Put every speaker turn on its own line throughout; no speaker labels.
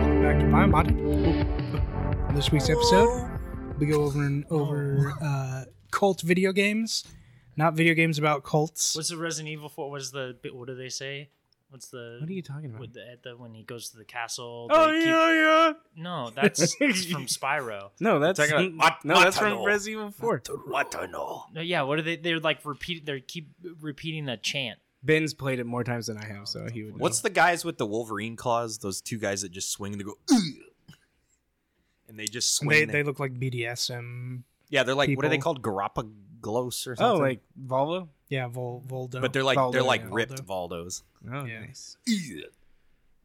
I'm Martin. On this week's episode, we go over and over uh, cult video games, not video games about cults.
What's the Resident Evil for? What's the bit? What do they say? What's the?
What are you talking about?
With the, at the when he goes to the castle.
Oh
they
yeah,
keep-
yeah.
No, that's, that's from Spyro.
No, that's
Talking about Mat-
no, that's from
Matano.
Resident Evil Four.
What I know.
No, yeah. What are they? They're like repeat. They keep repeating that chant.
Ben's played it more times than I have, so he would. know.
What's the guys with the Wolverine claws? Those two guys that just swing and they go, "Ugh." and they just
And
swing.
they,
their-
they look like BDSM.
yeah, they're like what are they
people.
called? Galapagos or something.
oh like Volvo?
Yeah, Vol, Voldo.
but they're like
Valdo,
they're like
yeah.
ripped Valdos.
Oh
Yeah.
nice.
Ugh.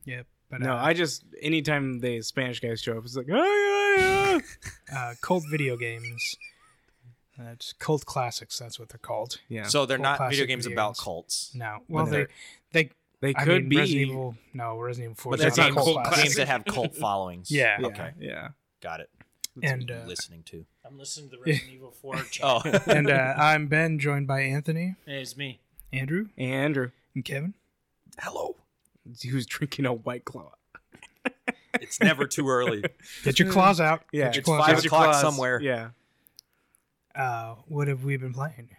Yeah, but
No,
uh,
I just anytime the Spanish guys show up, it's like oh yeah, yeah.
uh, cult video games. That's cult classics. That's what they're called.
yeah.
So they're
Full
not
classic
video games
video
about
games.
cults.
No, well they
they're-
they
they
I
could
mean,
be
Resident Evil. No, Resident Evil Four.
But
is
they're
not a
games,
cult classic.
games that have cult followings.
Yeah.
Yeah,
Okay.
yeah.
Got it.
And,
What are you
uh,
listening to.
I'm listening to the Resident Evil Four chant.
Oh.
and uh, I'm Ben, joined by Anthony,
Hey, it's me.
Andrew,
Andrew,
and Kevin.
Hello.
who's drinking a white claw?
It's never too early.
Get your claws out.
Hmm. Yeah,
Get your
It's
claws
five
out.
o'clock somewhere.
Yeah.
Uh, what have we been playing,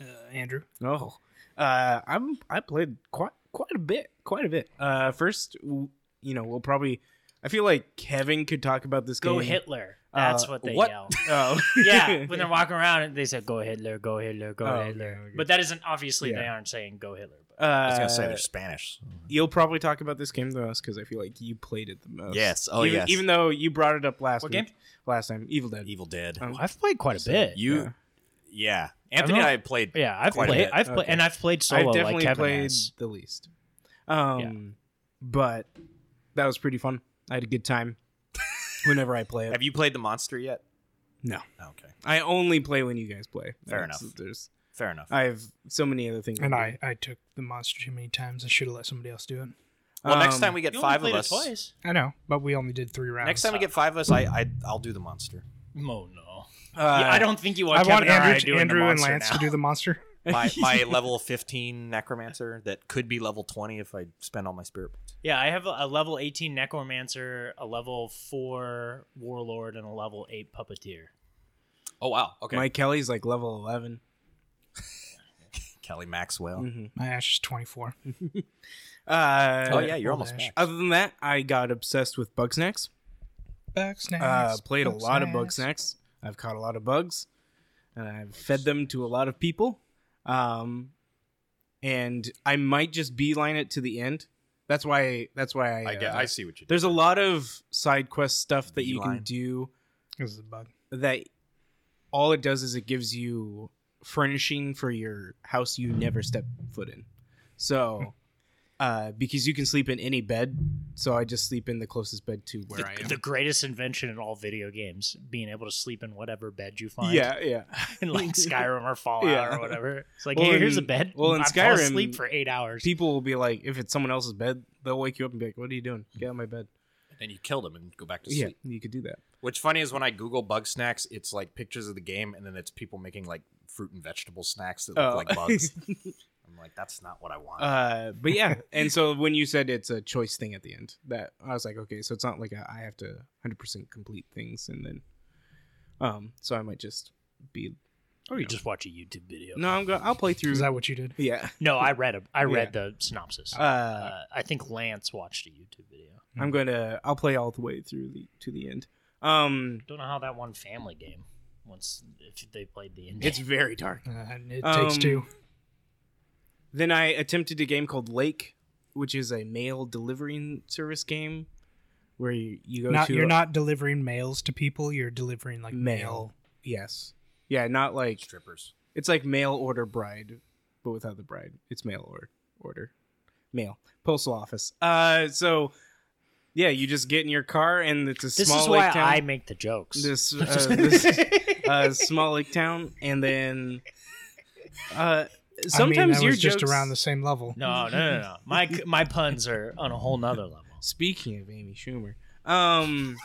uh, Andrew?
Oh, uh, I'm I played quite quite a bit, quite a bit. Uh, first, w- you know, we'll probably. I feel like Kevin could talk about this
Go
game.
Hitler. That's
Uh,
what they
what?
yell.
Oh,
Yeah, when they're walking around, they say "Go Hitler, go Hitler, go
Oh, okay,
Hitler."
okay.
But that isn't obviously
Yeah.
they aren't saying "Go Hitler." But
uh,
I was gonna say they're Spanish.
you'll probably talk about this game the most because I feel like you played it the most.
Yes. Oh
even,
yes.
Even though you brought it up last
What
week,
game?
last time, Evil Dead.
Evil Dead.
Oh.
Um,
I've played quite a bit.
You. Yeah. Anthony and I played.
yeah, I've
Quite a
played.
bit.
I've played,
Okay.
and I've played solo.
I've definitely
like Kevin
played
has.
the least. Um, but that was pretty fun. I had a good time. Whenever I play it,
Have you played the monster yet?
no,
Okay.
I only play when you guys play.
Fair
That's-
enough.
There's
Fair enough.
I have so many other things.
And
to
I, I took the monster too many times. I should have let somebody else do it.
do.
Well, next
Um,
time we get
You only
five of
played it
us.
Twice.
I know, but we only did three rounds.
Next time we get five of us, I, I I'll do the monster.
Oh no.
uh,
yeah, I don't think you want.
I want
Kevin or I
Andrew,
doing the
Andrew and
monster
Lance
now.
to do the monster.
My my level fifteen necromancer that could be level twenty if I spend all my spirit points.
Yeah, I have a, a level eighteen necromancer, a level four warlord, and a level eight puppeteer.
Oh wow. Okay.
Mike Kelly's like level eleven. Mm-hmm.
Kelly
Mm.
Maxwell.
My Ash is 24.
Uh,
Oh yeah, you're
Old
almost
Ash.
back.
Other than that, I got obsessed with bug snacks.
Bug snacks.
Uh, played a lot of bug
snacks.
snacks. I've caught a lot of bugs, and I've fed them to a lot of people. Um, and I might just beeline it to the end. That's why. That's why I.
I, get,
uh,
I see what you did.
there's a lot of side quest stuff that you
Beeline.
can do
This is a bug.
that all it does is it gives you furnishing for your house you never step foot in. So, uh, because you can sleep in any bed, so I just sleep in the closest bed to where I am.
The greatest invention in all video games: being able to sleep in whatever bed you find.
yeah, yeah.
in like Skyrim or Fallout
Yeah.
or whatever. It's like,
Well,
hey, here's a
in-
bed.
well, in
I fell
Skyrim,
asleep for eight hours.
People will be like, if it's someone else's bed, they'll wake you up and be like, "What are you doing? Get out of my bed."
And you killed him and go back to
Yeah,
sleep.
you could do that.
What's funny is when I Google bug snacks, it's like pictures of the game, and then it's people making like fruit and vegetable snacks that look
Oh.
like bugs. I'm like, that's not what I want.
Uh, but yeah, and so when you said it's a choice thing at the end, that I was like, okay, so it's not like a, I have to 100% complete things, and then, um, so I might just be
or you just watch a YouTube video.
No, I'm going. I'll play through.
Is that what you did?
yeah,
No, I read a, I read the synopsis.
uh,
uh, I think Lance watched a YouTube video.
I'm going to. I'll play all the way through the to the end. Um,
Don't know how that one family game. Once if they played the end,
it's very dark.
Uh, it
Um,
takes two.
Then I attempted a game called Lake, which is a mail delivering service game, where you, you go
Not,
to.
you're
a-
not delivering mails to people. You're delivering like mail.
Mail. Yes. Yeah, not like
Strippers.
it's like mail order bride, but without the bride. It's mail or order, mail postal office. Uh, so yeah, you just get in your car and it's a
this
small
is
lake
why
town.
I make the jokes.
this uh, this uh, small lake town, and then uh, sometimes
I mean, that
your
was
jokes,
just around the same level.
no, no, no, no. My my puns are on a whole nother level.
Speaking of Amy Schumer, um,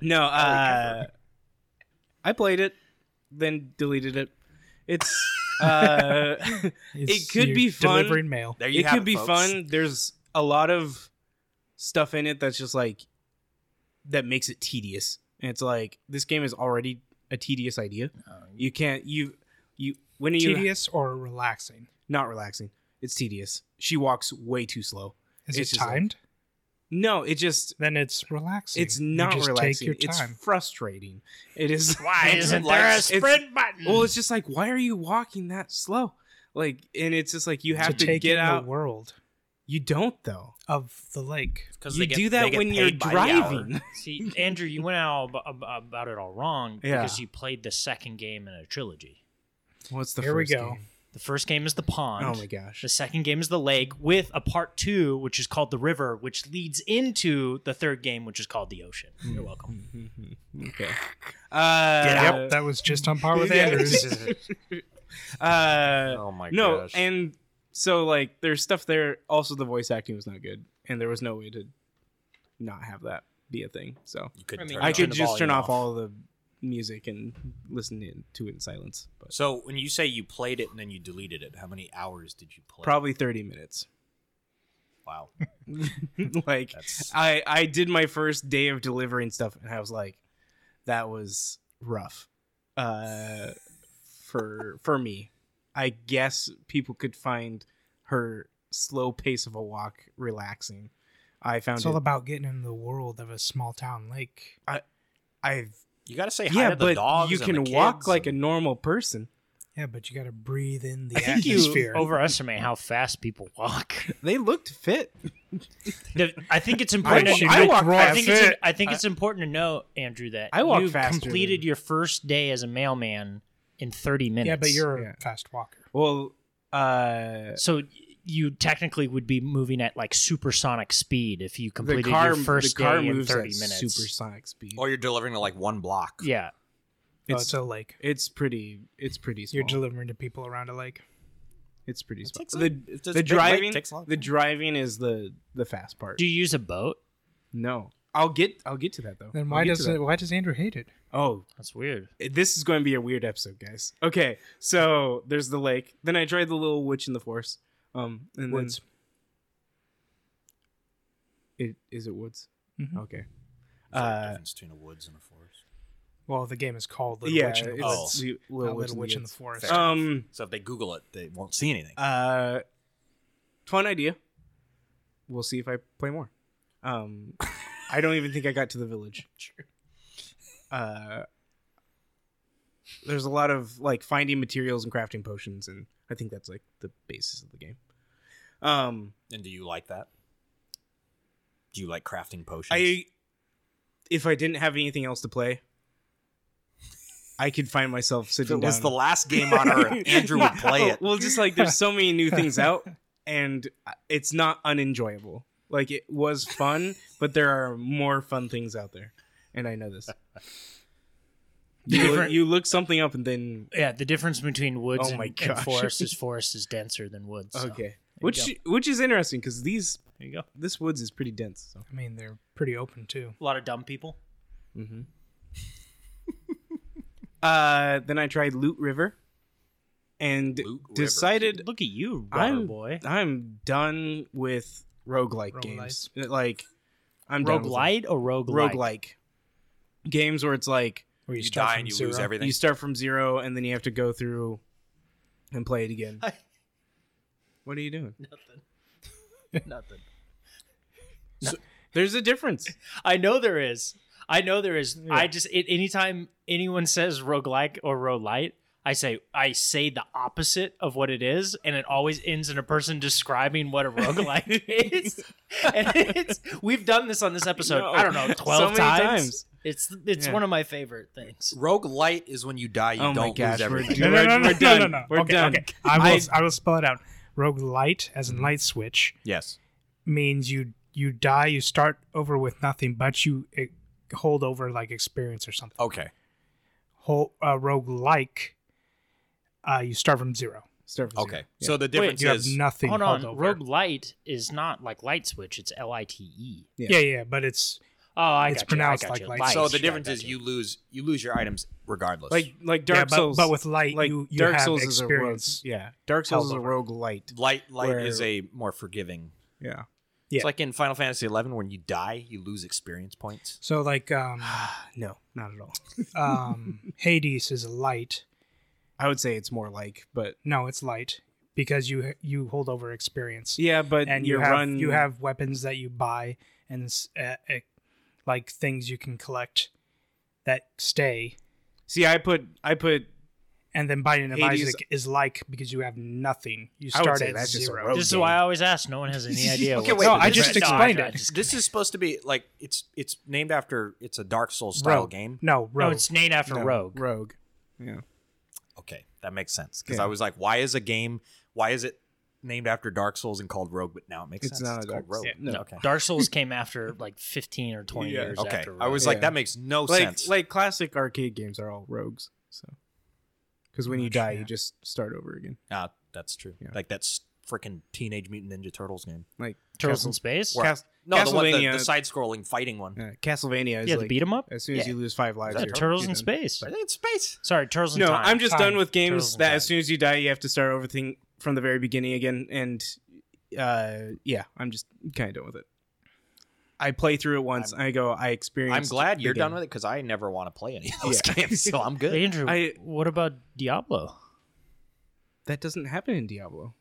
no, uh, I played it, then deleted it. It's uh,
It's-
It could
you're
be fun.
Delivering mail.
There you
it
have
could be
folks.
fun. There's a lot of stuff in it that's just like that makes it tedious. And it's like this game is already a tedious idea.
Oh,
You can't you you when are you
Tedious or relaxing?
not relaxing? It's tedious. She walks way too slow.
Is
It's
it
just like-
timed?
No, it just
then it's relaxing.
it's not
you just
relaxing.
Take your time.
It's frustrating. It is
Why
It's
isn't
like-
there a
it's-
sprint button?
well, it's just like why are you walking that slow? Like and it's just like you have
to
to,
take
get
in
out.
the world
You don't though.
of the lake.
because
you do that when you're driving.
See, Andrew, you went out ab- ab- about it all wrong
Yeah.
because you played the second game in a trilogy.
What's the
Here we
first
go.
game?
The first game is the pond.
Oh my gosh.
The second game is the lake with a part two, which is called the river, which leads into the third game, which is called the ocean. You're welcome.
Okay. Uh,
yep, that was just on par with
Yeah.
Andrews.
Uh,
Oh my
no,
gosh.
and so like there's stuff there. Also, the voice acting was not good, and there was no way to not have that be a thing. So
you could
I mean,
turn
you
I
it
turn
could
the
off.
just turn
volume
off,
off.
all the music and listen in, to it in silence. But
So when you say you played it and then you deleted it, how many hours did you play?
probably 30 minutes.
Wow.
like
That's
I I did my first day of delivering stuff, and I was like, that was rough. Uh, for for me, I guess people could find her slow pace of a walk relaxing. I found
it's all
it-
about getting in the world of a small town lake.
I've
you got to say hi
yeah,
to the
but
dogs.
you
and
can
the
walk
kids
like a
and-
normal person.
Yeah, but you got to breathe in the
I think you
atmosphere.
overestimate how fast people walk.
They looked fit.
The- I think it's important.
walk-
to
I
note-
walk
I think it's.
fast.
I think it's important to note, Andrew, that
I walk
you
faster
completed
than-
your first day as a mailman in 30 minutes.
yeah, but you're
Yeah.
a fast walker.
Well, uh,
so you technically would be moving at like supersonic speed if you
the
completed
car
your first
the car
day in
moves
30
at
minutes.
supersonic speed.
Or you're delivering to like one block.
yeah,
Oh,
It's-
it's a lake.
It's pretty. It's pretty small.
You're delivering to people around a lake.
it's pretty small.
takes a-
The,
it's
the
a big lake,
driving,
takes a long
the
time.
driving is the the fast part.
do you use a boat?
no, I'll get I'll get to that though.
Then
I'll
why
get to
does
that.
it, why does Andrew hate it?
Oh,
That's weird.
this is going to be a weird episode, guys. Okay, so there's the lake. Then I tried the little witch in the forest. Um, and
Woods.
then it is it woods.
Mhm.
Okay.
There's a
uh,
difference between a woods and a forest.
Well, the game is called Little Witch in the
it's-
Woods.
the
not
little,
Little Witch in the
Woods.
Forest.
Fair. Forest.
Um,
So if they Google it, they won't see anything.
uh, fun idea. We'll see if I play more. Um, I don't even think I got to the village. Uh, there's a lot of like finding materials and crafting potions, and I think that's like the basis of the game. Um,
And do you like that? Do you like crafting potions?
I if I didn't have anything else to play, I could find myself
if
sitting
it was
down.
the last game on earth, Andrew would play it.
Well, just like there's so many new things out, and it's not unenjoyable. Like it was fun, but there are more fun things out there, and I know this. You, look-
Different-
you look something up, and then
Yeah, the difference between woods
Oh
and,
my
and
gosh.
forest is forest is denser than woods. so
okay, which which is interesting because these
there you go.
this woods is pretty dense. So
I mean, they're pretty open too.
A lot of dumb people.
mm-hmm. uh, then I tried Loot River, and
Loot River.
decided
Look at you, rubber
I'm
boy.
I'm done with roguelike games. Like I'm done with them.
Roguelite or rogue
roguelike games where it's like
Where you,
You
start
die
from
and you
zero.
lose everything.
you start from zero and then you have to go through and play it again. what are you doing?
Nothing.
There's a difference.
I know there is. I know there is. I just it, anytime anyone says roguelike or roguelite, I say I say the opposite of what it is, and it always ends in a person describing what a roguelike is. And it's we've done this on this episode.
know.
I don't know, twelve
So many
times.
times.
It's it's
Yeah.
one of my favorite things.
Rogue light is when you die, you
oh my
don't
gosh,
lose
we're,
everything.
No, no, no,
we're-
no,
we're
no,
done.
no, no.
We're
okay,
done. Mm-hmm.
Okay. I will. I, will spell it out. Rogue light, as in light switch,
Yes.
means you you die. You start over with nothing, but you eh, hold over like experience or something.
Okay.
Whole uh, rogue like, uh, you start from zero.
Start from
Okay.
zero. Yeah.
So the difference
You have
is
nothing.
Hold
held
on,
over.
roguelite is not like light switch. It's L I T E.
Yeah. yeah, but it's
Oh, I
It's
got
pronounced
you, I got
like
you.
light
Light.
so
Nice.
the
Yeah, I
difference
got
is you lose you lose your items regardless.
like like
yeah,
Dark
but,
Souls,
but with light,
like
you you
Dark
have
Souls is a rogue.
experience.
Yeah, Dark Souls
held
is a
over.
rogue light.
light light
Where-
is a more forgiving.
Yeah,
Yeah.
It's like in Final Fantasy XI when you die, you lose experience points.
So like um,
no, not at all.
um, Hades is light.
I would say it's more like, but
No, it's light because you you hold over experience.
yeah, but
and you
your
have
run
you have weapons that you buy and s- uh, uh, like things you can collect that stay.
See, I put I put
And then Binding of
Hades-
Isaac is like because you have nothing. You
I would
start
say
at
that's just a
zero.
road
This is
game.
why I always ask. No one has any idea.
Okay,
what's
wait,
the
no, I
difference.
just
explained
I- I
it.
just-
This is supposed to be like it's it's named after it's a Dark Souls style
Rogue.
game.
No,
No,
rogue.
Oh, it's named after
no,
Rogue.
Rogue. Yeah.
Okay, that makes sense because
Yeah.
I was like, why is a game? Why is it named after Dark Souls and called Rogue? But now it makes
It's
sense.
not
it's
a
called
Dark-
Rogue.
yeah, no.
Okay.
Dark Souls came after like 15 or 20
Yeah.
years
Okay.
after. Rogue.
I was
Yeah.
like, that makes no
like
sense.
like classic arcade games are all rogues. So because when you
Much,
die,
yeah.
you just start over again.
Ah, that's true.
Yeah.
Like that's freaking Teenage Mutant Ninja Turtles game.
Like
Turtles in
Castle-
Space.
Where-
Cas-
No, the one, the,
Castlevania-
the side-scrolling fighting one.
uh, Castlevania is
Yeah, the
like
beat 'em up.
as soon as
Yeah.
you lose five lives.
Yeah,
you're-
Turtles
you're
in
done.
Space.
Are they in space?
Sorry, Turtles in
No,
Time.
I'm just
Time.
done with games
Turtles in
that
Time.
as soon as you die, you have to start over thing from the very beginning again. And uh, yeah, I'm just kind of done with it. I play through it once. i go. I experience.
I'm glad you're done with it because I never want to play any of those
Yeah.
games, so I'm good.
Hey, Andrew,
I-
what about Diablo?
That doesn't happen in Diablo.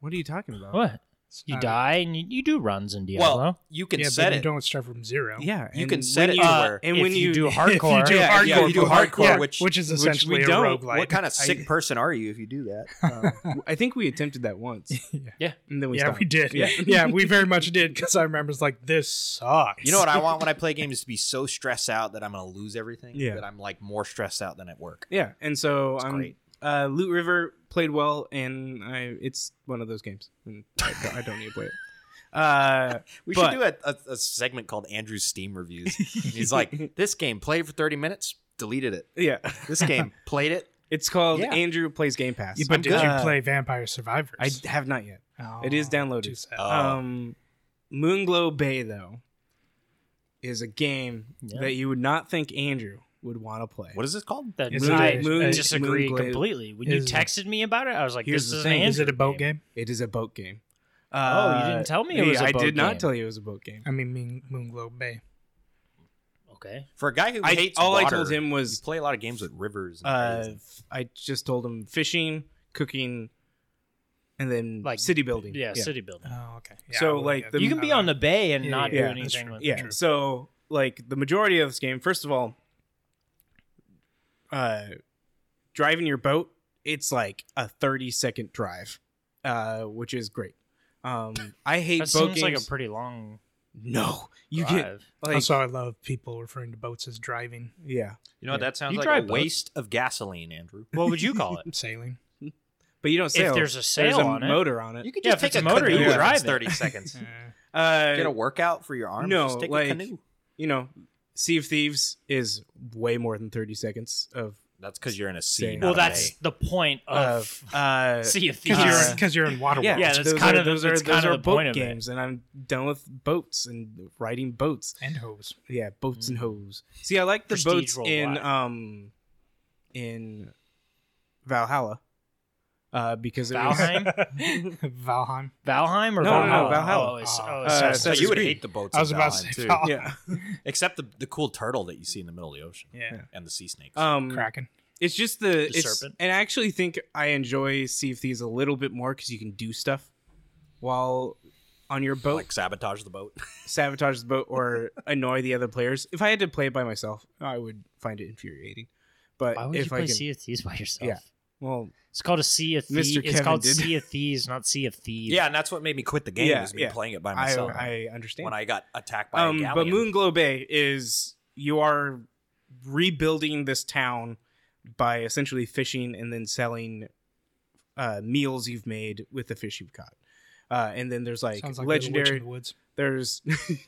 What are you talking about?
What? You
Uh,
die and you, you do runs in Diablo.
Well, you can
yeah,
set
but
it.
you don't start from zero.
Yeah,
You
and
can set
when
it
you-
to
Uh,
where-
and
if
when
you,
you
do
If
hardcore,
you do
Yeah,
hardcore,
yeah, if
you do hardcore,
yeah,
which-
which is
which we
essentially a
don't.
roguelike.
what kind of sick
I-
person are you if you do that? Um,
I think we attempted that once.
Yeah.
and then we
yeah,
stopped.
we did. Yeah.
Yeah.
we very much did because I remember it's like this sucks.
You know what I want when I play games is to be so stressed out that I'm going to lose everything.
Yeah.
That I'm like more stressed out than at work.
Yeah, and so
It's
I'm.
great.
Uh, Loot River played well, and I it's one of those games. And I, don't- I don't need to play it. Uh,
We
But-
should do a, a, a segment called Andrew's Steam Reviews. He's like, this game played for 30 minutes, deleted it.
yeah,
This game played it.
it's called
Yeah.
Andrew plays Game Pass.
Yeah, but did
Uh,
you play Vampire Survivors?
I have not yet.
Oh,
it is downloaded.
too sad.
Oh.
Um, Moonglow Bay though is a game
Yeah.
that you would not think Andrew would want to play.
What is this called?
that
Is
I
it- Moon-
disagree
Moonglow-
completely. When you
is-
texted me about it, I was like,
Here's
"This
the
is
thing,
an
is it a
Andrew
boat game?
It is a boat game.
Oh, you didn't tell me it
yeah,
was a
I
boat
did
game.
not tell you it was a boat game.
I mean, mean Moonglow Bay.
Okay,
For a guy who
I-
hates
all I
water,
told him was
you play a lot of games with rivers. and
uh,
areas.
I just told him fishing, cooking, and then
Like,
city building.
yeah, city building.
Oh, okay.
So,
I would get
like, the- uh,
that.
you can be on the bay and
Yeah,
not
yeah,
that's
do anything.
true.
With
Yeah.
True.
So like the majority of this game, first of all, uh, driving your boat, it's like a thirty second drive, uh, which is great. Um, I hate
That
boat
seems
games.
like a pretty long
no, you get
drive.
like
also, I love people referring to boats as driving,
yeah,
you know what? That sounds
You
like
drive
a
boats.
waste of gasoline, Andrew.
What would you call it?
sailing.
but you don't sail.
if there's a sail
There's a
on it,
motor on it.
You could
Yeah,
just
if
take
it's
a
motor,
motor,
you
canoe
can
if
drive
it's
it.
30 seconds.
Eh.
uh,
Get a workout for your arms.
No,
just take
like-
a canoe.
you know, Sea of Thieves is way more than thirty seconds of
That's because you're in a sea.
Same.
not
well,
a
that's
bay.
the point of
of uh,
Sea of Thieves.
Because you're
Uh,
because you're in water.
yeah,
world.
Yeah, that's
those
kind
are,
of-
those
that's
are
kind
those
of
are
the
boat
point of it.
games, and I'm done with boats and riding boats.
and hose.
Yeah, boats and hose. See, I like the
Prestige
boats in
worldwide.
um in Valhalla uh, because it was
Valheim,
Valheim.
Valheim, or
No,
Valhalla?
no, no, Valhalla.
Oh, it's, oh,
Uh,
it's just-
uh,
so
Assassin's
you would
Creed.
hate the boats.
I was
in
about to
Valheim,
say
too.
Valheim.
yeah
except the, the cool turtle that you see in the middle of the ocean
Yeah,
and the sea snakes.
um
Kraken.
it's just the,
The
it's,
serpent.
and I actually think I enjoy Sea of Thieves a little bit more because you can do stuff while on your boat,
like sabotage the boat.
sabotage the boat or annoy the other players. If I had to play it by myself, I would find it infuriating. But
Why would
if
you
I
play
can,
Sea of Thieves by yourself?
Yeah. well,
It's called a Sea of Thieves.
Mr.
It's
Kevin
called
did.
Sea of Thieves, not Sea of Thieves.
Yeah, and that's what made me quit the game
Yeah,
was me
yeah.
playing it by
I,
myself
I understand.
when I got attacked by a
um, but
galleon.
Moonglow Bay is you are rebuilding this town by essentially fishing and then selling uh, meals you've made with the fish you've caught. Uh, and then there's like,
Sounds like legendary.
legendary.
in the woods.
There's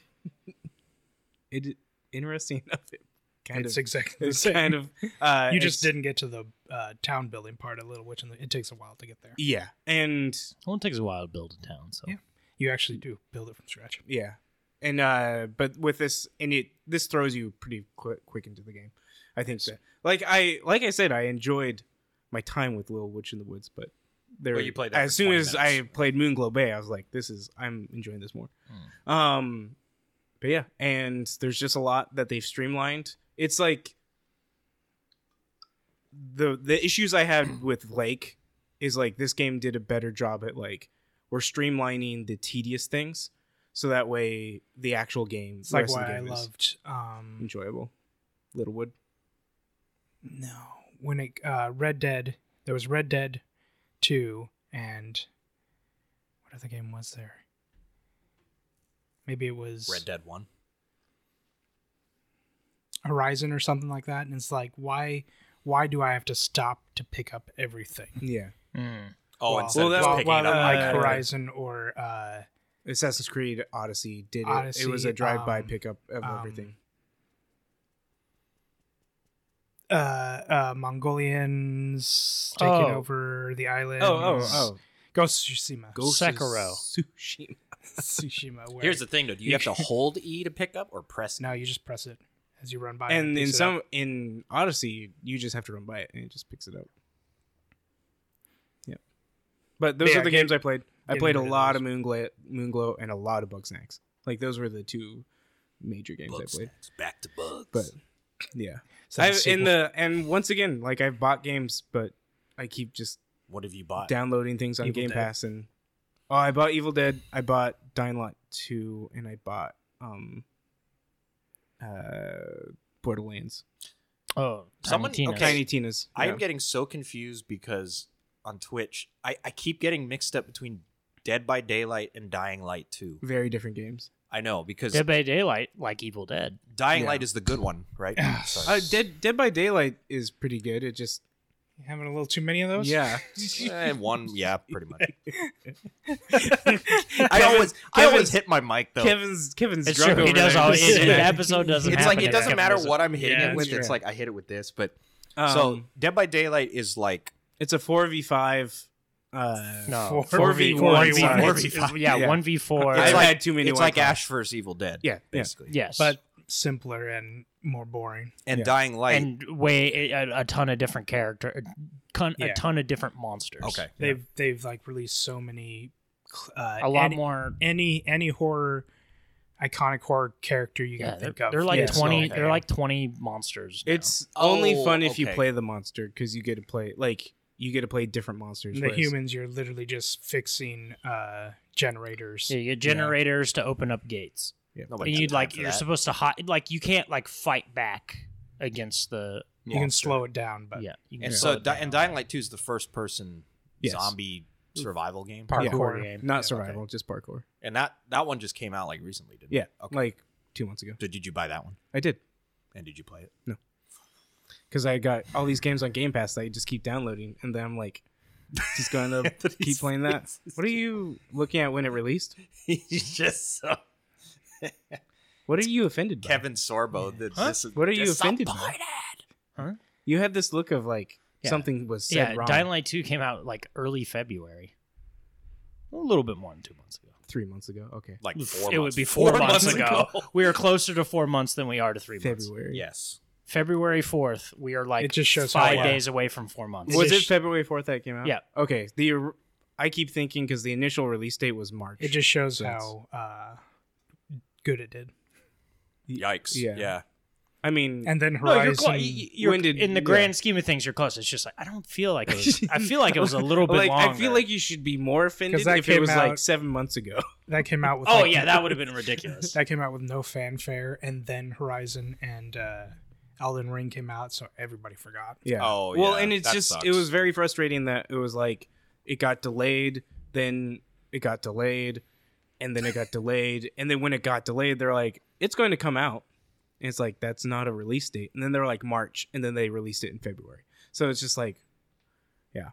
it interesting enough. It kind
it's
of
exactly the
it's
same.
kind of uh,
you just
it's-
didn't get to the uh, town building part of Little Witch, and it takes a while to get there.
yeah, and
Well, it takes a while to build a town, so
Yeah. You actually do build it from scratch.
Yeah, and uh, but with this, and it this throws you pretty quick, quick into the game. I think so. Like I like I said, I enjoyed my time with Little Witch in the Woods, but there.
Well, you played that
as
for
soon
20
as I
minutes.
played Moonglow Bay, I was like, "This is I'm enjoying this more."
Hmm.
Um, but yeah, and there's just a lot that they've streamlined. It's like the the issues I had with Lake is like this game did a better job at like we're streamlining the tedious things so that way the actual game,
It's
the
like
rest of
why
the
I
game is
loved um
enjoyable. Littlewood.
no when it uh Red Dead there was Red Dead 2 and what other game was there? Maybe it was
Red Dead One.
Horizon or something like that and it's like why why do I have to stop to pick up everything?
Yeah,
Hmm.
Oh,
Well,
instead
well,
of
that-
just
While,
picking
while
it up.
uh,
like
by-
Horizon or uh
Assassin's Creed Odyssey did it.
Odyssey,
it was a drive-by
um,
pickup of
um,
everything.
uh, uh Mongolians taking
Oh.
over the island.
Oh,
Ghost of Tsushima.
Ghost of Sekiro.
Sushi.
Tsushima. Where
Here's the thing, though. Do you,
You
have to hold E to pick up or press?
no, you just press it as you run by. it
And in
picks it
some
up.
in Odyssey, you just have to run by it and it just picks it up. Yep. But those
Yeah,
are the
get-
games I played. I
getting
played a
rid of
lot of
those.
Moonglow, Moonglow and a lot of Bugsnax. Like those were the two major games I played.
Back to bugs.
But yeah,
So
I've,
the
in
sequel-
the and once again, like I've bought games, but I keep just
what have you bought?
downloading things on
Evil
Game
Dead.
Pass and oh, I bought Evil Dead, I bought Dying Light 2 and I bought um uh Borderlands.
Oh, Tiny
Someone-
Tina's.
okay.
Tiny Tina's.
I
yeah.
am getting so confused because on Twitch, I, I keep getting mixed up between Dead by Daylight and Dying Light 2.
very different games.
I know because
Dead by Daylight, like Evil Dead.
Dying
Yeah.
Light is the good one, right? So-
Uh Dead Dead by Daylight is pretty good. It just
You having a little too many of those.
yeah.
Eh, one, yeah, pretty much. I always, I
Kevin's-
always hit my mic though.
Kevin's Kevin's
It's
drunk
true. He
over
does
there.
always.
Just
it- The
smack.
episode doesn't.
it's
happen
like it
if Kevin
doesn't matter what I'm hitting
Yeah,
it
that's
with.
true.
It's like I hit it with this, but
Um,
so Dead by Daylight is like
it's a 4v5 uh
No.
Four-
4v1,
Four
sorry.
v one.
Four v five.
Yeah,
Yeah.
one v four.
I've
It's like-
had too many
it's
white
like
claws.
Ash versus Evil Dead.
Yeah, yeah.
basically.
Yes,
but simpler and more boring.
And
Yeah.
Dying Light.
and way a, a ton of different character, a ton,
Yeah.
a ton of different monsters.
okay.
They've they've like released so many. Uh,
a lot
any,
more.
Any any horror, iconic horror character you can
Yeah, they're,
think of.
they're like
Yeah.
twenty.
okay.
They're like twenty monsters. now.
It's only
Oh,
fun if you
okay.
play the monster because you get to play like you get to play different monsters.
the
whereas-
humans. You're literally just fixing uh, generators.
Yeah, you get generators to open up gates.
Nobody
And
had
you
time
like
for
you're
that.
supposed to hide. Like you can't like fight back against the.
You can
Monster.
slow it down, but
yeah. You can
And
slow
so,
it
Di-
down.
and Dying Light Two is the first person
Yes.
zombie survival game,
Yeah.
parkour
Parkour.
game.
not survival, just parkour.
and that that one just came out like recently, didn't
Yeah,
it? Okay.
like two months ago.
So did you buy that one?
I did
And did you play it?
because I got all these games on Game Pass that I just keep downloading, and then I'm like, just going to keep playing that. What are you looking at when it released?
He's just so
What are you offended by?
Kevin Sorbo. That's
Huh?
just-
What are you
just stop
offended by?
buying it.
You had this look of like
Yeah.
something was said
Yeah,
wrong
Dying Light Two came out like early February. A little bit more than two months ago.
three months ago. Okay,
Like four
it would
months-
be four, months, ago. we are closer to four months than we are to three months.
February.
Yes.
February fourth, we are like
It just shows how
five
long.
days away from four months.
was
It
it
just-
February fourth that came out?
Yeah.
Okay. The or- I keep thinking because the initial release date was March.
it just shows
Sense.
how uh, good it did.
Yikes.
Yeah.
Yeah.
I mean,
And then
no,
Horizon.
you're, clo- you- you're
When did-
in the
yeah.
grand scheme of things, you're close. It's just like I don't feel like it was. I feel like it was a little bit
like
longer.
I feel like you should be more offended
'Cause that
if it
came
was like
out-
seven months ago.
that came out with.
oh
like,
yeah, that would have been ridiculous.
that came out with no fanfare, and then Horizon and uh, Elden Ring came out, so everybody forgot.
Yeah.
Oh,
Well,
yeah,
and it's
that
just
sucks.
it was very frustrating that it was like it got delayed, then it got delayed, and then it got delayed, and then when it got delayed, they're like, it's going to come out. And it's like that's not a release date, and then they're like March, and then they released it in February. So it's just like, yeah.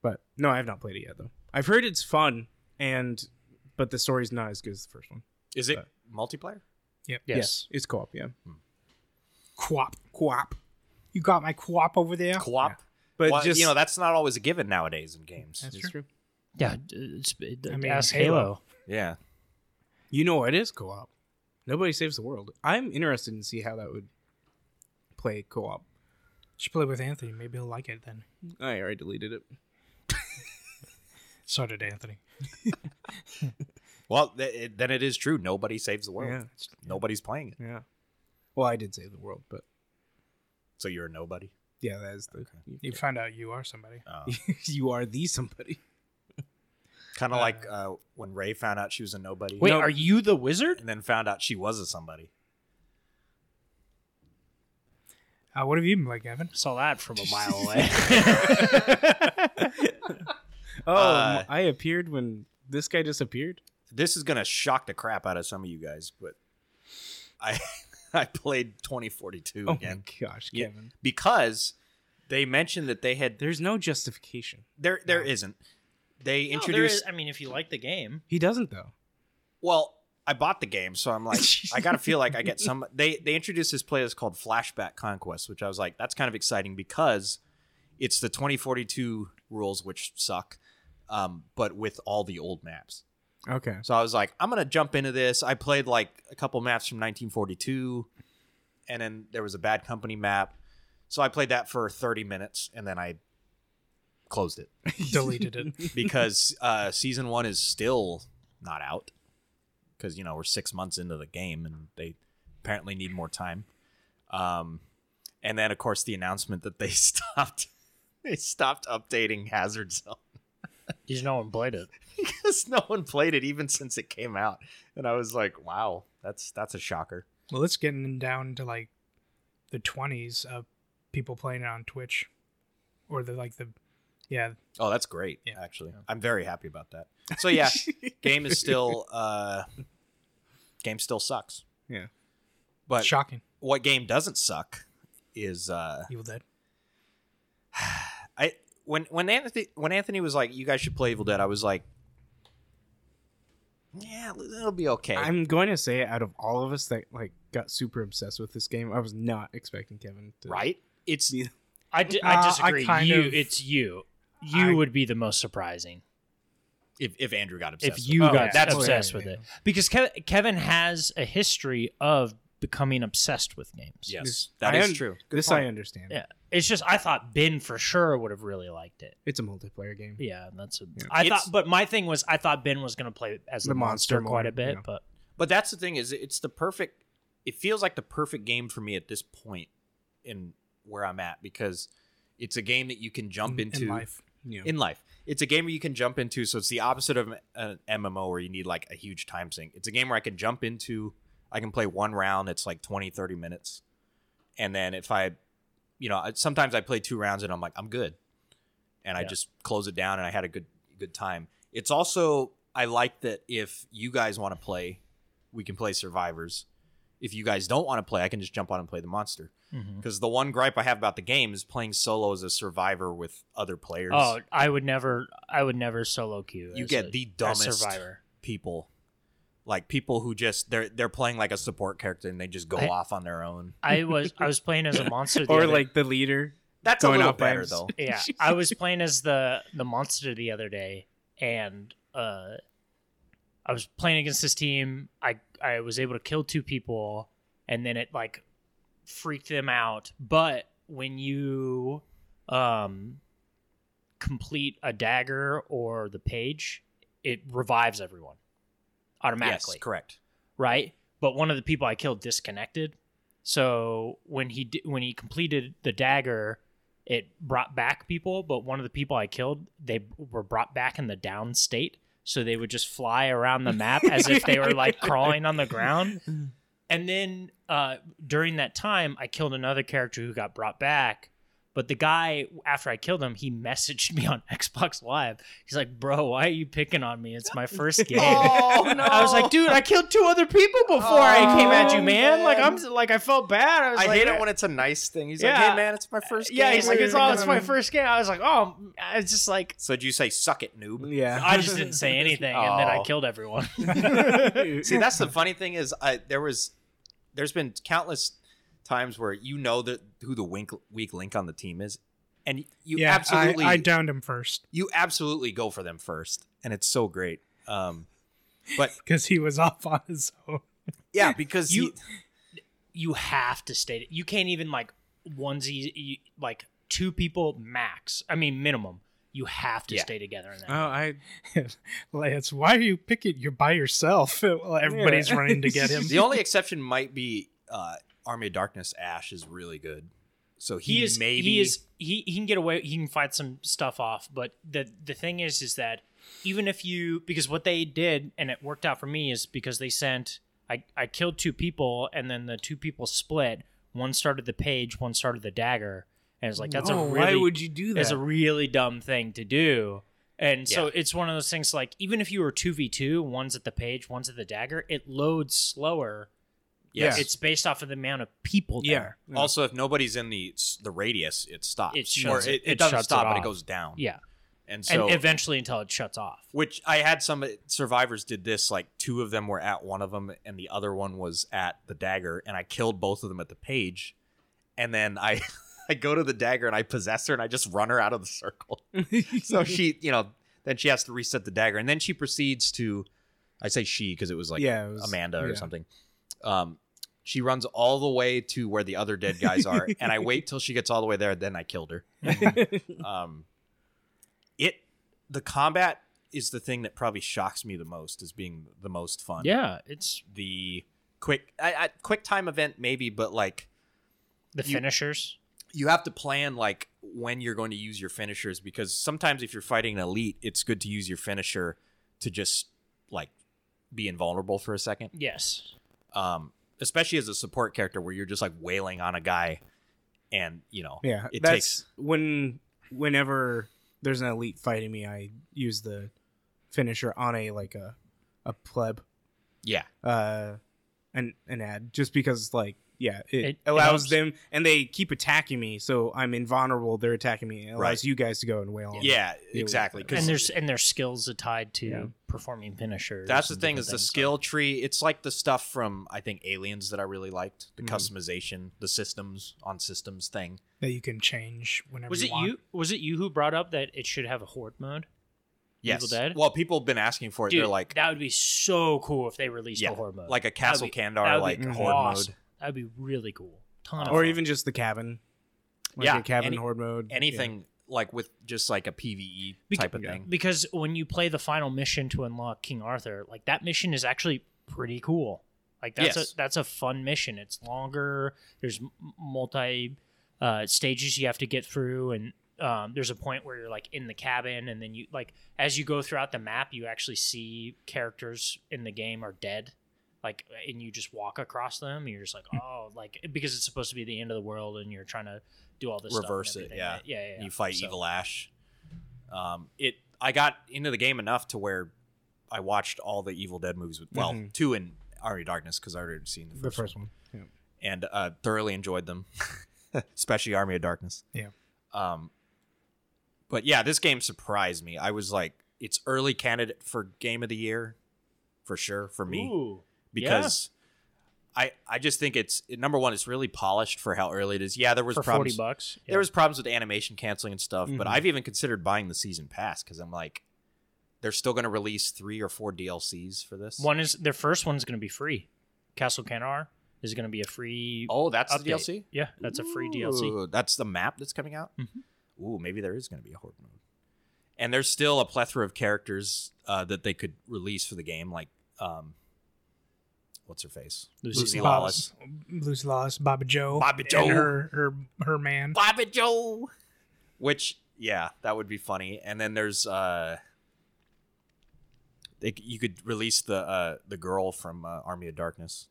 But no, I have not played it yet though. I've heard it's fun, and but the story's not as good as the first one.
Is it multiplayer?
yes.
it's co-op. Yeah,
Quap.
co-op.
You got my quap over there.
Co-op.
But
Well,
just
you know that's not always a given nowadays in games.
that's true.
Yeah, it's, it,
I mean,
ask Halo.
Halo.
Yeah.
You know it is co-op. Nobody saves the world. I'm interested in see how that would play co-op.
Should play with Anthony. Maybe he'll like it then.
I already deleted it.
So did Anthony.
Well, th- it, then it is true. Nobody saves the world.
Yeah.
Nobody's playing it.
Yeah. Well, I did save the world, but
So you're a nobody.
yeah, that is the
You find out you are somebody.
Uh,
you are the somebody.
kind of like uh, when Ray found out she was a nobody.
Wait,
No.
are you the wizard?
And then found out she was a somebody.
Uh, what have you been like, Evan?
Saw that from a mile away.
Oh,
Uh,
I appeared when this guy disappeared.
This is gonna shock the crap out of some of you guys, but I I played 2042
Oh
again
my gosh,
Yeah.
Kevin.
because they mentioned that they had
There's no justification.
there there isn't. They
No, there
introduced
is- I mean, if you like the game,
He doesn't though.
Well, I bought the game, so I'm like, I gotta feel like I get some. They they introduced this play that's called Flashback Conquest, which I was like, that's kind of exciting because it's the 2042 rules, which suck, um, but with all the old maps.
Okay.
So I was like, I'm gonna jump into this. I played like a couple maps from 1942, and then there was a Bad Company map, so I played that for 30 minutes, and then I closed it
Deleted it.
because uh, season one is still not out because you know we're six months into the game and they apparently need more time. Um, and then of course the announcement that they stopped they stopped updating Hazard Zone
because no one played it.
because no one played it even since it came out, and I was like, wow, that's that's a shocker.
Well, it's getting down to like the twenties of people playing it on Twitch, or the like the yeah.
Oh, that's great.
Yeah.
Actually, I'm very happy about that. So yeah, game is still uh, game still sucks.
Yeah.
But
shocking.
what game doesn't suck is uh
Evil Dead.
I when when Anthony when Anthony was like you guys should play Evil Dead I was like yeah it'll be okay
I'm going to say out of all of us that like got super obsessed with this game, I was not expecting Kevin to
right it's
Yeah.
I, di-
Uh, I
I disagree.
kind
you,
of-
it's you. You
I-
would be the most surprising
if, if Andrew got obsessed
if you
with it.
got
Oh, that's what I
obsessed
mean,
with it, because Kev- Kevin has a history of becoming obsessed with games.
with it. yes
This-
that
I
is
un-
true
This
point.
I understand.
Yeah. It's just I thought Ben for sure would have really liked it.
It's a multiplayer game.
Yeah, and that's a, I
It's-
thought, but my thing was I thought Ben was going to play as the,
The
monster,
monster
quite
more,
a bit,
yeah.
but
but that's the thing is it's the perfect it feels like the perfect game for me at this point in where I'm at because it's a game that you can jump
in-
into
in life.
Yeah.
in life. It's a game where you can jump into. So it's the opposite of uh, an MMO where you need like a huge time sink. It's a game where I can jump into. I can play one round. It's like 20, 30 minutes. And then if I, you know, I- sometimes I play two rounds and I'm like, I'm good. And I
Yeah.
just close it down and I had a good, good time. It's also, I like that if you guys want to play, we can play Survivors. If you guys don't want to play, I can just jump on and play the monster.
mm-hmm.
Because the one gripe I have about the game is playing solo as a survivor with other players
oh, I would never, I would never solo queue.
you
as
get
a-
the
as
dumbest
survivor.
people like people who just they're they're playing like a support character and they just go
I-
off on their own
I was, I was playing as a monster, the
Or
other-
like the leader.
that's
Going
a little
off by
better though
himself.
yeah, I was playing as the the monster the other day, and uh, I was playing against this team. I I was able to kill two people, and then it like freaked them out. But when you um complete a dagger or the page, it revives everyone
yes
automatically
correct
right? But one of the people I killed disconnected. So when he di- when he completed the dagger, it brought back people. But one of the people I killed, they were brought back in the down state, so they would just fly around the map as if they were like crawling on the ground. And then uh, during that time, I killed another character who got brought back. But the guy, after I killed him, he messaged me on Xbox Live. He's like, "Bro, why are you picking on me? It's my first game."
oh no
I was like, dude, I killed two other people before I came at you,
Oh,
man. Like
man.
I'm like I felt bad. I was
i
like, uh,
hate it when it's a nice thing he's like
Yeah.
hey man it's my first
yeah.
game
He's
Why
like,
you
it's all
picking
it's
on
my
me?"
first game. I was like, oh, it's just like
so did you say suck it noob
Yeah.
I just didn't say anything, and then I
Oh.
killed everyone.
see that's the funny thing is i there was there's been countless times where you know that who the wink, weak link on the team is and you
yeah,
absolutely
I, I downed him first
you absolutely go for them first and it's so great um but
because he was off on his own.
yeah because
You-
he-
you have to stay. You can't even like onesie, you, like two people max. I mean minimum. You have to
Yeah.
stay together in that.
Oh, I
Lance, why are you picking? You're by yourself. Well, Everybody's
Yeah.
running to get him.
the only exception might be uh, Army of Darkness. Ash is really good, so he,
he, is
maybe
he is he, he can get away he can fight some stuff off but the the thing is is that even if you because what they did and it worked out for me is because they sent i i killed two people and then the two people split one started the page one started the dagger and it's like that's
No,
a
oh, why
really
would you do that?
is a really dumb thing to do. And so it's one of those things like even if you were 2v2, one's at the page, one's at the dagger, it loads slower.
Yes.
It's based off of the amount of people
yeah.
there.
Yeah.
Also, if nobody's in the the radius, it stops.
It
or
shuts
it,
it-
it
it
doesn't
shuts it
stop, but it
off.
goes down.
Yeah.
and so
and eventually until it shuts off.
which I had some uh, survivors did this. Like two of them were at one of them, and the other one was at the dagger, and I killed both of them at the page, and then I. I go to the dagger and I possess her and I just run her out of the circle. so she, you know, then she has to reset the dagger and then she proceeds to, I say she because it was like
yeah, it was-
Amanda or
yeah.
something. Um, she runs all the way to where the other dead guys are, and I wait till she gets all the way there, then I killed her. um, it the combat is the thing that probably shocks me the most as being the most fun.
Yeah, it's
the quick I, I, quick time event maybe, but like
the
You-
finishers.
you have to plan like when you're going to use your finishers because sometimes if you're fighting an elite, it's good to use your finisher to just like be invulnerable for a second.
Yes.
um, especially as a support character where you're just like wailing on a guy and you know
Yeah,
it
that's
takes
when whenever there's an elite fighting me, I use the finisher on a like a a pleb
yeah
uh an an ad just because like yeah it,
It- it
allows
helps.
them and they keep attacking me so I'm invulnerable they're attacking me it allows
Right.
you guys to go and wail on them.
yeah
Yeah,
exactly
And
because
there's and their skills are tied to
Yeah.
performing finishers.
that's the
and
thing
different
is the
things.
skill tree it's like the stuff from i think aliens that i really liked the
Mhm.
customization the systems on systems thing
that you can change whenever.
Was it
want.
you was it you who brought up that it should have a horde mode?
yes
Evil Dead?
well people have been asking for it
Dude,
they're like
that would be so cool if they released
yeah
a horde mode.
like a castle
be-
kandar
that would
like
be
horde
awesome.
mode
That'd be really cool. Ton of
or
fun.
even just the cabin like
Yeah,
a cabin
any-
horde mode yeah.
anything like with just like a pve
Beca-
type of
yeah.
thing
because when you play the final mission to unlock King Arthur, like that mission is actually pretty cool. Like that's
Yes.
a that's a fun mission. It's longer. There's m- multi uh, stages you have to get through, and um, there's a point where you're like in the cabin, and then you like as you go throughout the map, you actually see characters in the game are dead. Like and you just walk across them, and you're just like, oh, like because it's supposed to be the end of the world, and you're trying to do all this stuff and
Reverse it,
everything,
yeah.
right? yeah, yeah, yeah.
you fight
So-
Evil Ash. Um, it I got into the game enough to where I watched all the Evil Dead movies with well
Mhm.
two in Army of Darkness because I already had seen the first,
the first one
one. and uh, thoroughly enjoyed them, especially Army of Darkness.
Yeah.
Um, but yeah, this game surprised me. I was like, it's early candidate for game of the year, for sure for me
Ooh.
because. I, I just think it's number one. It's really polished for how early it is. Yeah, there was
for
problems.
forty bucks. Mm-hmm.
There was problems with animation canceling and stuff, but
Mhm.
I've even considered buying the season pass because I'm like, they're still going to release three or four DLCs for this.
one is their first one's going to be free. Castle Canar is going to be a free.
Oh, that's
update.
the DLC.
Yeah, that's a free DLC.
Ooh, That's the map that's coming out.
Mhm.
Ooh, maybe there is going to be a horde mode. And there's still a plethora of characters uh, that they could release for the game, like um, what's her face,
Lucy
Lucy
Bob-
Lawless,
Lucy Lawless, Baba Joe,
Baba Joe.
and her her her man.
Bobby Joe. Which, yeah, that would be funny. And then there's uh, they, you could release the uh the girl from uh, Army of Darkness.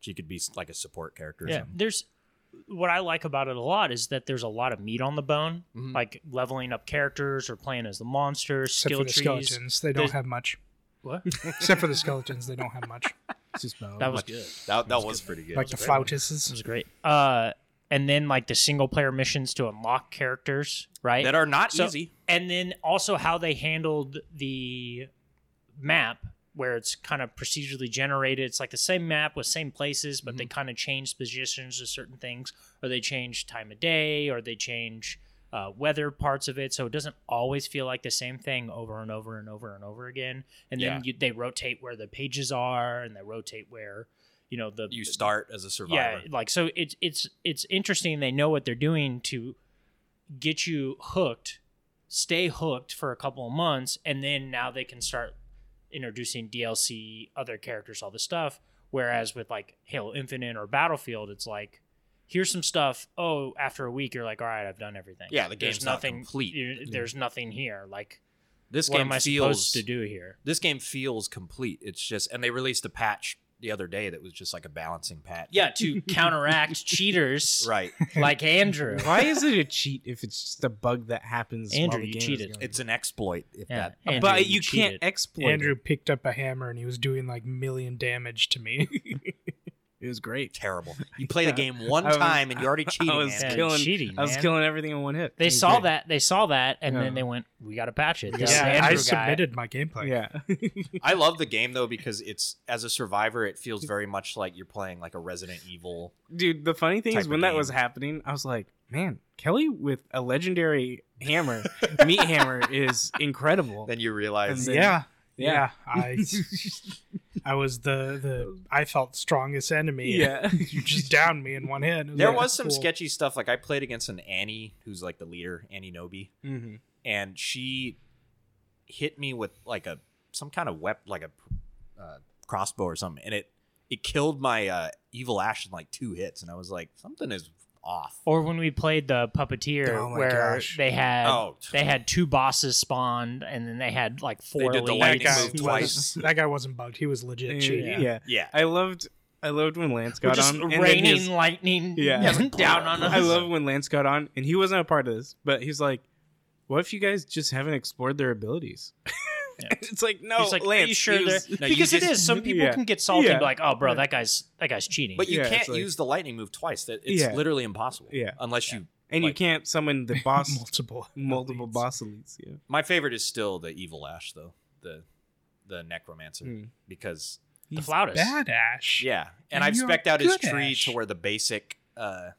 She could be s- like a support character. Or
Yeah,
something.
there's what I like about it a lot is that there's a lot of meat on the bone,
Mhm.
like leveling up characters or playing as the monsters,
Except
skill
for the
trees.
skeletons, they don't
There's-
have much.
What?
Except for the skeletons, they don't have much.
it's just about
That was
Oh, Much-
good.
That that was, pretty good.
like the
a great one. It
flautists.
was great. Uh, and then like the single player missions to unlock characters, right?
that are not
So-
easy.
and then also how they handled the map where it's kind of procedurally generated it's like the same map with same places but they
Mm-hmm.
kind of change positions to certain things or they change time of day or they change uh, weather parts of it so it doesn't always feel like the same thing over and over and over and over again and then
Yeah.
you, they rotate where the pages are and they rotate where you know the
You start as a survivor.
yeah, like so it's it's it's interesting they know what they're doing to get you hooked stay hooked for a couple of months, and then now they can start introducing DLC, other characters, all this stuff. Whereas with like Halo Infinite or Battlefield, it's like here's some stuff. Oh, after a week, you're like, all right, I've done everything.
Yeah, the
There's
game's not
nothing
complete.
you- There's nothing here. Like,
This
what
game
am I
feels
supposed to do here?
this game feels complete. It's just and they released a patch the other day that was just like a balancing patch.
Yeah, to counteract cheaters
Right.
like Andrew.
Why is it a cheat if it's just a bug that happens? while
Andrew,
the
you
game is
cheated.
going?
It's an exploit if
Yeah,
that
Andrew,
but you, can't
cheated.
exploit. it.
Andrew picked up a hammer and he was doing like million damage to me.
it was great.
terrible. You play the
Yeah.
game one
I was-
time and you're already cheating.
was
man.
Yeah,
killing-
cheating.
I was
man.
killing everything in one hit. It
They
was
saw
great.
that. They saw that, and
Yeah.
then they went, "We got to patch it."
Yeah.
This is the
Yeah,
I
Andrew guy.
submitted my gameplay.
Yeah,
I love the game though because it's as a survivor, it feels very much like you're playing like a Resident Evil.
dude. The funny thing
Type
is
of
when that
game.
was happening, I was like, man, Kelly with a legendary hammer, meat hammer, is incredible.
Then you realize
And
Yeah.
yeah,
Yeah. I I was the the I felt strongest enemy.
yeah.
You just downed me in one hit. It
there
like,
was some
cool.
sketchy stuff. Like I played against an Annie who's like the leader, Annie Nobi.
hmm
and she hit me with like a some kind of weapon, like a uh, crossbow or something, and it it killed my uh, evil ash in like two hits, and I was like, something is off.
Or when we played the puppeteer,
Oh my
where
gosh.
they had
Oh,
they had two bosses spawned, and then they had like
they
four.
did the
That
leads.
lightning
guy
move
was-
twice.
That guy wasn't bugged. He was legit cheating.
yeah,
Yeah,
I loved, I loved when Lance
We're
got
just
on. and then
raining
his-
lightning
Yeah.
down on us.
I love when Lance got on, and he wasn't a part of this, but he's like, "What if you guys just haven't explored their abilities?" it's like, no,
He's like,
Lance.
"Are you sure
he
they're
was-
No, you
because it
just-
is. Some people
Yeah.
can get salty and
Yeah.
be like, "Oh, bro, that guy's that guy's cheating."
but you
Yeah,
can't
it's like-
use the lightning move twice. That it's
Yeah.
literally impossible.
Yeah.
unless you.
and you
like-
can't summon the boss
Multiple.
multiple
elites.
boss elites. Yeah,
My favorite is still the evil ash though, the the necromancer
Hmm.
because
the flautist.
Bad Ash.
Yeah, and,
And
I've
you're
specked out his
good,
tree
Ash.
to where the basic, uh,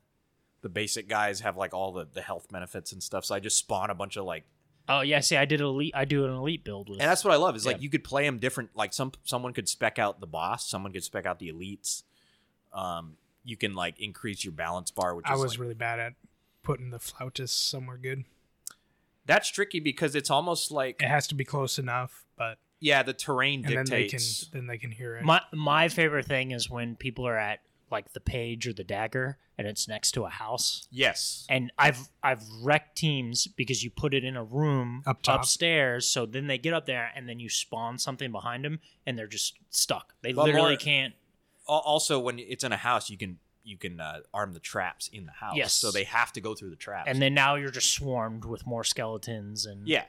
the basic guys have like all the the health benefits and stuff. So I just spawn a bunch of like,
Oh yeah, see, I did an elite. I do an elite build with.
and that's what I love is like
Yeah.
you could play them different. Like some someone could spec out the boss, someone could spec out the elites. Um, you can like increase your balance bar, which
I
is
was
like-
really bad at putting the flautist somewhere good.
that's tricky because it's almost like
It has to be close enough, but
yeah, the terrain
and then they can
dictates.
then they can hear it.
My my favorite thing is when people are at like the page or the dagger, and it's next to a house.
Yes,
And I've I've wrecked teams because you put it in a room
Up top.
upstairs, so then they get up there, and then you spawn something behind them, and they're just stuck. They
But
literally
more-
can't.
Al- also when it's in a house, you can you can uh, arm the traps in the house.
Yes.
so they have to go through the traps.
And then now you're just swarmed with more skeletons and
Yeah.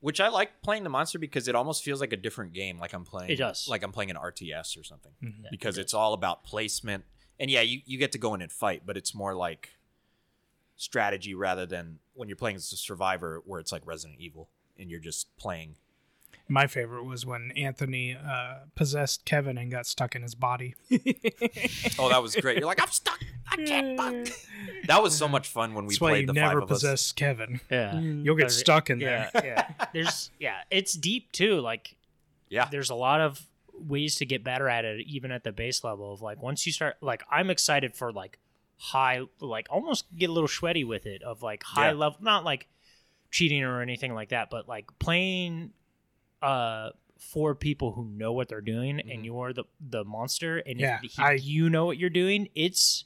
Which I like playing the monster because it almost feels like a different game, like I'm playing
It does. Mm-hmm.
like I'm playing an RTS or something.
Mhm.
because it's all about placement. And yeah, you, you get to go in and fight, but it's more like strategy rather than when you're playing as a survivor where it's like Resident Evil and you're just playing.
My favorite was when Anthony uh, possessed Kevin and got stuck in his body.
Oh, that was great. You're like, I'm stuck. I can't fuck. That was so much fun when we
That's why
played
you
the
never
five of us.
possess Kevin.
yeah.
Mm.
You'll get
Okay.
stuck in there.
Yeah, yeah. There's yeah, it's deep too. Like
Yeah.
there's a lot of ways to get better at it, even at the base level. Of like once you start, like I'm excited for like high, like almost get a little sweaty with it. Of like high
Yeah.
level, not like cheating or anything like that, but like playing uh for people who know what they're doing
Mhm.
and you're the the monster and
Yeah,
if he-
I-
you know what you're doing it's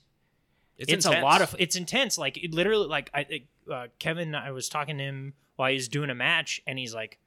it's, a
intense.
lot of it's intense like it literally like i it, uh, kevin i was talking to him while he was doing a match and he's like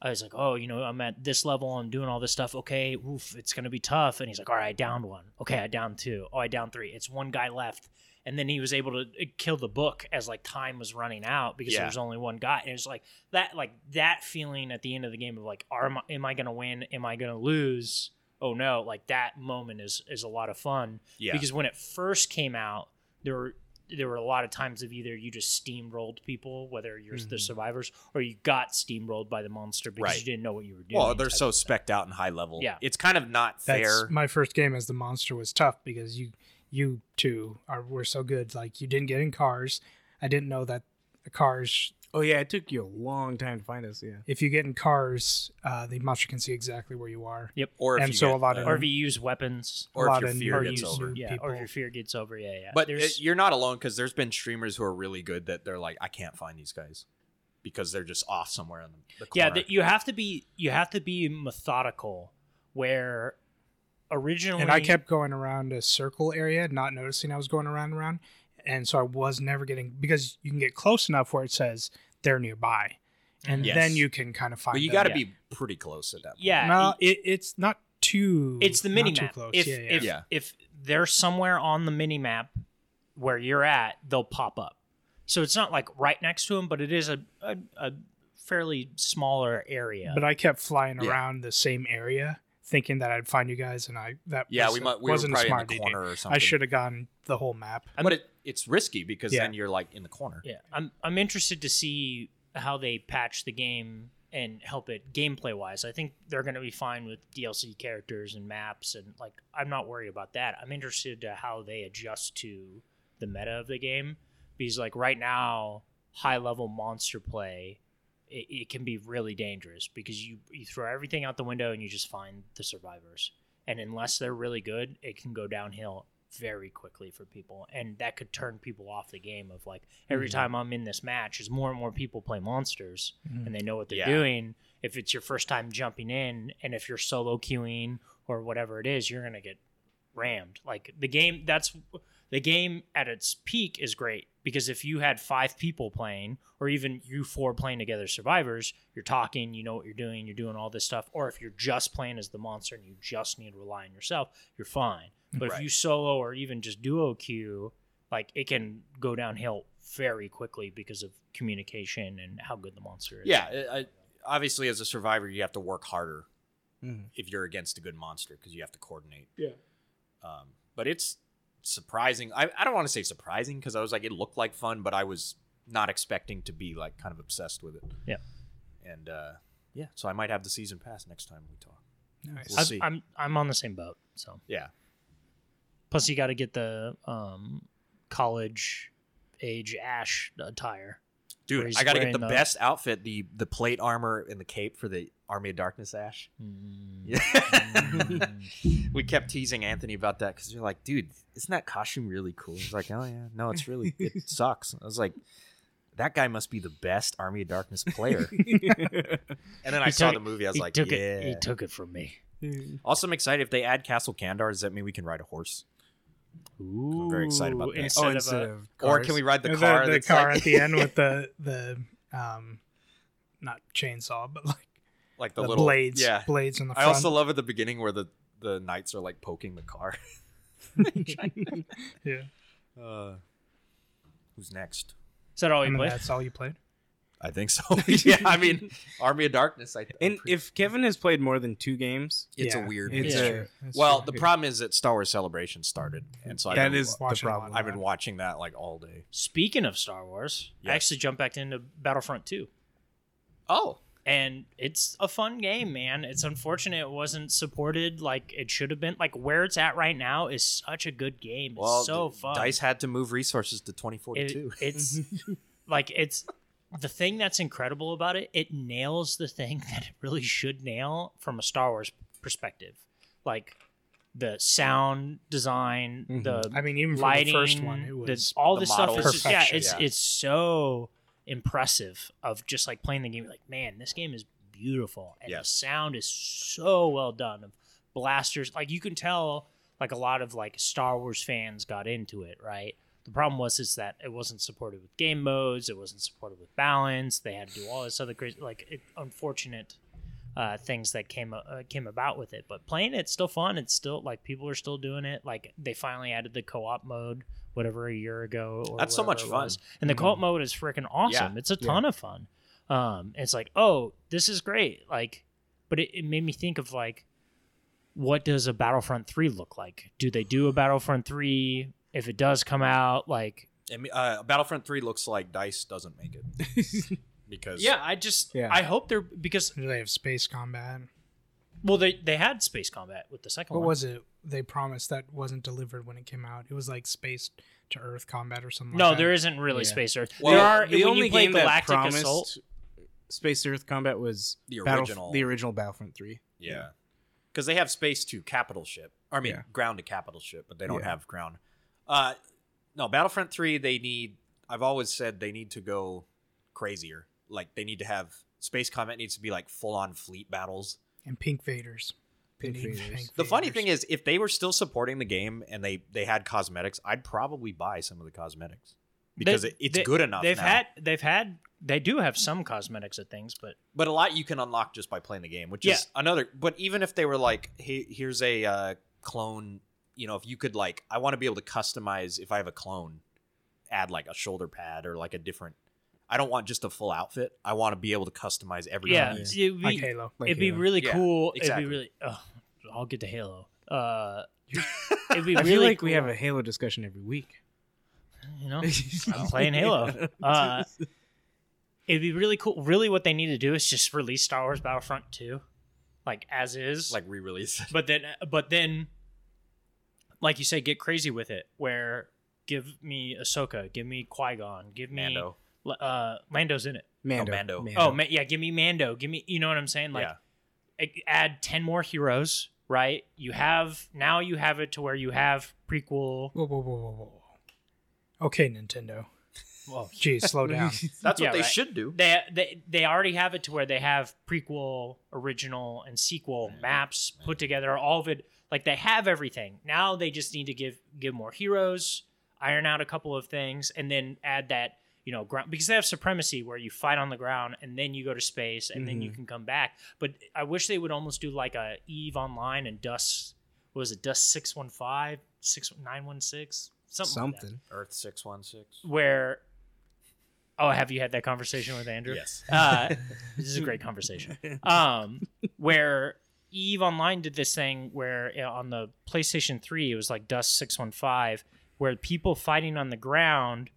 i was like oh you know i'm at this level i'm doing all this stuff okay oof it's gonna be tough and he's like all right I downed one okay i downed two oh i downed three it's one guy left and then he was able to uh, kill the book as like time was running out because
Yeah.
there was only one guy and it was like that like that feeling at the end of the game of like are am I, am I gonna win am i gonna lose oh no like that moment is is a lot of fun
Yeah.
because when it first came out there were there were a lot of times of either you just steamrolled people whether you're the
Mhm.
survivors or you got steamrolled by the monster because
Mm-hmm. Right.
you didn't know what you were doing
well, they're
type
so
of thing.
specked out and high level.
Yeah.
It's kind of not
That's
fair.
my first game as the monster was tough because you you two are were so good. Like you didn't get in cars. I didn't know that cars.
Oh yeah, it took you a long time to find us. Yeah,
If you get in cars, uh, the monster can see exactly where you are.
Or if
and
you
so
get,
a lot
uh,
of-
or if you use weapons
or
a
if
lot
your
of
fear
nerds
gets
use
over.
new
yeah
people.
or if your fear gets over yeah yeah
But
There's-
it, you're not alone because there's been streamers who are really good that they're like, I can't find these guys because they're just off somewhere on the, the
yeah
corner.
that you have to be you have to be methodical where originally
And I kept going around a circle area, not noticing I was going around and around. And so I was never getting because you can get close enough where it says they're nearby. And
Yes.
then you can kind of find
but you
them.
got to
yeah.
be pretty close at that. Point.
yeah
no, it, it's not too
it's the
not
mini
too
map
close.
if
yeah, yeah.
if
Yeah.
if they're somewhere on the mini map where you're at they'll pop up so it's not like right next to them but it is a a, a fairly smaller area
But I kept flying
Yeah.
around the same area thinking that I'd find you guys and I that
Yeah,
was,
we might we were
wasn't a
probably in
smart
the
idea.
corner or something.
I should have gotten the whole map.
But it, it's risky because
Yeah.
then you're like in the corner.
yeah i'm i'm interested to see how they patch the game and help it gameplay wise i think they're going to be fine with dlc characters and maps and like i'm not worried about that i'm interested to how they adjust to the meta of the game because like right now high level monster play it, it can be really dangerous because you you throw everything out the window and you just find the survivors and unless they're really good it can go downhill very quickly for people and that could turn people off the game of like every time i'm in this match is more and more people play monsters and they know what they're
Yeah.
doing if it's your first time jumping in and if you're solo queuing or whatever it is you're gonna get rammed like the game that's the game at its peak is great because if you had five people playing or even you four playing together survivors you're talking you know what you're doing you're doing all this stuff or if you're just playing as the monster and you just need to rely on yourself you're fine but if
Right.
you solo or even just duo queue like it can go downhill very quickly because of communication and how good the monster is
Yeah, I, I- obviously as a survivor, you have to work harder
Mm-hmm.
Mhm.
if you're against a good monster because you have to coordinate. Yeah. Um, but it's surprising. I, I don't want to say surprising because I was like, it looked like fun, but I was not expecting to be like kind of obsessed with it.
Yeah.
And uh, yeah, so I might have the season pass next time we talk.
Nice.
We'll
I'm,
see.
I'm i'm on the same boat so
Yeah.
plus you got to get the um college age ash attire Where
Dude,
he's
I got to get
wearing
the
the-
best outfit the the plate armor and the cape for the Army of Darkness Ash. Yeah.
Mm.
we kept teasing Anthony about that because you're like, dude, isn't that costume really cool? He's like, oh yeah, no, it's really it sucks. I was like, that guy must be the best Army of Darkness player. and then I
He
saw
took-
the movie. I was
he
like,
took
yeah.
it he took it from me
also, I'm excited if they add Castle Kandar. Does that mean we can ride a horse, I'm very excited about
Ooh,
that.
instead
oh,
of uh, a-
instead of
or can we ride the
the,
car?
the
that's
car
like,
at the end with the the um not chainsaw but like
like
the,
the, little
blades
Yeah,
blades on the
I
front
also love at the beginning where the the knights are like poking the car.
yeah
Uh, who's next?
is that all
I
you
mean,
play
that's all you played
I think so. yeah, I mean, Army of Darkness. I I'm
And
pretty-
if Kevin has played more than two games,
it's
Yeah,
a weird.
it's
mix.
that's
a-
true, that's
well,
true.
the problem is that Star Wars Celebration started, and so I've
that
been,
is the
watching a lot
problem.
of
I've been watching that like all day.
speaking of star wars i
Yes.
actually jumped back into battlefront 2
Oh,
and it's a fun game man it's unfortunate it wasn't supported like it should have been like where it's at right now is such a good game it's
well,
so
the-
fun
Dice had to move resources to twenty forty
It-
two.
it's like it's the thing that's incredible about it. It nails the thing that it really should nail from a Star Wars perspective, like the sound design, the
Mm-hmm. i mean even
lighting,
for the first one it
the-
was
all
the
this stuff.
model
Is just, yeah,
perfection.
it's
Yeah.
it's so impressive of just like playing the game. Like, man, this game is beautiful, and the
Yes.
sound is so well done. Of blasters, like you can tell, like a lot of like Star Wars fans got into it, right? The problem was is that it wasn't supported with game modes, it wasn't supported with balance. They had to do all this other crazy, like it, unfortunate uh, things that came uh, came about with it. But playing it's still fun. It's still like people are still doing it. Like they finally added the co-op mode, whatever a year ago. Or
That's so
whatever
much
it
fun.
was. And the co-op mode is freaking awesome. It's a ton of fun. Um, it's like oh, this is great. Like, but it, it made me think of like, what does a Battlefront three look like? Do they do a Battlefront three? If it does come out, like
I mean, uh, Battlefront three looks like Dice doesn't make it because
yeah, I just
Yeah.
I hope they're because
do they have space combat
well they they had space combat with the second
what
one.
was it they promised that wasn't delivered when it came out it was like space to earth combat or something
No,
like that.
there isn't really space Earth.
Well,
there are
the
when
only
you play
game
Galactic
that promised
Assault.
Space to Earth Combat was
The
Battlef-
original.
the original Battlefront Three.
yeah, because they have space to capital ship. I mean,
Yeah.
ground to capital ship, but they don't
Yeah.
have ground. Uh, no, Battlefront three. They need. I've always said they need to go crazier like they need to have space combat needs to be like full on fleet battles.
and Pink Vaders. They
Pink
need
Vaders.
The funny thing is, if they were still supporting the game and they they had cosmetics, I'd probably buy some of the cosmetics because
They-
it, it's
they-
good enough.
They've
now.
had they've had they do have some cosmetics and things, but
but a lot you can unlock just by playing the game, which
Yeah.
is another. But even if they were like, hey, here's a uh, clone, you know, if you could like, I want to be able to customize if I have a clone, add like a shoulder pad or like a different. I don't want just a full outfit. I want to be able to customize every.
yeah,
piece.
it'd be,
like Halo.
Like,
it'd be
you know,
really
Yeah,
cool.
exactly.
It'd be really. Oh, I'll get to Halo. Uh, it'd be
I
really
feel like we
cool,
have a Halo discussion every week.
you know I'm playing Halo. Uh, it'd be really cool. Really, what they need to do is just release Star Wars Battlefront 2, like as is.
like re-release.
but then, but then, like you say, get crazy with it. Where give me Ahsoka, give me Qui Gon, give me
Mando.
Uh, Lando's in it.
Mando.
Oh, Mando.
Oh, ma- yeah, give me Mando. Give me, you know what I'm saying? Like,
yeah.
a- add 10 more heroes, right? You have, now you have it to where you have prequel.
Whoa, whoa, whoa, whoa, whoa. Okay, Nintendo.
Well,
Geez, slow down.
That's what
yeah,
they
right.
should do.
they, they, they already have it to where they have prequel, original, and sequel maps put together, all of it. Like, they have everything. Now they just need to give, give more heroes, iron out a couple of things, and then add that. You know, ground because they have supremacy where you fight on the ground and then you go to space and then you
Mhm.
can come back. But I wish they would almost do like a Eve Online and Dust what was it dust 615 6916 something, something.
Something.
Earth six one six.
where oh have you had that conversation with andrew
Yes.
uh, this is a great conversation um where eve online did this thing where uh, on the playstation 3 it was like dust 615 where people fighting on the ground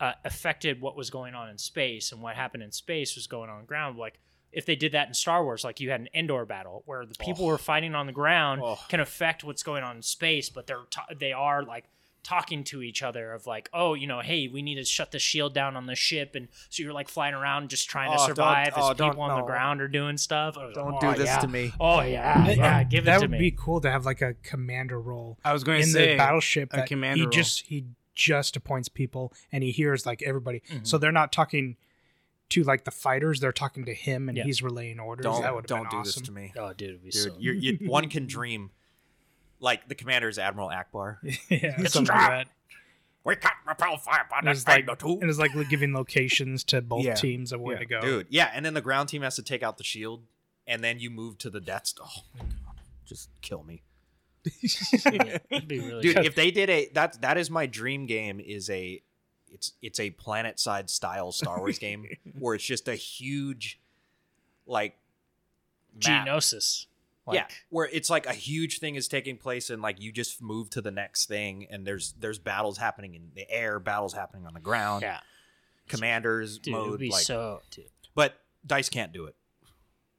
uh, affected what was going on in space and what happened in space was going on on ground like if they did that in Star Wars, like you had an indoor battle where the people
Oh.
who are fighting on the ground
Oh.
can affect what's going on in space, but they're t- they are like talking to each other of like, oh, you know, hey, we need to shut the shield down on the ship, and so you're like flying around just trying
Oh,
to
don't-
survive as
oh,
people
don't-
on the
no.
ground are doing stuff. I was like,
Don't
"Oh,
do this
yeah.
to me.
Oh yeah, yeah, give it
that
to
would
me.
be cool to have like a commander role
I was going to
in
say
the battleship.
a
That
commander
he
role.
just he just appoints people and he hears like everybody.
Mhm.
So they're not talking to like the fighters; they're talking to him, and
Yeah.
he's relaying orders. that
Don't
would
don't do
awesome.
this to me,
oh dude, it'd be
dude.
so-
you you, one can dream. Like the commander is Admiral Akbar.
yeah,
It's
something
trap.
like that.
we can't repel fire upon
And it's like and it's like giving locations to both
Yeah.
teams of where
Yeah.
to go.
dude. Yeah, and then the ground team has to take out the shield, and then you move to the death. Star. Oh my god, just kill me,
yeah, it'd be really
dude.
cool.
if they did a that that is my dream game is a it's it's a planet side style Star Wars game where it's just a huge like map.
Genosis. Like,
yeah, where it's like a huge thing is taking place, and like you just move to the next thing, and there's there's battles happening in the air, battles happening on the ground,
yeah,
commanders
dude, it'd
mode,
be
like,
so. Dude.
but Dice can't do it.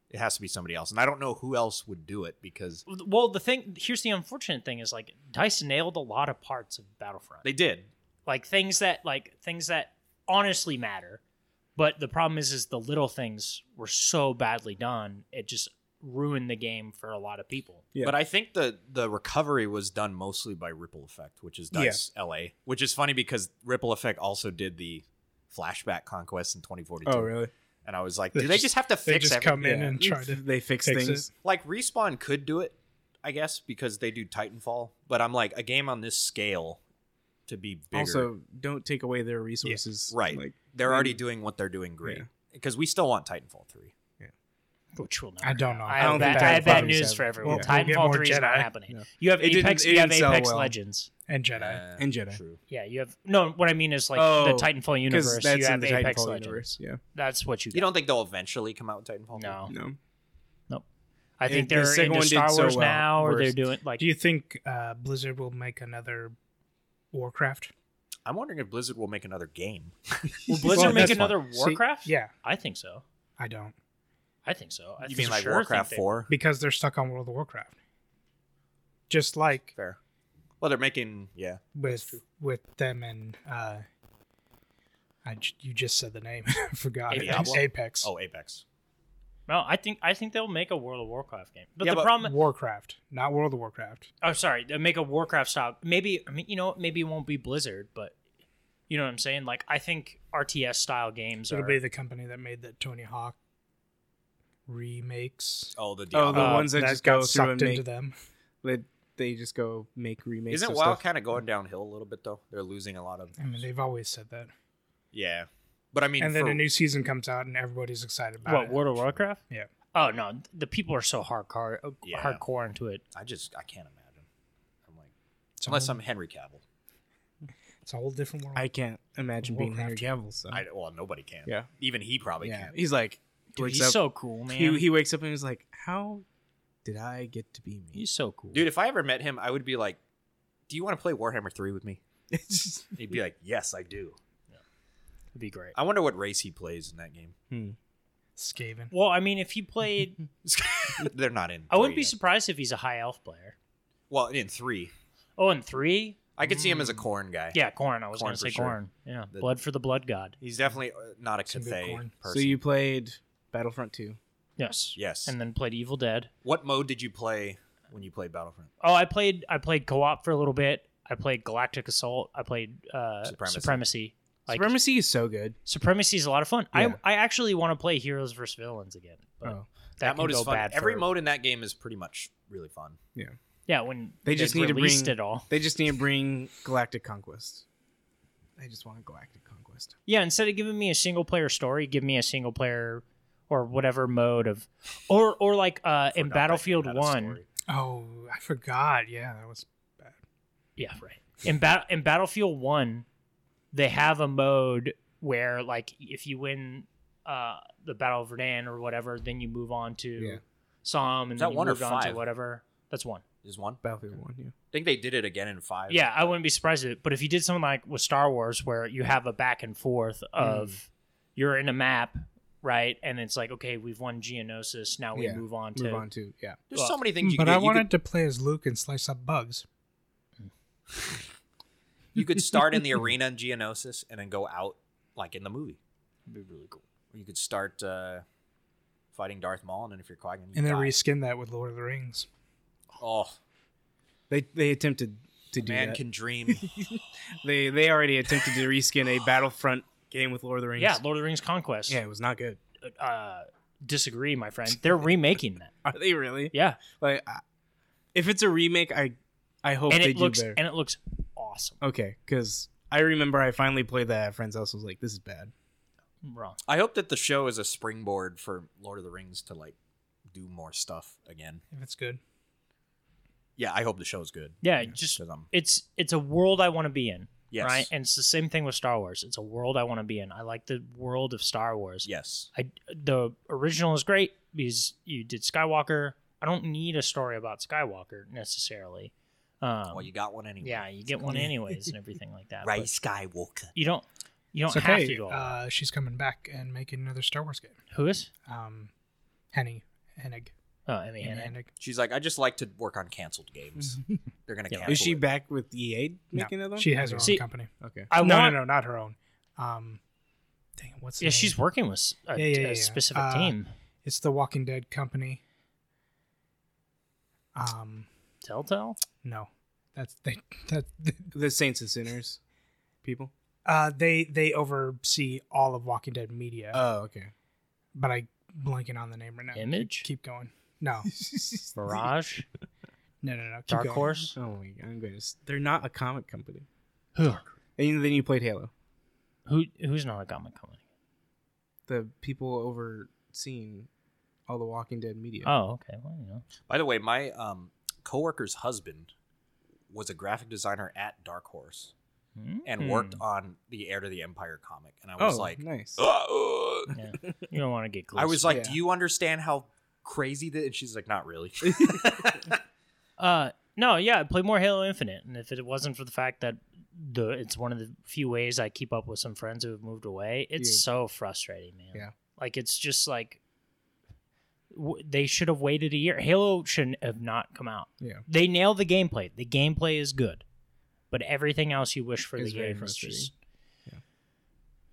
It has to be somebody else, and I don't know who else would do it because
Well, the thing here's the unfortunate thing is like Dice nailed a lot of parts of Battlefront.
they did.
like things that like things that honestly matter but the problem is is the little things were so badly done it just ruined the game for a lot of people
Yeah.
But I think the the recovery was done mostly by Ripple Effect, which is
Yeah.
Dice LA, which is funny because Ripple Effect also did the flashback conquest in 2042.
oh, really?
And I was like,
They
do they
just-
just have to
They
fix
just
everything?
come in and try to
they fix,
fix
things.
Like Respawn could do it, I guess, because they do Titanfall. But I'm like, a game on this scale to be bigger.
Also, don't take away their resources.
Right.
Like,
they're already doing what they're doing great.
Yeah.
Because we still want Titanfall 3.
which will never
I don't know.
happen. i,
I
have
don't
bad,
think
I
Titanfall
have bad
three
news
seven-
for everyone
yeah.
We'll get
titanfall
more
3 is not
Jedi.
happening
No.
you have
It didn't-
apex
it
you have
didn't sell
apex
well.
legends
and Jedi.
Uh,
And Jedi.
True.
yeah you have no what i mean is like
Oh,
the titanfall
Because
universe
that's
you
in
have
the
apex
Titanfall
legends
universe. Yeah.
that's what you get
You don't think they'll eventually come out with Titanfall?
no
No.
i think
And the
they're
second
into
one did
star
so
wars
well
now or they're
versus-
doing like
Do you think uh, Blizzard will make another Warcraft?
I'm wondering if Blizzard will make another game.
will blizzard
Well,
make
that's
another
See,
warcraft
yeah,
i think so
I don't
i think so I
you
for
mean like
sure think
Warcraft
they-
4?
because they're stuck on World of Warcraft. Just like
Fair. Well, they're making yeah.
with with them and uh I j- you just said the name I forgot
Apex?
Apex, Apex.
Oh, Apex.
No, I think I think they'll make a World of Warcraft game. But
Yeah,
the
but-
problem,
Warcraft not World of Warcraft
oh sorry, they make a Warcraft style. Maybe I mean you know maybe it won't be Blizzard, but You know what I'm saying? Like I think RTS style games
it'll
are
be the company that made the Tony Hawk remakes.
Oh, the Diablo.
Oh, the ones that just go
got
through and
sucked into
make-
them.
They, they just go make remakes.
Isn't
of
WoW
stuff.
kind of going downhill a little bit though? They're losing a lot of.
I mean, they've always said that.
Yeah, but I mean,
And then
for-
a new season comes out, and everybody's excited about
what
it.
World of Warcraft.
Yeah.
Oh no, the people are so hardcore uh,
Yeah.
hardcore into it.
I just I can't imagine. I'm like,
It's a
unless
whole-
I'm Henry Cavill,
It's a whole different world.
I can't imagine being Henry Cavill. So
I well nobody can.
Yeah.
even he probably
yeah,
can't.
he's like
Dude,
wakes
he's
up-
so cool, man.
he, he wakes up and he's like, "How did I get to be me?"
he's so cool,
Dude, if I ever met him, I would be like, "Do you want to play Warhammer Three with me?"
It's just-
He'd be like, "Yes, I do."
It'd be great.
I wonder what race he plays in that game.
hmm.
Skaven.
Well, I mean, if he played,
They're not in.
I wouldn't be
three yet.
surprised if he's a high elf player.
Well, in three,
Oh, and three,
I could see him as a corn guy.
Mm. yeah, corn. I was
Khorne
gonna
for
say
sure.
corn. Yeah,
The-
blood for the blood god.
he's definitely uh, not a
Some good
Cathay
corn.
person.
so you played Battlefront Two.
Yes.
Yes.
And then played Evil Dead.
what mode did you play when you played Battlefront?
Oh, I played I played co-op for a little bit. I played Galactic Assault. I played uh,
Supremacy.
Supremacy. Like Supremacy.
Supremacy is so good.
is a lot of fun.
Yeah.
I I actually want to play Heroes versus Villains again. But
Oh.
that,
mode is fun.
bad.
Every
for-
mode in that game is pretty much really fun.
Yeah, when
They just need to
released
bring-
it all.
They just need to bring Galactic Conquest. I just want Galactic Conquest.
Yeah, instead of giving me a single player story, give me a single player or whatever mode of, or or like uh, in
Forgot that game
Battlefield
had a
One.
story.
Oh, I forgot. Yeah, that was
Yeah, right. In bat in Battlefield One, they have a mode where like if you win uh the Battle of Verdun or whatever, then you move on to
Yeah.
Somme
Is
and
that
then you
one or
move on to
five?
whatever. That's one.
Is one?
Battlefield One, yeah.
I think they did it again in five.
Yeah, I wouldn't be surprised if but if you did something like with Star Wars where you have a back and forth of
Mm.
you're in a map, right? And it's like, okay, we've won Geonosis, now we
Yeah,
move on to
Move on to yeah.
There's
Well,
so many things you
but
could,
I
you could-
wanted to play as Luke and slice up bugs.
You could start in the arena in Geonosis and then go out like in the movie. It'd be really cool. Or you could start uh, fighting Darth Maul, and then if you're qui you
And then
die.
reskin that with Lord of the Rings.
oh,
They they attempted to do
man
that.
can dream.
They they already attempted to reskin a Battlefront game with Lord of the Rings.
Yeah, Lord of the Rings Conquest.
yeah, it was not good.
Uh disagree, my friend. They're remaking that.
Are they really?
Yeah.
Like, I- if it's a remake, I I hope
and
they
it looks
do better.
and it looks awesome.
okay, because I remember I finally played that at a friend's house. I was like, this is bad.
I'm wrong.
I hope that the show is a springboard for Lord of the Rings to like do more stuff again.
If it's good,
Yeah, I hope the show's good.
Yeah, just
'Cause I'm-
it's it's a world I want to be in.
Yes.
Right? And it's the same thing with Star Wars. It's a world I want to be in. I like the world of Star Wars.
yes.
I the original is great because you did Skywalker. I don't need a story about Skywalker necessarily. Um,
Well, you got one anyway.
yeah, you get one anyways and everything like that.
Ray
but
Skywalker.
You don't you don't
it's
have
okay.
to do all that.
uh, she's coming back and making another Star Wars game.
Who is?
Um, Hennig, Hennig,
Oh, I mean,
Amy
Hennig.
Hennig.
She's like, I just like to work on canceled games. They're gonna
Yeah.
cancel.
Is she
it.
back with EA making another
No,
one?
she has her own
See-
company.
Okay.
I
no,
want.
no, no, not her own. Um, dang, it, what's the
Yeah,
name?
she's working with
Yeah,
a,
yeah,
a
yeah, yeah.
specific
Uh,
team.
It's the Walking Dead company. Um,
Telltale.
no, that's they that
The Saints and Sinners people.
uh they they oversee all of Walking Dead media,
Uh,
Oh, okay.
but I blanking on the name right now.
Image?
Keep going. No,
Mirage.
no, no, no. Keep
Dark
going.
Horse.
Oh my god, I'm going to. They're not a comic company.
Who?
And then you played Halo.
Who? Who's not a comic company?
The people overseeing all the Walking Dead media.
Oh, okay. Well, you know.
By the way, my um, coworker's husband was a graphic designer at Dark Horse and
Mm.
worked on the Heir to the Empire comic, and I was
Oh,
like,
nice.
"Uh, uh."
Yeah. You don't want to get close.
I was like,
Yeah.
"Do you understand how crazy that?" And she's like, "Not really."
uh, no, yeah, I play more Halo Infinite, and if it wasn't for the fact that the it's one of the few ways I keep up with some friends who have moved away, it's
Dude.
so frustrating, man.
Yeah.
Like it's just like w- they should have waited a year. Halo shouldn't have not come out.
Yeah.
They nailed the gameplay. The gameplay is good, but everything else you wish for
It's
the
very
game is
frustrating.
just.
Yeah.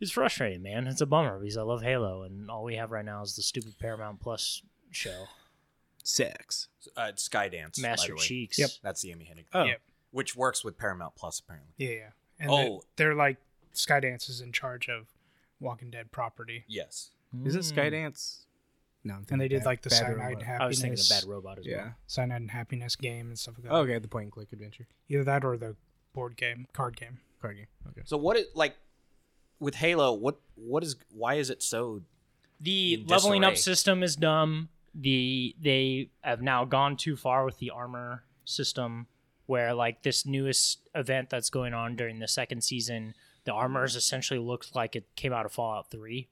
It's frustrating, man. It's a bummer because I love Halo, and all we have right now is the stupid Paramount Plus show.
Sex.
uh, it's Skydance, by
Master
the way.
Cheeks.
Yep.
That's the Amy Hennig,
Oh.
Yep.
which works with Paramount Plus apparently.
Yeah, yeah. And
Oh.
they- they're like Skydance is in charge of Walking Dead property,
Yes.
Is
Mm.
it Skydance? No, I'm
and they
thinking
did
Bad-
like the
Bad
Cyanide
Robot.
and Happiness,
I was thinking of Bad Robot as
Yeah.
well.
Cyanide and Happiness game and stuff like that.
Oh, okay, the point and click adventure
Either that or the board game, card game.
card game. Okay.
So what it like with Halo? What what is why is it so?
The
In
leveling up
disarray.
system is dumb. The they have now gone too far with the armor system, where like this newest event that's going on during the second season, the armors essentially looks like it came out of Fallout Three,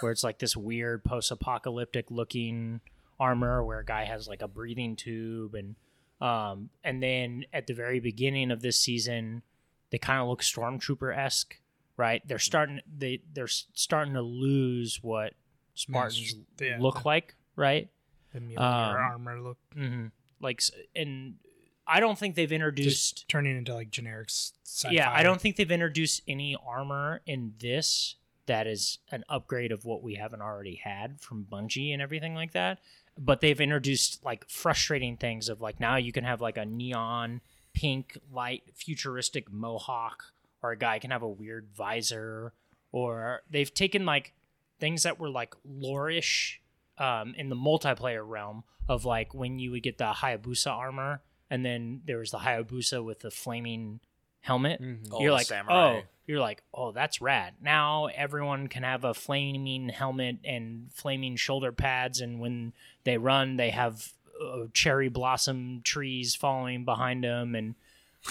where it's like this weird post-apocalyptic looking armor where a guy has like a breathing tube and um and then at the very beginning of this season they kind of look stormtrooper esque, right? They're starting they they're s- starting to lose what Spartans
yeah,
look
the-
like, right?
The Mjolnir
Um,
armor look
Mm-hmm. Like, s- and I don't think they've introduced.
turning into like generic s- sci-fi.
yeah, I don't think they've introduced any armor in this that is an upgrade of what we haven't already had from Bungie and everything like that. But they've introduced like frustrating things of like now you can have like a neon pink light futuristic mohawk or a guy can have a weird visor or they've taken like things that were like loreish um, in the multiplayer realm of like when you would get the Hayabusa armor and then there was the Hayabusa with the flaming helmet
Mm-hmm.
Oh,
you're
the
like
samurai.
oh you're like oh that's rad now everyone can have a flaming helmet and flaming shoulder pads and when they run they have uh, cherry blossom trees following behind them and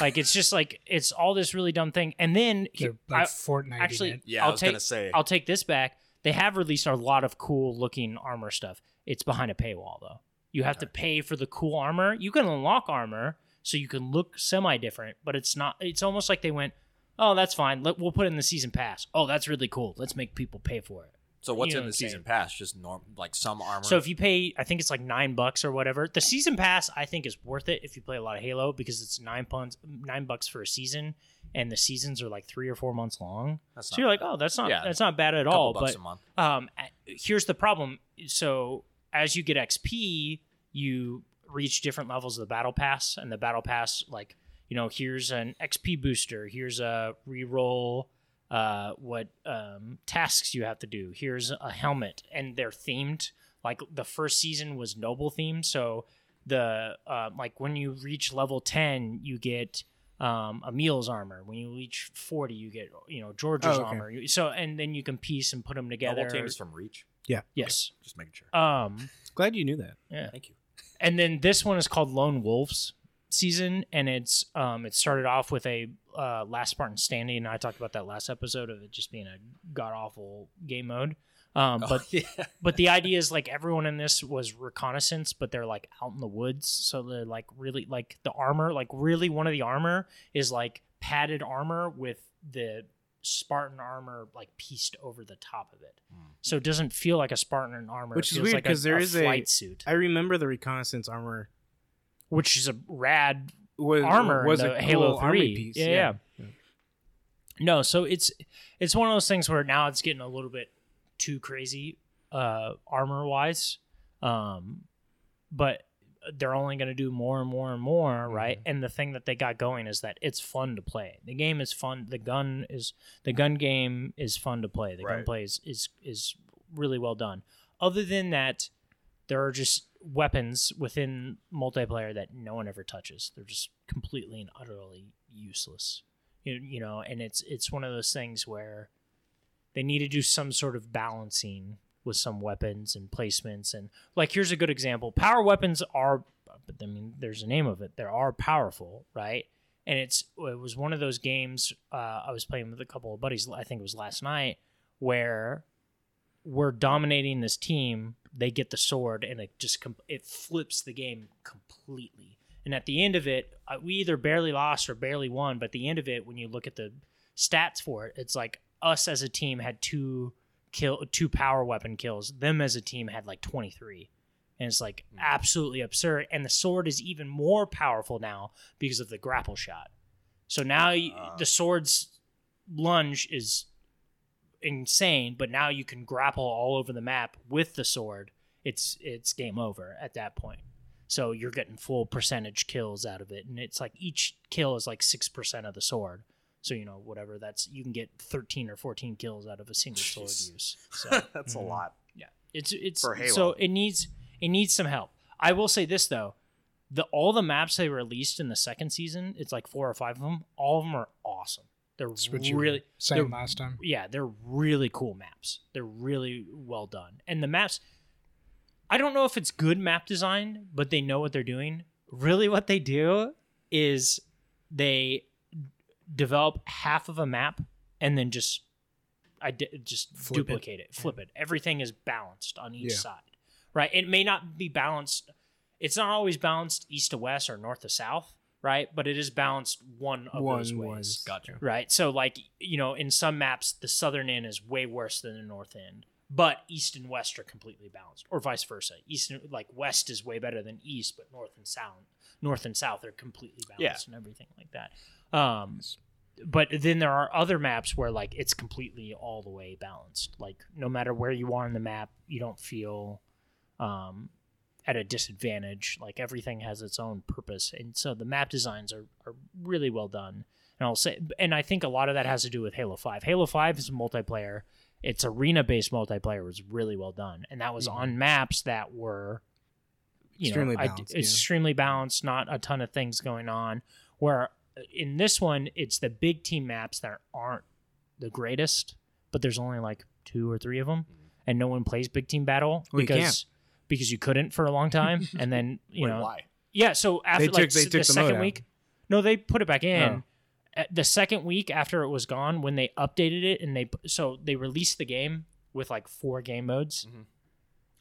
like it's just like it's all this really dumb thing and then
They're
I-
like Fortnite.
actually
Actually,
Yeah, i
I'll
was
take
gonna say.
I'll take this back. They have released a lot of cool looking armor stuff. It's behind a paywall though. You have to pay for the cool armor. You can unlock armor so you can look semi different, but it's not it's almost like they went, "Oh, that's fine. Let, we'll put it in the season pass. Oh, that's really cool. Let's make people pay for it."
so what's
you know
in
what I'm
the season
saying.
pass? Just norm like some armor.
So if you pay, I think it's like 9 bucks or whatever. The season pass I think is worth it if you play a lot of Halo because it's 9 pounds 9 bucks for a season and the seasons are like 3 or 4 months long.
That's
So
not
you're like, "Oh, that's not
Yeah,
that's not bad at
couple
all."
bucks
But
a month.
um, here's the problem. So as you get XP, you reach different levels of the battle pass, and the battle pass, like you know, here's an XP booster, here's a reroll, uh, what um, tasks you have to do, here's a helmet, and they're themed. Like the first season was noble themed, so the uh, like when you reach level ten, you get um, Emil's armor. When you reach forty, you get you know George's
Oh, okay.
armor. You- So and then you can piece and put them
The
together.
whole team is from Reach.
yes.
Just making sure.
Um,
Glad you knew that.
Thank you.
and then this one is called Lone Wolves season, and it's um, it started off with a uh, Last Spartan Standing, and I talked about that last episode of it just being a god awful game mode. Um, but
Oh, yeah.
but the idea is like everyone in this was reconnaissance, but they're like out in the woods, so they're like really like the armor, like really one of the armor is like padded armor with the Spartan armor like pieced over the top of it,
Hmm.
so it doesn't feel like a Spartan armor.
Which
It
is
feels
weird,
like a-
'cause there is a-
flight suit,
I remember the reconnaissance armor
which is a rad
was
Armor in
was
the
a
Halo
cool army
3.
piece.
Yeah, yeah. No, so it's it's one of those things where now it's getting a little bit too crazy uh armor wise. Um but they're only going to do more and more and more, right?
Mm-hmm.
And the thing that they got going is that it's fun to play. The game is fun. The gun is the gun game is fun to play. The gun
Right.
play is, is is really well done. Other than that, there are just weapons within multiplayer that no one ever touches. They're just completely and utterly useless. You, you know, and it's it's one of those things where they need to do some sort of balancing with some weapons and placements and like here's a good example. Power weapons are but I mean there's a name of it. They are powerful, right? And it's it was one of those games uh, I was playing with a couple of buddies I think it was last night where we're dominating this team. They get the sword, and it just com- it flips the game completely. And at the end of it, uh, we either barely lost or barely won. But at the end of it, when you look at the stats for it, it's like us as a team had two kill, two power weapon kills. Them as a team had like twenty three, and it's like
Mm.
absolutely absurd. And the sword is even more powerful now because of the grapple shot. So now y
Ah.
the sword's lunge is insane, but now you can grapple all over the map with the sword. It's it's game over at that point. So you're getting full percentage kills out of it, and it's like each kill is like six percent of the sword. So you know whatever that's you can get 13 or 14 kills out of a single sword
Jeez.
use. So
That's
Mm-hmm.
Mhm.
a lot.
it's it's
For Halo.
so it needs it needs some help. I will say this though, the all the maps they released in the second season, it's like four or five of them. All of them are awesome. They're
That's what you
really
were saying
they're-
last time.
yeah, they're really cool maps. They're really well done. And the maps I don't know if it's good map design, but they know what they're doing. Really what they do is they develop half of a map and then just I just
Flip it.
duplicate it, flip it. Everything is balanced on each
Yeah.
side. Right? It may not be balanced it's not always balanced east to west or north to south, right? But it is balanced one of those
One
ways
was
Gotcha.
right? So like you know, in some maps, the southern end is way worse than the north end, but east and west are completely balanced, or vice versa. East and like west is way better than east, but north and south, north and south are completely balanced and everything like that. Um, but then there are other maps where like it's completely all the way balanced. Like no matter where you are on the map, you don't feel um, at a disadvantage. Like everything has its own purpose, and so the map designs are, are really well done. And I'll say, and I think a lot of that has to do with Halo Five. Halo Five is multiplayer. Its arena-based multiplayer was really well done, and that was
Mhm.
on maps that were, you
Extremely
know, ide-
balanced, yeah.
extremely balanced. Not a ton of things going on. Where uh, in this one, it's the big team maps that aren't the greatest, but there's only like two or three of them, and no one plays big team battle
Mm-hmm. Well, you
because
can't.
because you couldn't for a long time, and then you
Wait,
know,
why?
yeah. So after
took-
like
they
s-
took
the,
the mode
second
out.
week, no, they put it back in.
No.
Uh, The second week after it was gone, when they updated it and they p- so they released the game with like four game modes,
Mhm.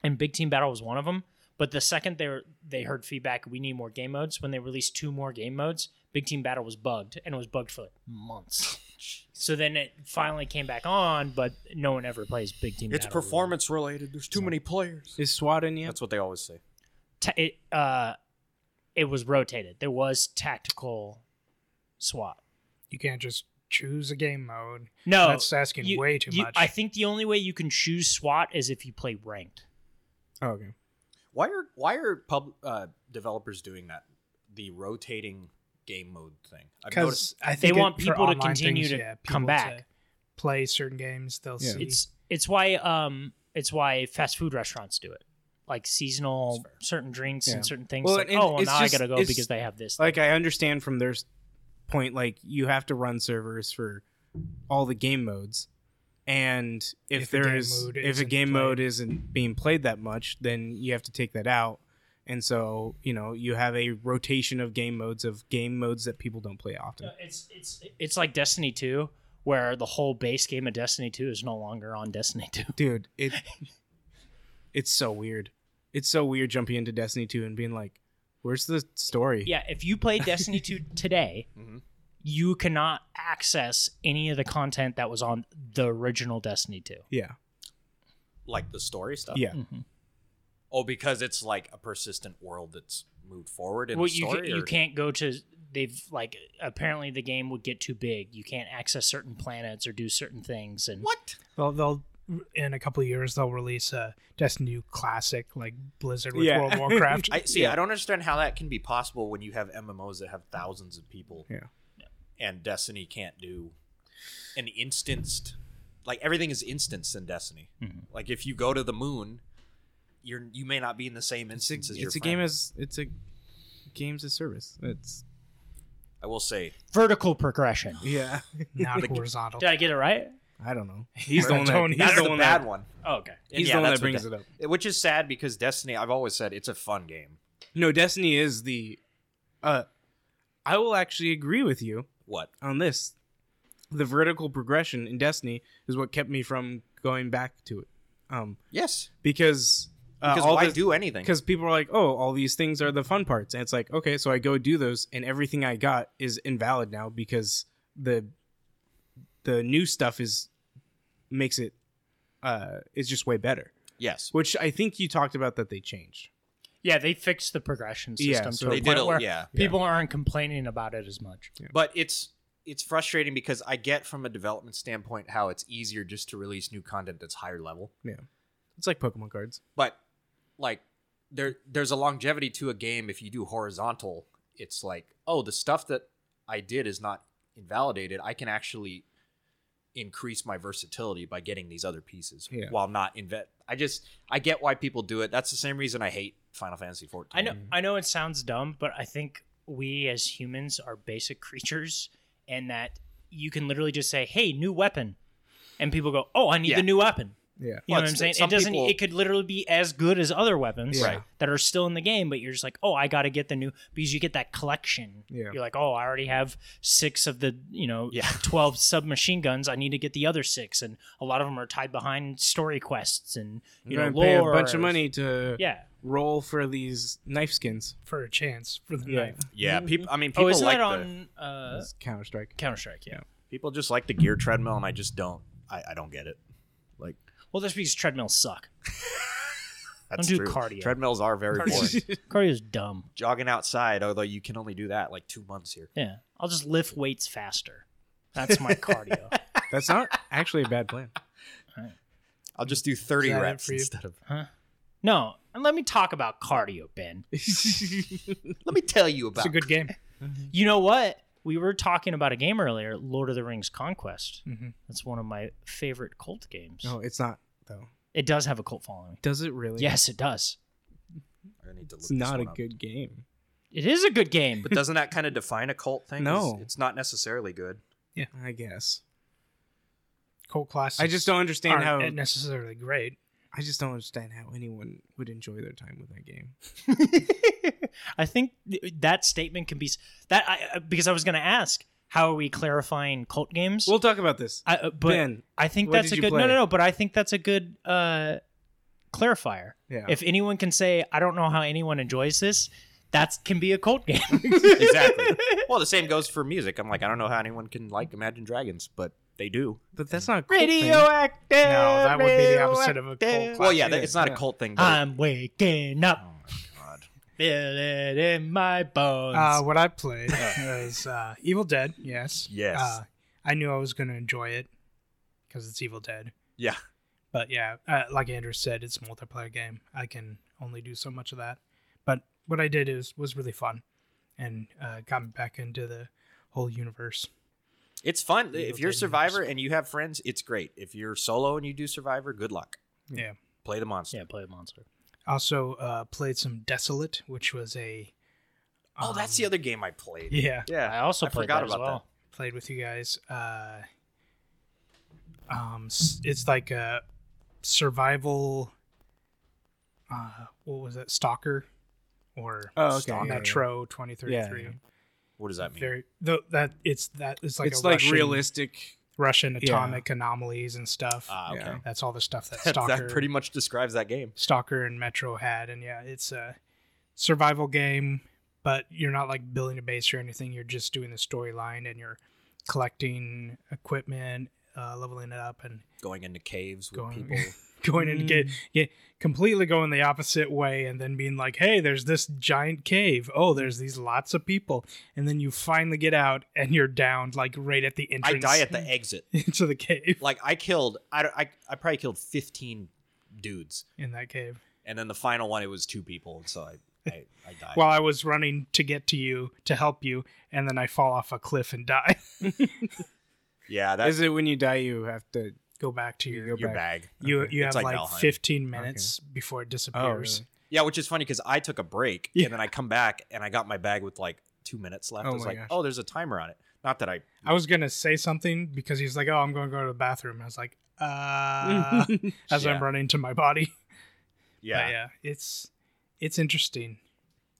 and Big Team Battle was one of them. But the second they were, they heard feedback, we need more game modes. When they released two more game modes, Big Team Battle was bugged and it was bugged for like months. so then it finally came back on, but no one ever plays Big Team.
It's
Battle anymore.
performance related. There's too many players.
Is SWAT in yet?
That's what they always say.
ta- it uh it was rotated. There was tactical SWAT.
You can't just choose a game mode.
No,
That's asking
you-
way too
you-
much.
I think the only way you can choose SWAT is if you play ranked.
Oh, okay.
Why are why are pub uh, developers doing that? The rotating game mode thing. I've noticed.
because I
They
think
want
it- for
people to
online
continue
things,
to
yeah,
come
people
back.
to play certain games. They'll
Yeah.
see.
It's it's why um it's why fast food restaurants do it. Like seasonal
That's fair.
certain drinks
Yeah.
and certain things.
Well,
like,
and
oh, well,
it's
now
just-
I gotta go
it's-
because they have this.
Like I understand from their s- point, like you have to run servers for all the game modes, and if,
If a
there
game
is
mode
if a
isn't
game
played.
mode isn't being played that much, then you have to take that out. And so you know you have a rotation of game modes of game modes that people don't play often.
It's it's it's like Destiny Two, where the whole base game of Destiny Two is no longer on Destiny Two.
Dude, it it's so weird. It's so weird jumping into Destiny two and being like, "Where's the story?"
Yeah, if you play Destiny 2 today,
Mhm.
you cannot access any of the content that was on the original Destiny Mm-hmm. 2.
yeah,
like the story
Uh,
stuff.
yeah.
mm.
Oh, because it's like a persistent world that's moved forward in
Well,
the
you,
story.
ca- you
or-
can't go to they've like apparently the game would get too big. You can't access certain planets or do certain things and
What?
They'll, they'll in a couple of years they'll release a Destiny 2 classic like Blizzard with
Yeah.
World of Warcraft.
I see.
Yeah.
I don't understand how that can be possible when you have MMOs that have thousands of people.
Yeah.
And Destiny can't do an instanced, like everything is instanced in Destiny.
Mm-hmm.
Like if you go to the moon, you're you may not be in the same
It's a,
instance as your
it's a
friend.
game as it's a games as service. It's
I will say
vertical progression.
yeah.
not horizontal.
Did I get it right?
I don't know. He's the
Right.
one that
Tony,
he's
that's
the,
the,
one
bad
that
one.
Oh, okay.
And
he's
yeah,
the one
that's
that
what
brings
De-
it up.
Which is sad because Destiny. I've always said it's a fun game.
No, Destiny is the. Uh, I will actually agree with you
What?
on this. The vertical progression in Destiny is what kept me from going back to it, um,
Yes.
because uh,
Because
all
why
the,
do anything?
because people are like, oh, all these things are the fun parts, and it's like, okay, so I go do those, and everything I got is invalid now because the the new stuff is makes it uh is just way better.
Yes.
Which I think you talked about that they changed.
Yeah, they fixed the progression system
Yeah,
to
so
a
They
point
did. A,
where
yeah.
people aren't complaining about it as much.
but it's it's frustrating because I get from a development standpoint how it's easier just to release new content that's higher level,
It's like Pokemon cards.
but like there there's a longevity to a game if you do horizontal. It's like, oh, the stuff that I did is not invalidated, I can actually increase my versatility by getting these other pieces
Yeah.
while not invent. I just I get why people do it. That's the same reason I hate Final Fantasy 14.
I know
Mm-hmm.
I know it sounds dumb, but I think we as humans are basic creatures and that you can literally just say, "Hey, new weapon." And people go, "Oh, I need
Yeah.
the new weapon." You
Yeah.
Well,
know what I'm
it's-
saying? It
some
doesn't
people-
it could literally be as good as other weapons
Yeah. Right.
that are still in the game, but you're just like, "Oh, I got to get the new because you get that collection."
Yeah.
You're like, "Oh, I already have 6 of the, you know,
Yeah.
12 submachine guns. I need to get the other 6." And a lot of them are tied behind story quests and, you
You're
know,
gonna pay a
lore
bunch of
or-
money to
Yeah.
roll for these knife skins.
for a chance for the
Yeah.
knife.
Yeah, people. I mean,
Oh,
people
isn't that
like the,
on uh,
Counter Strike.
Counter Strike? Yeah.
people just like the gear treadmill, and I just don't. I, I don't get it. Like
Well, that's because treadmills suck.
that's
do
true.
cardio.
Treadmills are very boring.
Cardio's dumb.
Jogging outside, although you can only do that like two months here.
Yeah. I'll just lift weights faster. That's my cardio.
That's not actually a bad plan.
I'll just do thirty
Is that it
reps
for you?
instead of.
No, and let me talk about cardio, Ben.
Let me tell you
It's
about.
a good game.
You know what? We were talking about a game earlier, Lord of the Rings Conquest.
Mm-hmm.
Mhm.
That's one of my favorite cult games.
Oh.
no, it's not though.
It does have a cult following.
Does it really?
Yes, it does.
I need to look
It's
this
not a
one up.
good game.
It is a good game.
But doesn't that kind of define a cult thing? 'Cause
No.
it's not necessarily good.
I guess.
Cold classics.
I just don't understand
aren't
how.
necessarily great.
I just don't understand how anyone would enjoy their time with that game.
I think th- that statement can be s- that I, uh, because I was going to ask how are we clarifying cult games?
We'll talk about this.
I, uh, but
ben.
I think
what
that's
did
a
you
good
play?
no no no. But I think that's a good uh, clarifier.
Yeah.
If anyone can say I don't know how anyone enjoys this, that can be a cult game.
exactly. Well, the same goes for music. I'm like, I don't know how anyone can like Imagine Dragons, but they do.
but that's not a cult thing.
radioactive. No,
that would be the opposite of a cult.
Well, yeah, that,
yeah,
it's not
yeah.
a cult thing. But
I'm waking
oh
up,
my god.
feel it in my bones.
Uh, what I played was uh, Evil Dead. Yes.
Yes.
Uh, I knew I was going to enjoy it because it's Evil Dead.
Yeah.
But yeah, uh, like Andrew said, it's a multiplayer game. I can only do so much of that. But what I did is was really fun, and uh, got me back into the whole universe.
It's fun.
Evil
If you're
Dead
Survivor and you have friends, it's great. If you're solo and you do Survivor, good luck.
Yeah.
Play the monster.
yeah, play a monster.
Also uh, played some Desolate, which was a.
Oh, that's the
um,
other game I played.
Yeah,
Yeah.
I also played
forgot
that as
about
well.
played with you guys. Uh, um, s- it's like a survival. Uh, what was it, Stalker, or
Oh, okay,
Stalker,
yeah, yeah.
Metro twenty thirty three?
Yeah,
What does that mean?
Very though that it's that it's like
it's
a
like
Russian,
realistic.
Russian
Yeah.
atomic anomalies and stuff.
Ah, okay.
Yeah.
That's all the stuff that
That-
Stalker,
that pretty much describes that game.
Stalker and Metro had, and yeah, it's a survival game, but you're not like building a base or anything. You're just doing the storyline and you're collecting equipment, uh, leveling it up, and
Going into caves with
Going-
people.
going and
Mm.
get, get completely going the opposite way and then being like hey there's this giant cave oh there's these lots of people and then you finally get out and you're down like right at the
I
entrance
die at the exit.
into the cave
Like I killed. I, don't- I I probably killed 15 dudes,
in that cave
and then the final one it was two people, and so I I, I died.
while i was running to get to you to help you and then i fall off a cliff and die
yeah, that's
Is it when you die you have to?
go back to your
go
your
back.
bag.
you you
It's
have like,
like Valheim. Oh,
15 minutes before it disappears
Yeah, which is funny because I took a break
Yeah.
and then I come back and I got my bag with like two minutes left.
Oh
I was
my
like,
gosh.
oh, there's a timer on it. Not that I.
i was gonna say something because he's like oh i'm gonna go to the bathroom and i was like uh as
Yeah.
i'm running to my body
Yeah.
But yeah, it's it's interesting.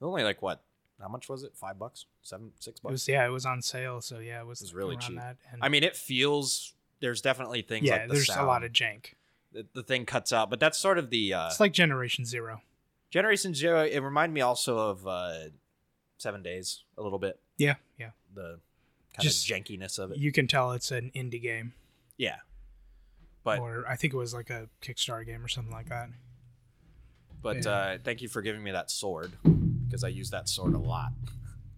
Only like what? How much was it? Five bucks? Seven? Six
It
bucks?
was yeah, it was on sale, so yeah, it was,
It was really
around
cheap.
That. And
I mean, it feels. There's definitely things
yeah,
like the
there's
sound.
a lot of jank.
the, the thing cuts out, but that's sort of the uh,
It's like Generation Zero.
Generation Zero. It reminded me also of uh, Seven Days a little bit.
Yeah, yeah.
The kind
Just-
of jankiness of it.
You can tell it's an indie game,
yeah. But
or I think it was like a Kickstarter game or something like that.
But
Yeah.
uh, thank you for giving me that sword because I use that sword a lot.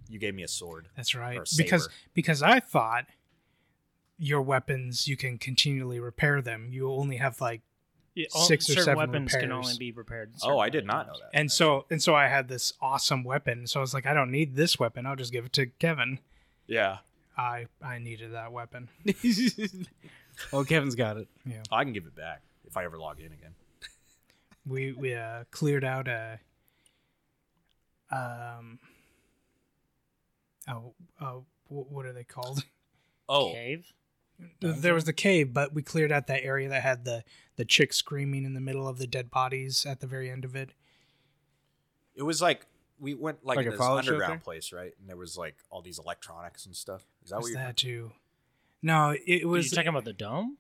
You gave me a sword.
That's right.
Or a
Because
saber.
because I thought your weapons you can continually repair them. You only have like
Yeah,
Six or
certain
seven
weapons can
repairs.
only be repaired.
Oh, I did not know that.
and so and so I had this awesome weapon. So I was like, I don't need this weapon. I'll just give it to Kevin.
yeah,
I I needed that weapon.
well, Kevin's got it.
I can give it back if I ever log in again.
we we uh, cleared out a um oh oh wh- what are they called?
Oh,
Cave.
There was the cave, but we cleared out that area that had the the chick screaming in the middle of the dead bodies at the very end of it.
it was like we went like,
Like a
this
follow show
underground
thing?
place, right? And there was like all these electronics and stuff. Is that
Was
what you're?
that too? No, it
Were you
was
talking about the dome?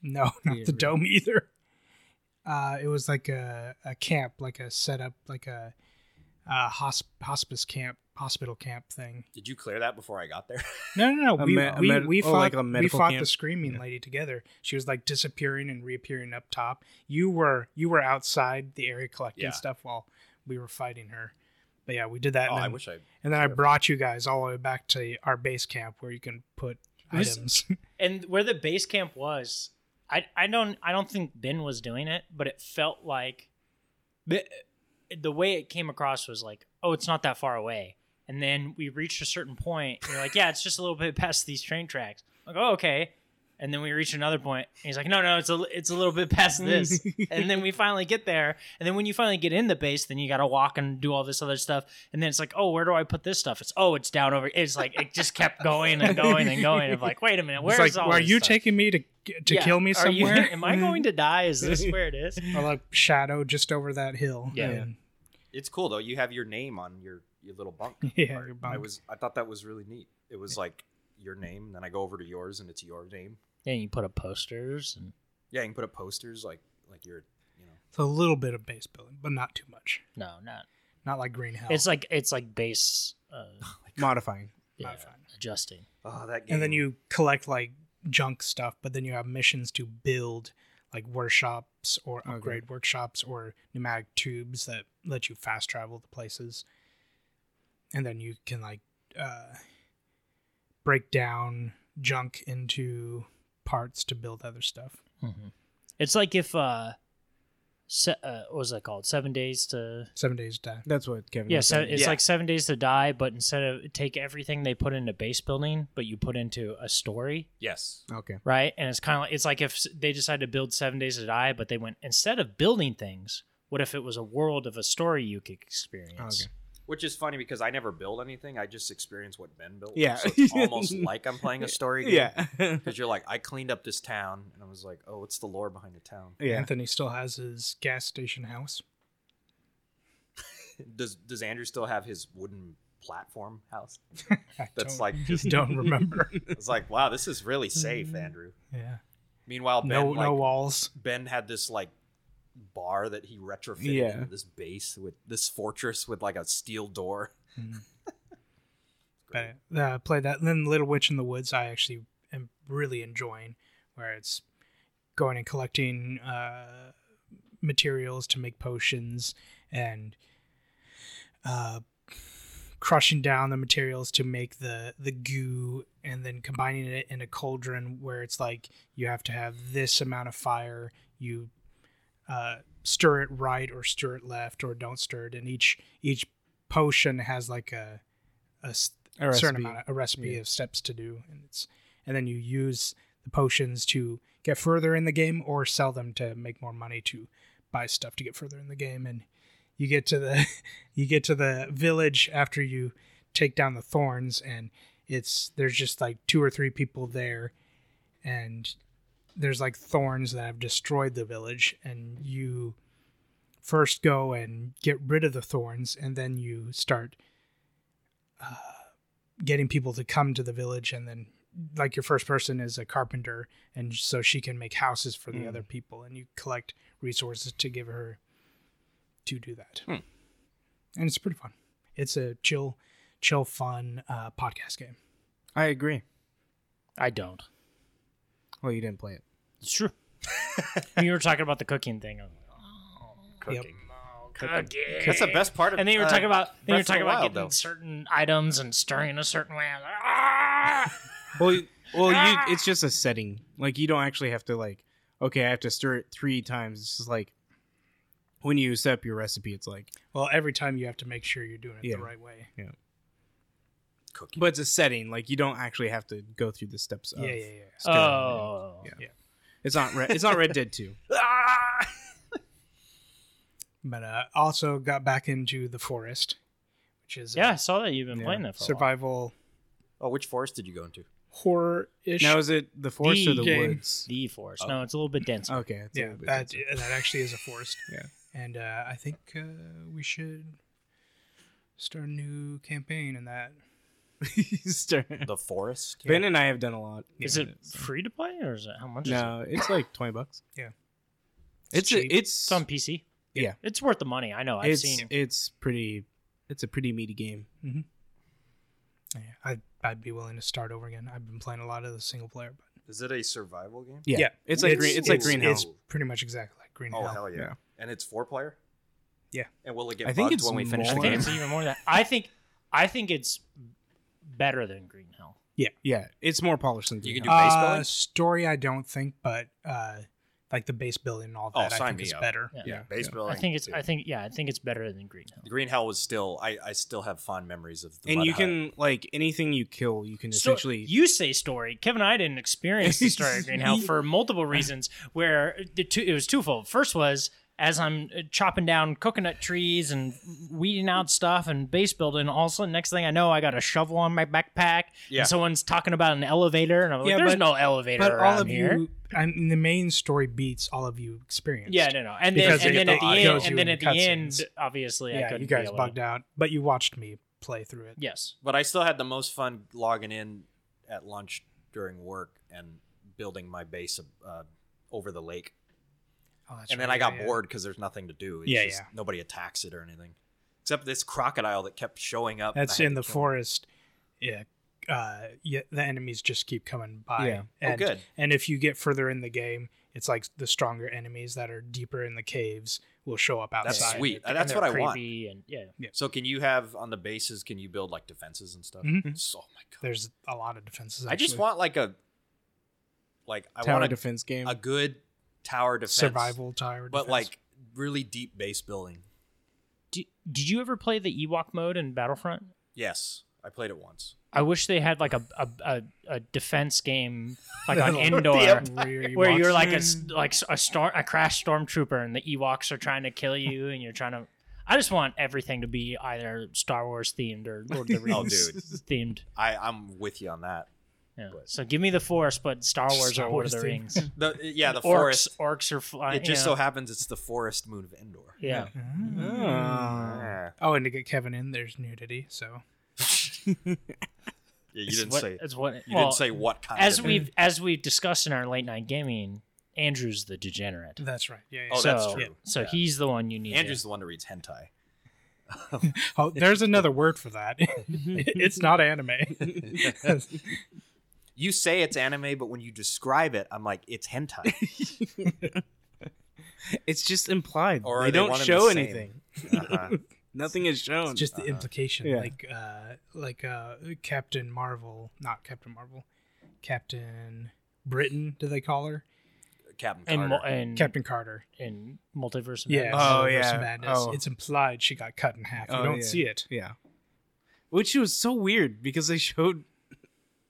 no, not
Yeah,
the
right.
dome either. Uh, it was like a, a camp, like a setup, like a, a hosp- hospice camp, hospital camp thing.
Did you clear that before I got there?
No, no, no.
A
We,
me- a
we,
med-
we
oh,
fought,
like a
we
medical
fought
camp?
the screaming lady together. She was like disappearing and reappearing up top. You were you were outside the area collecting
Yeah.
stuff while we were fighting her. But yeah, we did that.
oh,
and, then,
I wish I.
and then I brought you guys all the way back to our base camp where you can put
Was-
items.
and where the base camp was i i don't i don't think ben was doing it but it felt like the, the way it came across was like oh it's not that far away and then we reached a certain point and you're like yeah it's just a little bit past these train tracks like oh okay and then we reach another point and he's like no no it's a it's a little bit past this and then we finally get there and then when you finally get in the base then you got to walk and do all this other stuff and then it's like oh where do i put this stuff it's oh it's down over it's like it just kept going and going and going i'm like wait a minute where's
it's like,
all
well, are
this
you
stuff?
taking me to to
Yeah.
kill me
Are you-
somewhere?
am I going to die? Is this where it is?
Or like shadow just over that hill.
Yeah.
And-
It's cool though. You have your name on your your little bunk.
Yeah,
part.
your bunk.
I was. I thought that was really neat. It was like your name, and then I go over to yours, and it's your name.
And you put up posters and
Yeah, you can put up posters like like your you know.
It's a little bit of base building, but not too much.
no, not.
Not like Green Hell.
It's like it's like base uh,
Modifying.
yeah,
Modifying.
adjusting.
Oh, that game.
and then you collect like junk stuff, but then you have missions to build like workshops or
Okay.
upgrade workshops or pneumatic tubes that let you fast travel to places. And then you can like uh, break down junk into parts to build other stuff.
Mm-hmm. It's like if uh, se- uh what was that called? Seven days to
Seven days to die.
That's what Kevin.
yeah.
was
So
saying.
it's
Yeah.
like seven days to die, but instead of take everything they put into base building, but you put into a story,
Yes.
okay.
right? And it's kind of like it's like if s- they decided to build Seven Days to Die, but they went instead of building things, what if it was a world of a story you could experience?
Okay.
Which is funny because I never build anything. I just experience what Ben built.
Yeah.
So it's almost like I'm playing a story game.
Yeah.
Because you're like, I cleaned up this town, and I was like, oh, what's the lore behind the town?
yeah.
Anthony still has his gas station house.
Does Does Andrew still have his wooden platform house?
I
That's
don't-
like just.
don't remember.
It's like, wow, this is really safe, Andrew.
yeah.
Meanwhile, Ben
No
like,
no walls.
Ben had this like bar that he retrofitted
Yeah.
into this base with this fortress with like a steel door.
but uh, play that. And then Little Witch in the Woods, I actually am really enjoying, where it's going and collecting uh, materials to make potions and uh, crushing down the materials to make the the goo, and then combining it in a cauldron where it's like you have to have this amount of fire. You uh, stir it right or stir it left or don't stir it, and each each potion has like a a s-
A
certain
recipe.
amount of, a recipe
Yeah.
of steps to do, and it's and then you use the potions to get further in the game or sell them to make more money to buy stuff to get further in the game, and you get to the you get to the village after you take down the thorns, and it's there's just like two or three people there, and there's like thorns that have destroyed the village, and you first go and get rid of the thorns, and then you start getting people to come to the village and then like your first person is a carpenter and so she can make houses for the other people and you collect resources to give her to do that and it's pretty fun it's a chill chill fun uh, podcast game
I agree.
I don't.
Well, you didn't play it.
It's true. when you were talking about the cooking thing, I was like,
Cooking.
oh, cooking.
That's the best part of
And then you were
uh,
talking about then you were
Breath of the
talking about
Wild,
getting
though.
certain items and stirring a certain way. I was like, "Ah!"
Well, you- well, you. It's just a setting. Like you don't actually have to like. Okay, I have to stir it three times. It's just like when you set up your recipe, it's like
well every time you have to make sure you're doing it
Yeah.
the right way
cooking.
But it's a setting. Like you don't actually have to go through the steps. Of
Yeah, yeah, yeah.
stirring it.
Oh,
Yeah. It's not. Red, it's not Red Dead Two.
Ah!
But uh, also got back into the forest, which is
yeah. I
a
saw that you've been
Yeah.
playing that for a while.
survival
Oh, which forest did you go into?
horror ish.
Now is it the forest or the
game.
woods?
The forest. No, it's a little bit denser.
Okay. it's a
yeah,
little bit
that
denser.
that actually is a forest.
Yeah.
and uh, I think uh, we should start a new campaign in that.
Easter.
The forest.
Ben and I have done a lot.
Is
Yeah.
it free to play or is it how much? Is it?
No, it's like twenty bucks.
Yeah.
It's
It's
a-
cheap.
it's
It's on PC.
Yeah.
It's worth the money. I know. I've
it's
seen.
it's pretty. It's a pretty meaty game.
Yeah, I'd I'd be willing to start over again. I've been playing a lot of the single player, but
Is it a survival game?
Yeah.
Yeah.
It's like green, it's, like
it's-
Green Hell.
It's pretty much exactly like Green
Oh
Hell.
hell yeah.
Yeah.
And it's four player.
Yeah.
And will it get
I think
bugged
it's
when we finish
I
the
more-
think
game?
it's even more than. I think. I think it's better than Green Hell.
Yeah, it's more polished than
You
Green
can do
Hell.
base
Uh,
building?
story, I don't think, but uh, like the base building and all
Oh,
that, I
sign
think
me
is
up.
better.
Yeah.
Uh, yeah,
Base
yeah.
building.
I think it's.
too.
I think yeah. I think it's better than Green Hell.
Green Hell was still. I I still have fond memories of. The
and
mud
you
hut.
can like anything you kill, you can
Sto-
essentially
you say story. Kevin and I didn't experience the story of Green Hell for multiple reasons. Where the two, it was twofold. First was as I'm uh, chopping down coconut trees and weeding out stuff and base building. All of a sudden, next thing I know, I got a shovel on my backpack.
Yeah.
And someone's talking about an elevator, and I'm like,
Yeah,
"There's
but-
no elevator
But
around
all of
here."
you, I mean, the main story beats all of you experienced.
yeah, no, no. And then,
Because
and
it
then at the
shows
end,
you
and then
in
at the end,
cutscenes.
obviously, I
yeah,
couldn't.
you guys
be
bugged out, but you watched me play through it.
Yes.
But I still had the most fun logging in at lunch during work and building my base uh, over the lake.
Oh, that's
and then
right,
I got
yeah, yeah.
bored because there's nothing to do. It's
Yeah,
just
yeah.
Nobody attacks it or anything, except this crocodile that kept showing up. and I
That's
had
in
to
the
kill it.
forest. Yeah, uh, yeah, the enemies just keep coming by.
Yeah.
Oh,
and,
good.
And if you get further in the game, it's like the stronger enemies that are deeper in the caves will show up
That's
outside.
sweet.
And
That's
they're
what I want.
creepy And yeah.
So can you have on the bases? Can you build like defenses and stuff?
Mhm.
So, oh my god,
There's a lot of defenses.
I just
actually.
want like a like I
tower
want a,
defense game.
a good tower defense,
survival tower,
but
defense.
like really deep base building.
Did, did you ever play the Ewok mode in Battlefront?
Yes, I played it once.
I wish they had like a a, a, a defense game like on
The
Endor
Where
where you're like a
Ewoks.
s- like s- a storm a crash stormtrooper and the Ewoks are trying to kill you and you're trying to. I just want everything to be either Star Wars themed or Lord of the
Oh,
Rings
dude,
themed.
I I'm with you on that.
Yeah. So give me the Force, but Star Wars
Star
or Lord
Wars
of the
themed.
Rings.
The uh, yeah, the
orcs,
forest.
orcs are
uh,
flying.
It just so happens it's the forest moon of Endor.
yeah.
Ah.
Yeah,
Oh, and to get Kevin in, there's nudity. So
you
It's
didn't
what-
say.
It's what.
You
well,
didn't say what kind.
As
of
we've as we've discussed in our late night gaming, Andrew's the degenerate.
that's right. Yeah. yeah.
Oh,
so,
that's true.
So
Yeah.
he's the one you need. to-
Andrew's the one that reads hentai.
oh, there's another word for that. it's not anime.
You say it's anime, but when you describe it, I'm like, it's hentai.
It's just implied.
Or
Or
are
they,
they
don't
one and the
show
same?
anything.
Uh-huh.
Nothing is shown.
It's just the implication,
Yeah.
like uh, like uh, Captain Marvel, not Captain Marvel, Captain Britain. Do they call her
Captain Carter.
and mo-
Hmm.
and,
Captain Carter?
and multiverse. of
Yeah.
Madness.
Oh,
Multiverse of
yeah.
Madness.
Oh.
It's implied she got cut in half. You
Oh,
don't
yeah.
see it.
yeah. Which was so weird because they showed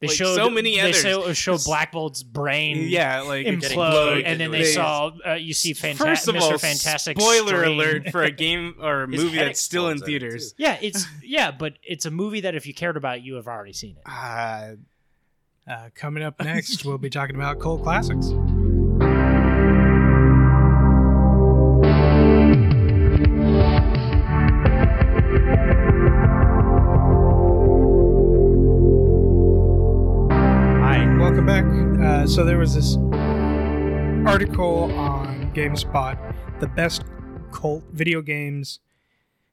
they
like,
showed
so many
They
others.
show, show Black Bolt's brain.
yeah like
Implode,
Getting
and then
blown
they
into
saw uh, you see Fanta-
First of
Mr.
all,
Fantastic.
spoiler
stream.
alert for a game or a
His
movie
head
that's still in
explodes in it,
theaters.
too.
Yeah, it's yeah, but it's a movie that if you cared about, you have already seen it.
Ah,
Uh, coming up next, we'll be talking about cold classics.
Hi.
Welcome back. Uh, so there was this article on GameSpot, the best cult video games,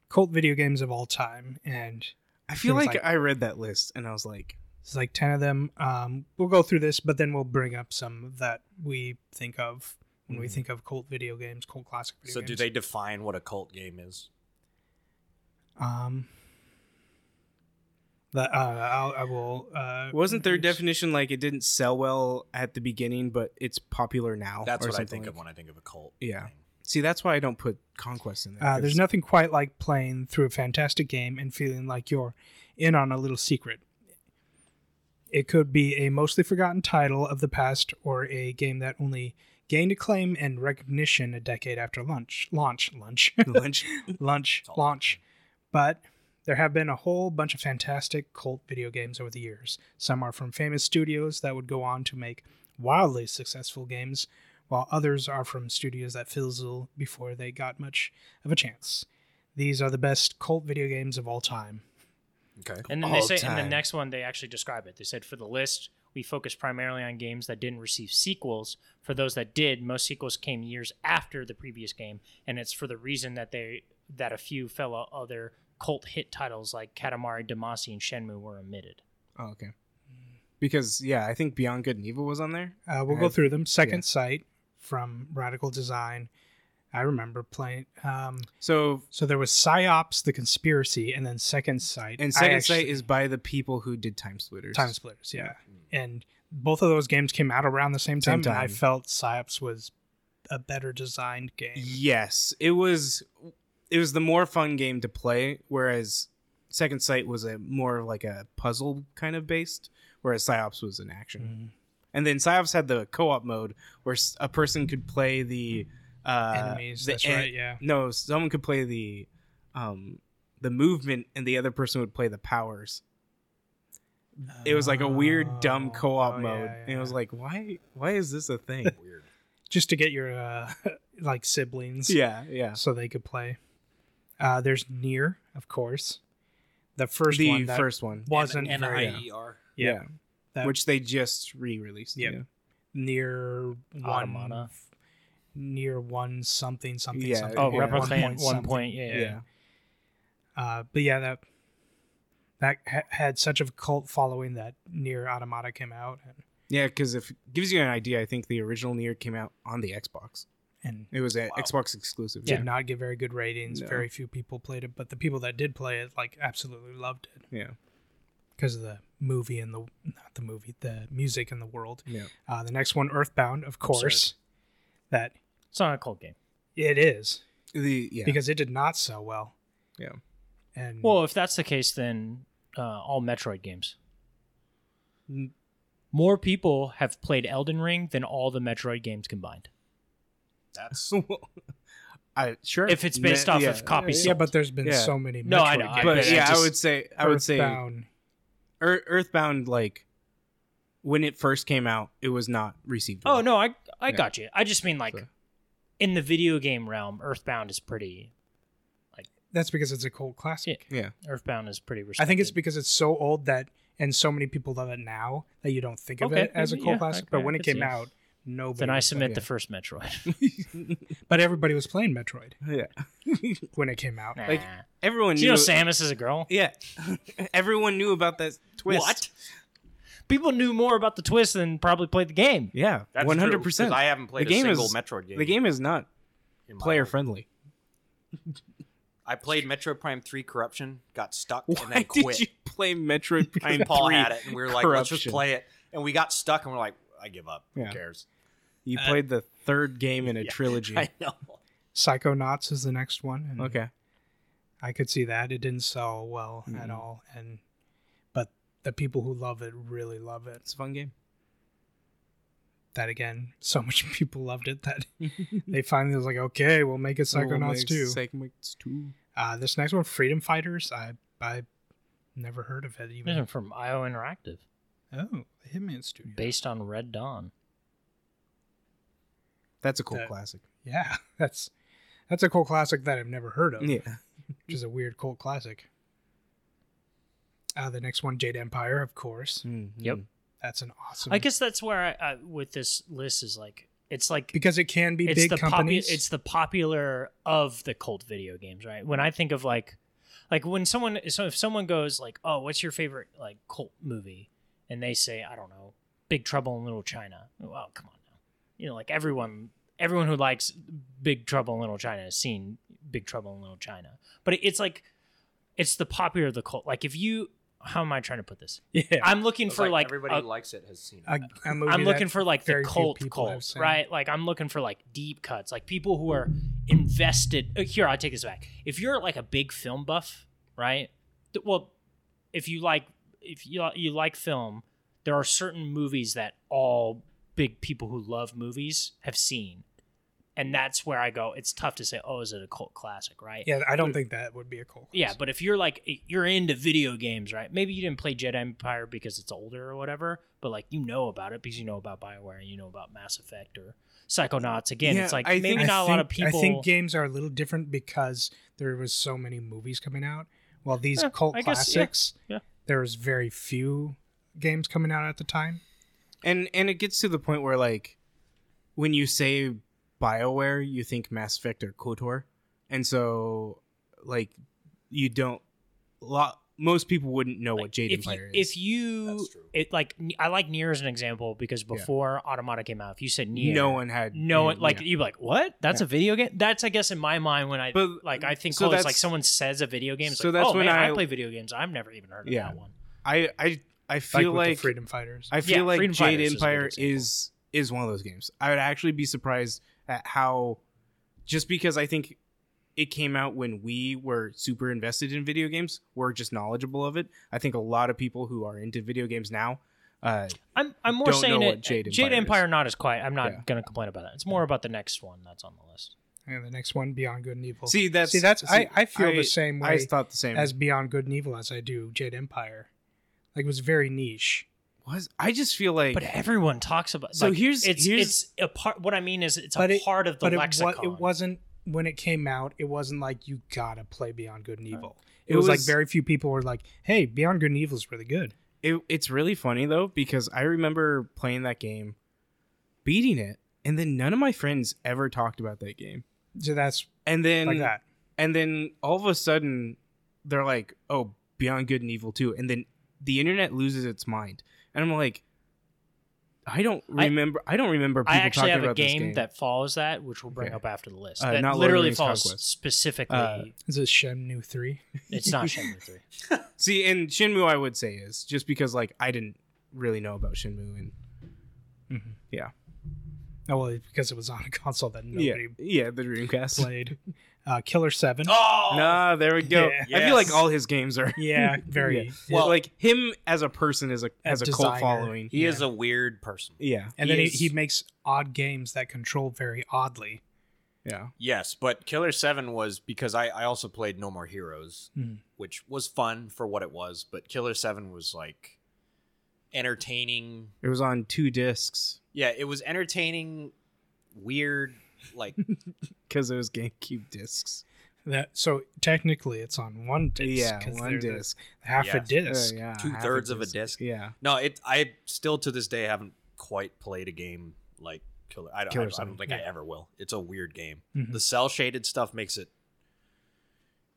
cult video games of all time, and
I feel
Seems
like,
like-
I read that list and I was like,
it's like ten of them. Um, we'll go through this, but then we'll bring up some that we think of when we think of cult video games, cult classic video
Mm-hmm. So do
games.
they define what a cult game is?
Um, that uh, I'll, I will. Uh,
wasn't their definition like it didn't sell well at the beginning, but it's popular now?
That's
or
what I
something
think of
like-
when I think of a cult.
Yeah.
thing.
See, that's why I don't put conquest in there.
Uh,
'cause
there's nothing quite like playing through a fantastic game and feeling like you're in on a little secret. It could be a mostly forgotten title of the past or a game that only gained acclaim and recognition a decade after launch. Launch, launch,
Lunch.
launch, launch. But there have been a whole bunch of fantastic cult video games over the years. Some are from famous studios that would go on to make wildly successful games, while others are from studios that fizzle before they got much of a chance. These are the best cult video games of all time.
Okay.
And then they
All
say in
time.
the next one they actually describe it. They said for the list we focused primarily on games that didn't receive sequels. For those that did, most sequels came years after the previous game, and it's for the reason that they that a few fellow other cult hit titles like Katamari Damacy and Shenmue were omitted.
Oh, okay. Because yeah, I think Beyond Good and Evil was on there.
Uh, we'll go
Have-
through them. Second Sight from Radical Design. I remember playing. Um,
So
so there was Psyops, The Conspiracy, and then Second Sight.
and
I
Second
actually-
Sight is by the people who did Time Splitters. Mm.
Time Splitters, yeah. And both of those games came out around the same time,
Same
and I
time.
felt Psyops was a better designed game.
Yes, it was. It was the more fun game to play, whereas Second Sight was a more of like a puzzle kind of based, whereas Psyops was an action.
Mm-hmm.
And then Psyops had the co-op mode where s- a person could play the uh,
Enemies,
the
that's
en-
right, yeah.
No, someone could play the um, the movement, and the other person would play the powers. It was like a weird, dumb
Oh,
co-op
oh, yeah,
mode, and it was
yeah.
like, why? Why is this a thing?
Weird.
Just to get your uh, like siblings
yeah, yeah.
so they could play. Uh, there's Near, of course. The first
the
one that
first one,
wasn't
N
very-
I E
uh,
R.
Yeah. That-
which they just re-released.
Yep.
Yeah.
near one
Automata.
near one something something
Yeah,
something.
Oh,
yeah.
Replicant one point,
something.
yeah, yeah.
yeah.
Uh, but yeah, that that ha- had such a cult following that near Automata came out, and,
Yeah, because if gives you an idea, I think the original Nier came out on the Xbox.
and
It was an
Wow.
Xbox exclusive.
did not get very good ratings.
No.
Very few people played it, but the people that did play it like absolutely loved it
Yeah.
because of the movie and the not the movie, the music and the world.
Yeah.
Uh, the next one, Earthbound, of course, that
It's not a cult game.
it is
The yeah.
because it did not sell well.
Yeah.
and
Well, if that's the case, then uh, all Metroid games.
Mm.
More people have played Elden Ring than all the Metroid games combined.
That's
I sure.
If it's based
Ne-
off
yeah.
of copies.
yeah, but there's been
Yeah.
so many.
No, I
Metroid
know, I-
games.
But
But
yeah,
just-
I would say I would say
Earthbound,
Ear- Earthbound like when it first came out, it was not received.
Oh
well.
no, I I
Yeah.
got you. I just mean like
So-
in the video game realm, Earthbound is pretty.
That's because it's a cult classic.
Yeah.
Earthbound is pretty. Respected.
I think it's because it's so old that and so many people love it now that you don't think of
Okay,
it as a
maybe,
cult
yeah,
classic.
I-
but
I
when it
could
came
see.
out, nobody.
then I
was
submit
playing
the first Metroid.
it. But everybody was playing Metroid
yeah.
when it came out.
Like,
Nah.
Everyone
Do
knew.
you know Samus is a girl.
yeah. Everyone knew about that twist.
What?
People knew more about the twist than probably played the game.
Yeah.
That's
One hundred
true, 'cause
percent.
I haven't played
The game
a single
is-
Metroid game.
The game is not
in my
player
life.
friendly.
I played Metro Prime Three Corruption, got stuck, and
Why
then
did
quit.
you play Metroid
Me
Prime
and Paul
3?
had it, and we were like, "Let's just
Corruption.
play it." And we got stuck, and we're like, "I give up.
Yeah.
Who cares?"
You
Uh,
played the third game in a
yeah,
trilogy.
I know.
Psychonauts is the next one. And
Okay.
I could see that it didn't sell well at
Mhm.
all, and but the people who love it really love it.
It's a fun game.
That again, so much people loved it that they finally was like, okay, we'll make it Psychonauts too.
Psychonauts 2.
Uh, this next one, Freedom Fighters. I I never heard of it even.
Even from IO Interactive,
Oh, the Hitman Studio.
based on Red Dawn.
That's a cool
That-
classic.
yeah, that's that's a cult classic that I've never heard of,
Yeah.
which is a weird cult classic. Uh, the next one, Jade Empire, of course.
Mm-hmm.
Yep.
That's an awesome.
Mm. I guess that's where I, I with this list is like it's like
because it can be
it's
big
the
companies.
Popu- it's the popular of the cult video games, right? When I think of like, like when someone, so if someone goes like, "Oh, what's your favorite like cult movie?" and they say, "I don't know, Big Trouble in Little China." Well, come on now, you know, like everyone, everyone who likes Big Trouble in Little China has seen Big Trouble in Little China, but it's like, it's the popular of the cult. Like if you, how am I trying to put this?
yeah,
I'm looking
It's
for
like,
like,
everybody
a-
who likes it has seen it.
a, a movie
I'm looking
that
for like the
very few
cult
people have
cult,
seen.
right? Like I'm looking for like deep cuts, like people who are invested. uh, Here, I take this back. If you're like a big film buff, right? Th- Well, if you like if you you like film, there are certain movies that all big people who love movies have seen. And that's where I go, it's tough to say, oh, is it a cult classic, right?
Yeah, I don't think that would be a cool.
Mm. Yeah, but if you're like you're into video games, right? Maybe you didn't play Jedi Empire because it's older or whatever, but like you know about it because you know about Bioware and you know about Mass Effect or Psychonauts. Again,
Yeah,
it's like
I
maybe
think-
not a lot of
think-
people.
I think games are a little different because there was so many movies coming out. While these
Yeah,
cult
I guess, yeah,
classics,
yeah.
there was very few games coming out at the time.
and and it gets to the point where like when you say bioware you think mass effect or kotor and so like you don't lot most people wouldn't know what jade
if you,
empire is
if you
That's true.
it like I like Nier as an example because before Automata came out, if you said Nier,
no one had
no one like
yeah.
you'd be like, what? That's
Yeah.
a video game. That's I guess in my mind when I
But-
like I think
so
cult is
that's-
like someone says a video game. It's
so
like,
that's
oh,
when
man, I,
I-
play video games. I've never even heard of
Yeah.
that one.
i i i
Like,
feel
with the
like
Freedom Fighters.
I feel
Yeah,
like
Freedom Fighters
Jade
is a good
Empire is,
example.
is one of those games. I would actually be surprised at how just because I think it came out when we were super invested in video games, we're just knowledgeable of it. I think a lot of people who are into video games now, uh,
I'm I'm more
Don't know
saying
what
it.
Jade
Jade,
Empire is.
Empire not as quiet. I'm not
Yeah.
gonna complain about that. It's more about the next one that's on the list.
and the next one, Beyond Good and Evil.
see that's
See, that's I, I feel
I-
the same
I
way
thought the same
as
as
Beyond Good and Evil as I do Jade Empire. Like it was very niche.
was. I just feel like
But everyone talks about.
So
like,
here's-
it's
here's-
it's a part. What I mean is it's a
But it-
part of the
but it, wa-
lexicon.
it wasn't when it came out. It wasn't like you gotta play Beyond Good and Evil. It,
It
was, like
was-
very few people were like, "Hey, Beyond Good and Evil is really good."
it, it's really funny though because I remember playing that game, beating it, and then none of my friends ever talked about that game.
So that's
And then
like that.
and then all of a sudden they're like oh beyond good and evil too and then the internet loses its mind and i'm like i don't
I-
remember i, don't remember people
I actually
talking
have a
about this
game, that follows that, which we'll bring
Okay.
up after the list.
Uh,
that
not Lord of the
literally
Rings
follows
Conquest.
specifically.
Uh,
Is it Shem New Three?
it's not Shenmue three.
see and shinmu i would say is just because like i didn't really know about shinmu and
Oh well, because it was on a console that
yeah
nobody
yeah the dreamcast
played. Uh, Killer Seven.
Oh,
nah there we go
Yeah.
i feel
Yes.
like all his games are
Yeah, very.
Yeah.
Well-
like him as a person is a
As
has a cult
designer.
following
he is a weird person.
yeah
And then he,
Yes.
he makes odd games that control very oddly.
yeah
Yes, but Killer Seven was because I, I also played No More Heroes,
Mm-hmm.
Mhm.
which was fun for what it was, but Killer Seven was like entertaining.
it was on two discs
Yeah, it was entertaining, weird, like
because it was gamecube discs
That so technically it's on one disc.
yeah
'cause
one
they're the-
disc
half a
Yes.
Uh,
disc.
yeah, half
two-thirds of a disc.
yeah
No, it. I still to this day haven't quite played a game like Killer. I don't.
Killer
I, don't- I
Seven,
don't think I
yeah.
ever will. It's a weird game.
Mhm.
The cell shaded stuff makes it.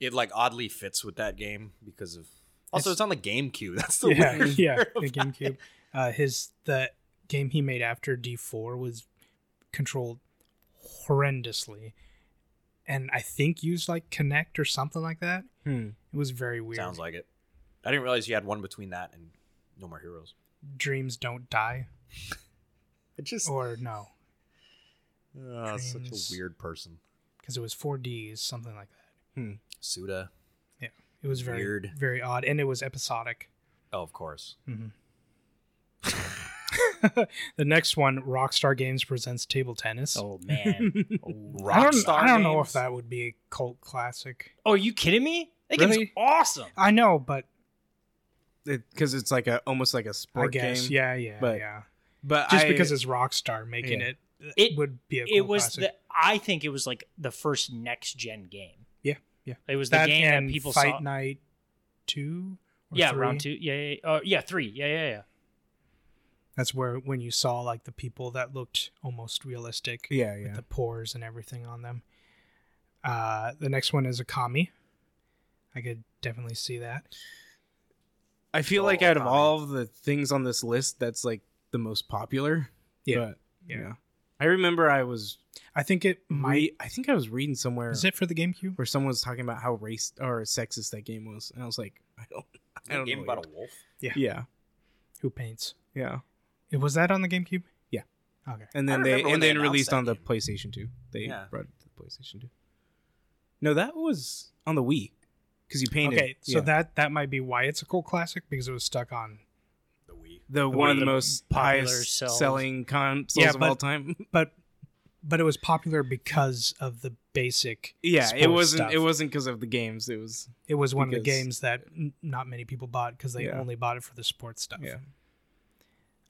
It like oddly fits with that game because of. Also, it's, on the GameCube. That's the
yeah,
weird.
yeah, the GameCube. Uh, his the game he made after D4 was controlled horrendously, and I think used like Connect or something like that.
Hmm.
It was very weird.
Sounds like it. I didn't realize you had one between that and No More Heroes.
Dreams Don't Die,
It just
or no,
oh, such
dreams.
a weird person.
because it was 4Ds, something like that.
Suda.
It was very
Weird.
very odd, and it was episodic.
Oh, of course.
The next one, Rockstar Games presents Table Tennis.
Oh man. oh.
Rockstar.
I don't, I don't know
games?
if that would be a cult classic.
Oh, are you kidding me? That game's
Really?
awesome.
I know, but
because it's like a almost like a sport
I guess
game.
yeah, yeah,
but
yeah.
but
just
I-
because it's Rockstar making
Yeah.
it, uh,
It-
would be a cool
It was
classic.
the I think it was like the first next gen game.
Yeah, yeah.
It was the
that
game
and
that people
Fight
saw.
Night two, or
yeah,
three.
round two. Yeah, yeah, yeah. Uh, yeah, three. Yeah, yeah, yeah.
That's where when you saw like the people that looked almost realistic,
yeah
with
yeah
the pores and everything on them. Uh, the next one is Akami. I could definitely see that.
I feel
Oh,
like out of
Konami.
all of the things on this list that's like the most popular
Yeah.
but,
Yeah.
yeah I remember I was
I think it might.
re- I think I was reading somewhere
Is it for the GameCube?
where someone was talking about how race or sexist that game was and I was like I don't
Is
I
that a
don't
game
know
about
yet.
a wolf.
yeah
Who paints?
yeah
It was that on the GameCube.
Yeah.
Okay.
and then they
remember when
and
they
then
announced
released
that
on the
game.
PlayStation 2 they
Yeah.
brought it to the PlayStation 2 no that was on the Wii because you painted
Okay. So
yeah.
that that might be why it's a cult classic because it was stuck on
The Wii.
the
One
one
of
of the
the
most
popular
highest
sells.
selling consoles
Yeah,
of all
but-
time.
but but it was popular because of the basic.
yeah, it
sports
wasn't
stuff.
it wasn't because of the games. It was
It was one of the
because-
games that n- not many people bought because they
Yeah.
only bought it for the sports stuff.
yeah.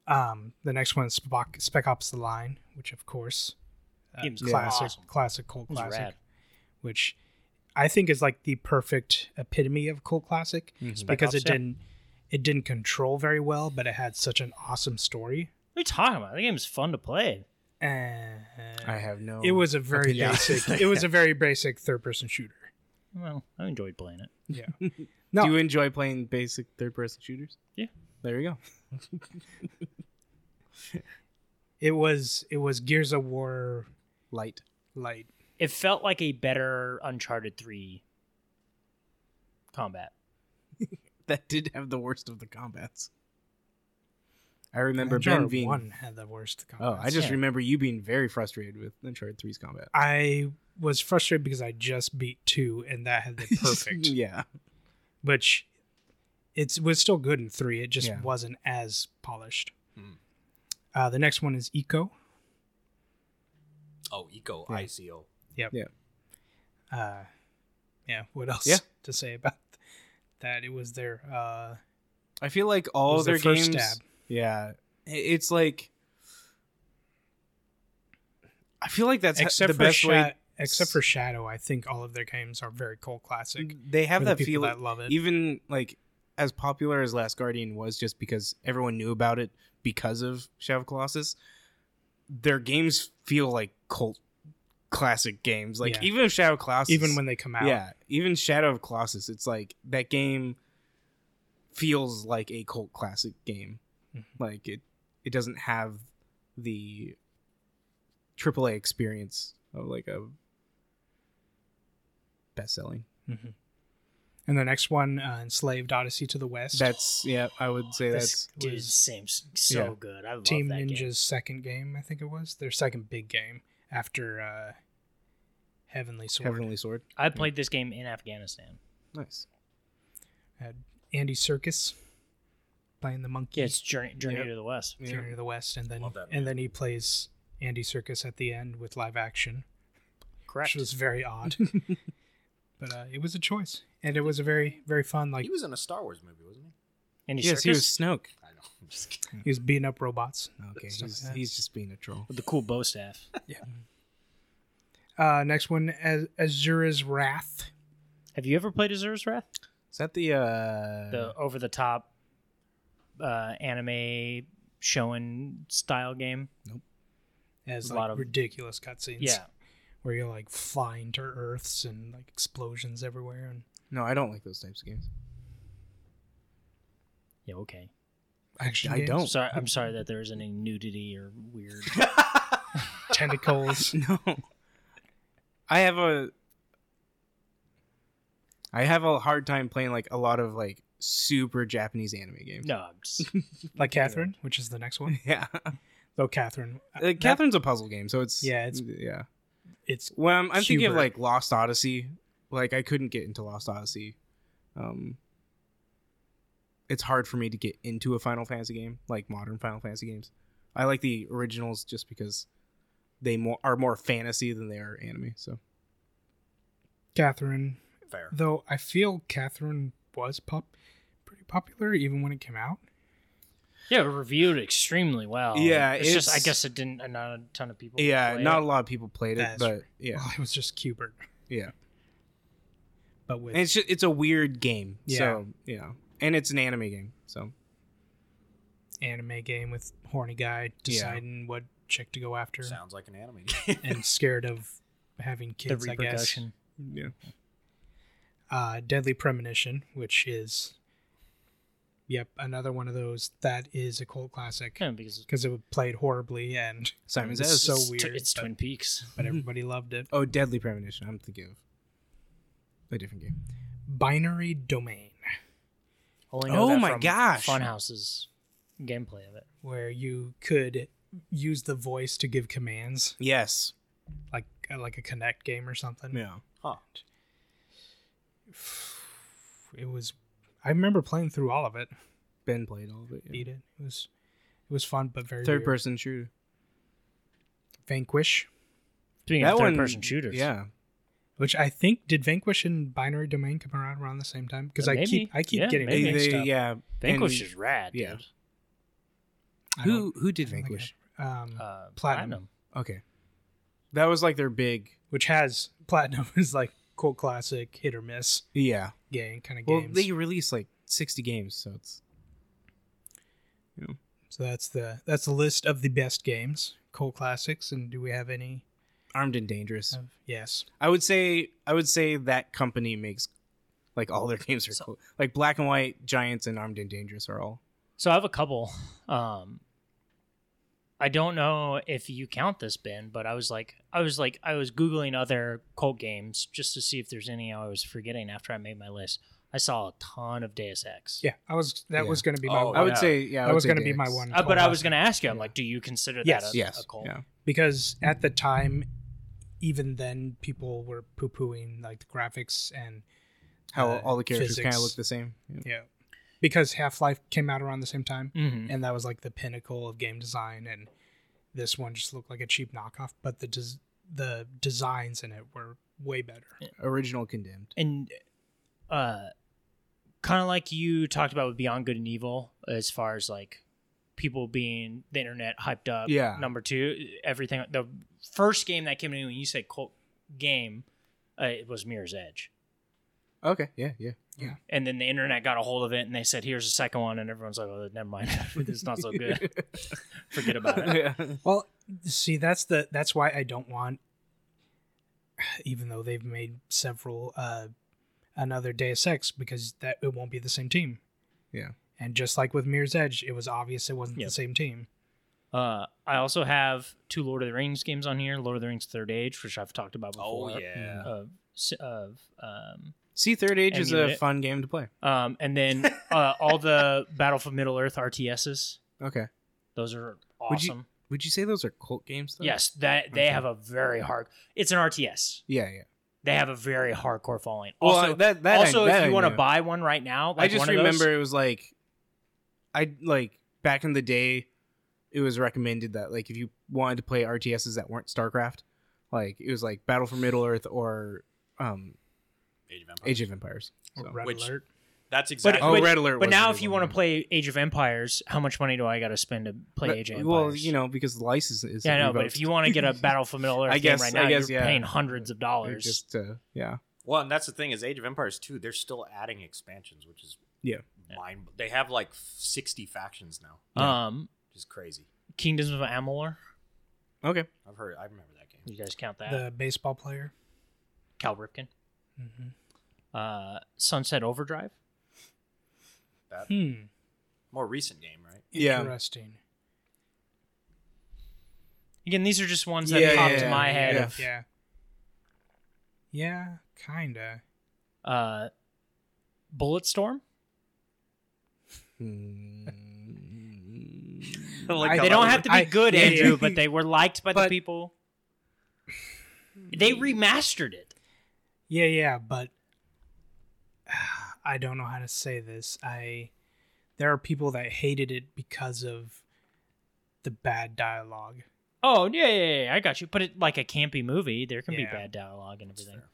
Um, the next one is Spock, Spec Ops: The Line, which of course, uh,
Game's
classic,
awesome.
classic, cult
It was
classic,
rad.
which I think is like the perfect epitome of cult classic
Mm-hmm. Spec
because
Ops,
it
yeah.
didn't it didn't control very well, but it had such an awesome story.
What are you talking about? That game's fun to play.
And
I have no.
it was a very
opinion.
basic. it was a very basic third-person shooter.
Well, I enjoyed playing it.
Yeah.
Do
No,
you enjoy playing basic third-person shooters?
Yeah.
There you go.
it was it was Gears of War
Light.
light.
It felt like a better Uncharted 3 combat.
That did have the worst of the combats. I remember Ben
Uncharted
being.
One had the worst.
Oh, I
comments.
just
Yeah.
remember you being very frustrated with Uncharted 3's combat.
I was frustrated because I just beat two, and that had the perfect.
yeah.
Which it was still good in three. It just
Yeah.
wasn't as polished.
Hmm.
Mm.
Uh, the next one is Eco.
Oh, Eco
Yeah.
ICO.
Uh, yeah. What else
Yeah.
to say about that? It was their uh,
I feel like
it
all
was
their,
first
games.
stab.
Yeah, I- it's like. I feel like that's ha-
Except
the
for
best
Sha-
way.
except for Shadow, I think all of their games are very cult classic.
They have
for the
that
people
feeling.
that love it.
even like as popular as Last Guardian was just because everyone knew about it because of Shadow of Colossus, their games feel like cult classic games. Like
Yeah.
even if Shadow of Colossus
even when they come out.
Yeah, even Shadow of Colossus, it's like that game feels like a cult classic game.
Mhm.
Like it it doesn't have the AAA experience of like a best selling.
Mhm. And the next one, uh, Enslaved Odyssey to the West.
That's yeah, I would say
That's-
that's
Dude,
was-
Sam's so
yeah.
good. I love
Team
that
Ninja's
game.
second game, I think it was their second big game after uh, Heavenly Sword.
Heavenly Sword.
I played this game in Afghanistan.
Nice.
Had Uh, Andy Circus playing the monkey,
Yeah, it's Journey, Journey
Yep.
to the West.
Yeah.
Journey to the West, and then
Love that
and then he plays Andy Circus at the end with live action,
Correct.
which was very odd. but uh, it was a choice, and it was a very very fun. Like
He was in a Star Wars movie, wasn't he?
Andy
yes, he was
Serkis
Snoke.
I know. I'm just kidding.
he was beating up robots.
Okay,
Stuff
he's,
like that.
he's just being a troll.
with the cool bow staff.
Uh, next one, Az- Azura's Wrath.
Have you ever played Azura's Wrath?
Is that the uh
the over the top uh, anime showing style game.
As
A
like
lot of-
ridiculous cutscenes.
Yeah,
where you're like flying to Earths and like explosions everywhere. And
No, I don't like those types of games.
yeah, okay.
action
I
games,
don't.
Sorry, I'm sorry that there isn't any nudity or weird.
tentacles.
No. I have a I have a hard time playing like a lot of like super Japanese anime games.
no, I'm just-
like Catherine, which is the next one.
Yeah.
Though Catherine, uh,
Like, Catherine's a puzzle game, so it's
Yeah, it's-
yeah.
it's
Well, I'm, I'm thinking of
Hubert.
like Lost Odyssey. Like I couldn't get into Lost Odyssey. Um, it's hard for me to get into a Final Fantasy game, like modern Final Fantasy games. I like the originals just because they more are more fantasy than they are anime. So
Catherine.
Fair.
Though I feel Catherine was pop pretty popular even when it came out.
yeah, it reviewed extremely well.
Yeah,
it's, just I
it's-
guess it didn't. uh, Not a ton of people.
yeah,
play
not
it.
a lot of people played it,
That's
but
true.
yeah,
Well, it was just Cubert,
yeah.
but with
And it's just, it's a weird game.
Yeah.
So you know, and it's an anime game. So
anime game with horny guy deciding what chick to go after
Sounds like an anime game.
and scared of having
the
kids. I guess.
repercussion.
yeah,
uh, Deadly Premonition, which is, yep, another one of those that is a cult classic
Hmm.
Yeah, because it's,
because it played horribly and
Simon
It's
says
so
it's,
weird,
it's
but-
Twin Peaks.
Mm-hmm.
but everybody loved it.
Oh, Deadly Premonition. I'm thinking of a different game.
Binary Domain,
Only know
Oh
that
my
from
gosh.
Funhouse's gameplay of it.
where you could use the voice to give commands,
Yes.
like uh, like a Connect game or something.
Yeah.
huh.
It was. I remember playing through all of it.
Ben played all of it. yeah.
beat it. It was it was fun, but very
Third
weird.
person shooter.
Vanquish,
Speaking of third person shooters.
Yeah.
which I think did Vanquish and Binary Domain come around around the same time because I
Uh, Maybe.
keep I keep
Yeah,
getting
They
They,
them mixed
they-
up.
yeah.
Vanquish
and
is rad.
yeah.
dude.
I
Who who did
don't- I don't think
Vanquish?
I- Um,
Uh,
Platinum.
Okay. That was like their big.
which has platinum is like cult classic hit or miss
Yeah.
game kind of
Well,
games.
they released like 60 games, so it's
So that's the that's the list of the best games, cult classics, and do we have any?
Armed and Dangerous.
Of, yes,
I would say I would say that company makes like all their games are cool. Like Black and White, Giants, and Armed and Dangerous are all.
So I have a couple. Um, I don't know if you count this, Ben, but I was like, I was like, I was googling other cult games just to see if there's any I was forgetting after I made my list. I saw a ton of Deus Ex.
yeah. I was that
Yeah.
was going to be my
Oh,
one
I
yeah.
would say yeah. I
that
would
was
say
going to be my
DX.
one.
Uh, but
cult
I was
classic.
going to ask you. I'm like, do you consider that
Yes.
a,
Yes.
a cult?
Yeah.
because at the time, even then, people were poo pooing like the graphics and
How
uh,
all the characters kind of
physics.
look the same. Yeah.
yeah, because Half Life came out around the same time,
Mm-hmm.
and that was like the pinnacle of game design, and this one just looked like a cheap knockoff, but the des- the designs in it were way better.
Original Condemned.
and uh kind of like you talked about with beyond good and evil as far as like people being the internet hyped up
Yeah.
number two everything the first game that came to me when you said cult game uh, it was mirror's edge
Okay. Yeah. Yeah.
and then the internet got a hold of it and they said here's the second one and everyone's like oh never mind it's not so good forget about it
yeah.
Well, see, that's the that's why I don't want, even though they've made several uh, another Deus Ex because that it won't be the same team.
Yeah.
And just like with Mirror's Edge, it was obvious it wasn't
Yeah.
the same team.
uh i also have two lord of the rings games on here lord of the rings third age which i've talked about
Oh
before
yeah.
of, of um
See, Third Age is a
Emulate.
fun game to play.
Um, and then uh, all the Battle for Middle Earth RTSs,
Okay.
those are
Would you-
awesome.
Would you say those are cult games? Though?
yes, that they
Okay.
have a very hard. It's an RTS.
Yeah. Yeah.
They have a very hardcore following.
Well,
Also,
that, that I-
also
that
if
I
you want to
knew.
buy one right now, like
I just
one of those-
remember it was like, I like back in the day, it was recommended that like if you wanted to play RTSs that weren't StarCraft, like it was like Battle for Middle Earth or um
Age of Empires.
Age of Empires. So-
Red
Which-
Alert.
That's
But,
exactly.
Oh,
but,
Red Alert
But
was
now,
the
if
big
you
one,
want
yeah.
to play Age of Empires, how much money do I got to spend to play
But-
Age of Empires?
Well, you know because the license is
yeah, I know. But if you want to get a Battle for Middle Earth
I guess-
game right
I
now,
guess,
you're
yeah.
paying hundreds of
It
dollars.
just uh, yeah
well, and that's the thing is Age of Empires 2, they're still adding expansions, which is
Yeah.
mind. They have like 60 factions now,
Um,
which is crazy.
Kingdoms of Amalur.
okay
I've heard. I remember that game.
You guys count that?
The baseball player.
Cal Ripken.
Mm-hmm.
hmm
Uh, Sunset Overdrive.
That
Hmm.
more recent game, right?
yeah
Interesting.
Again, these are just ones that
Yeah,
popped
yeah,
in my
yeah,
head.
yeah.
Of,
Yeah. Yeah, kinda.
uh, Bulletstorm.
Hmm.
Like
I-
how
They don't
that
have to be
I-
good,
yeah, yeah.
Andrew, but they were liked by the
But-
people. They remastered it.
Yeah, yeah, but I don't know how to say this. I there are people that hated it because of the bad dialogue.
Oh yeah, yeah, yeah, I got you. But it like a campy movie. There can be
Yeah.
bad dialogue and everything.
fair.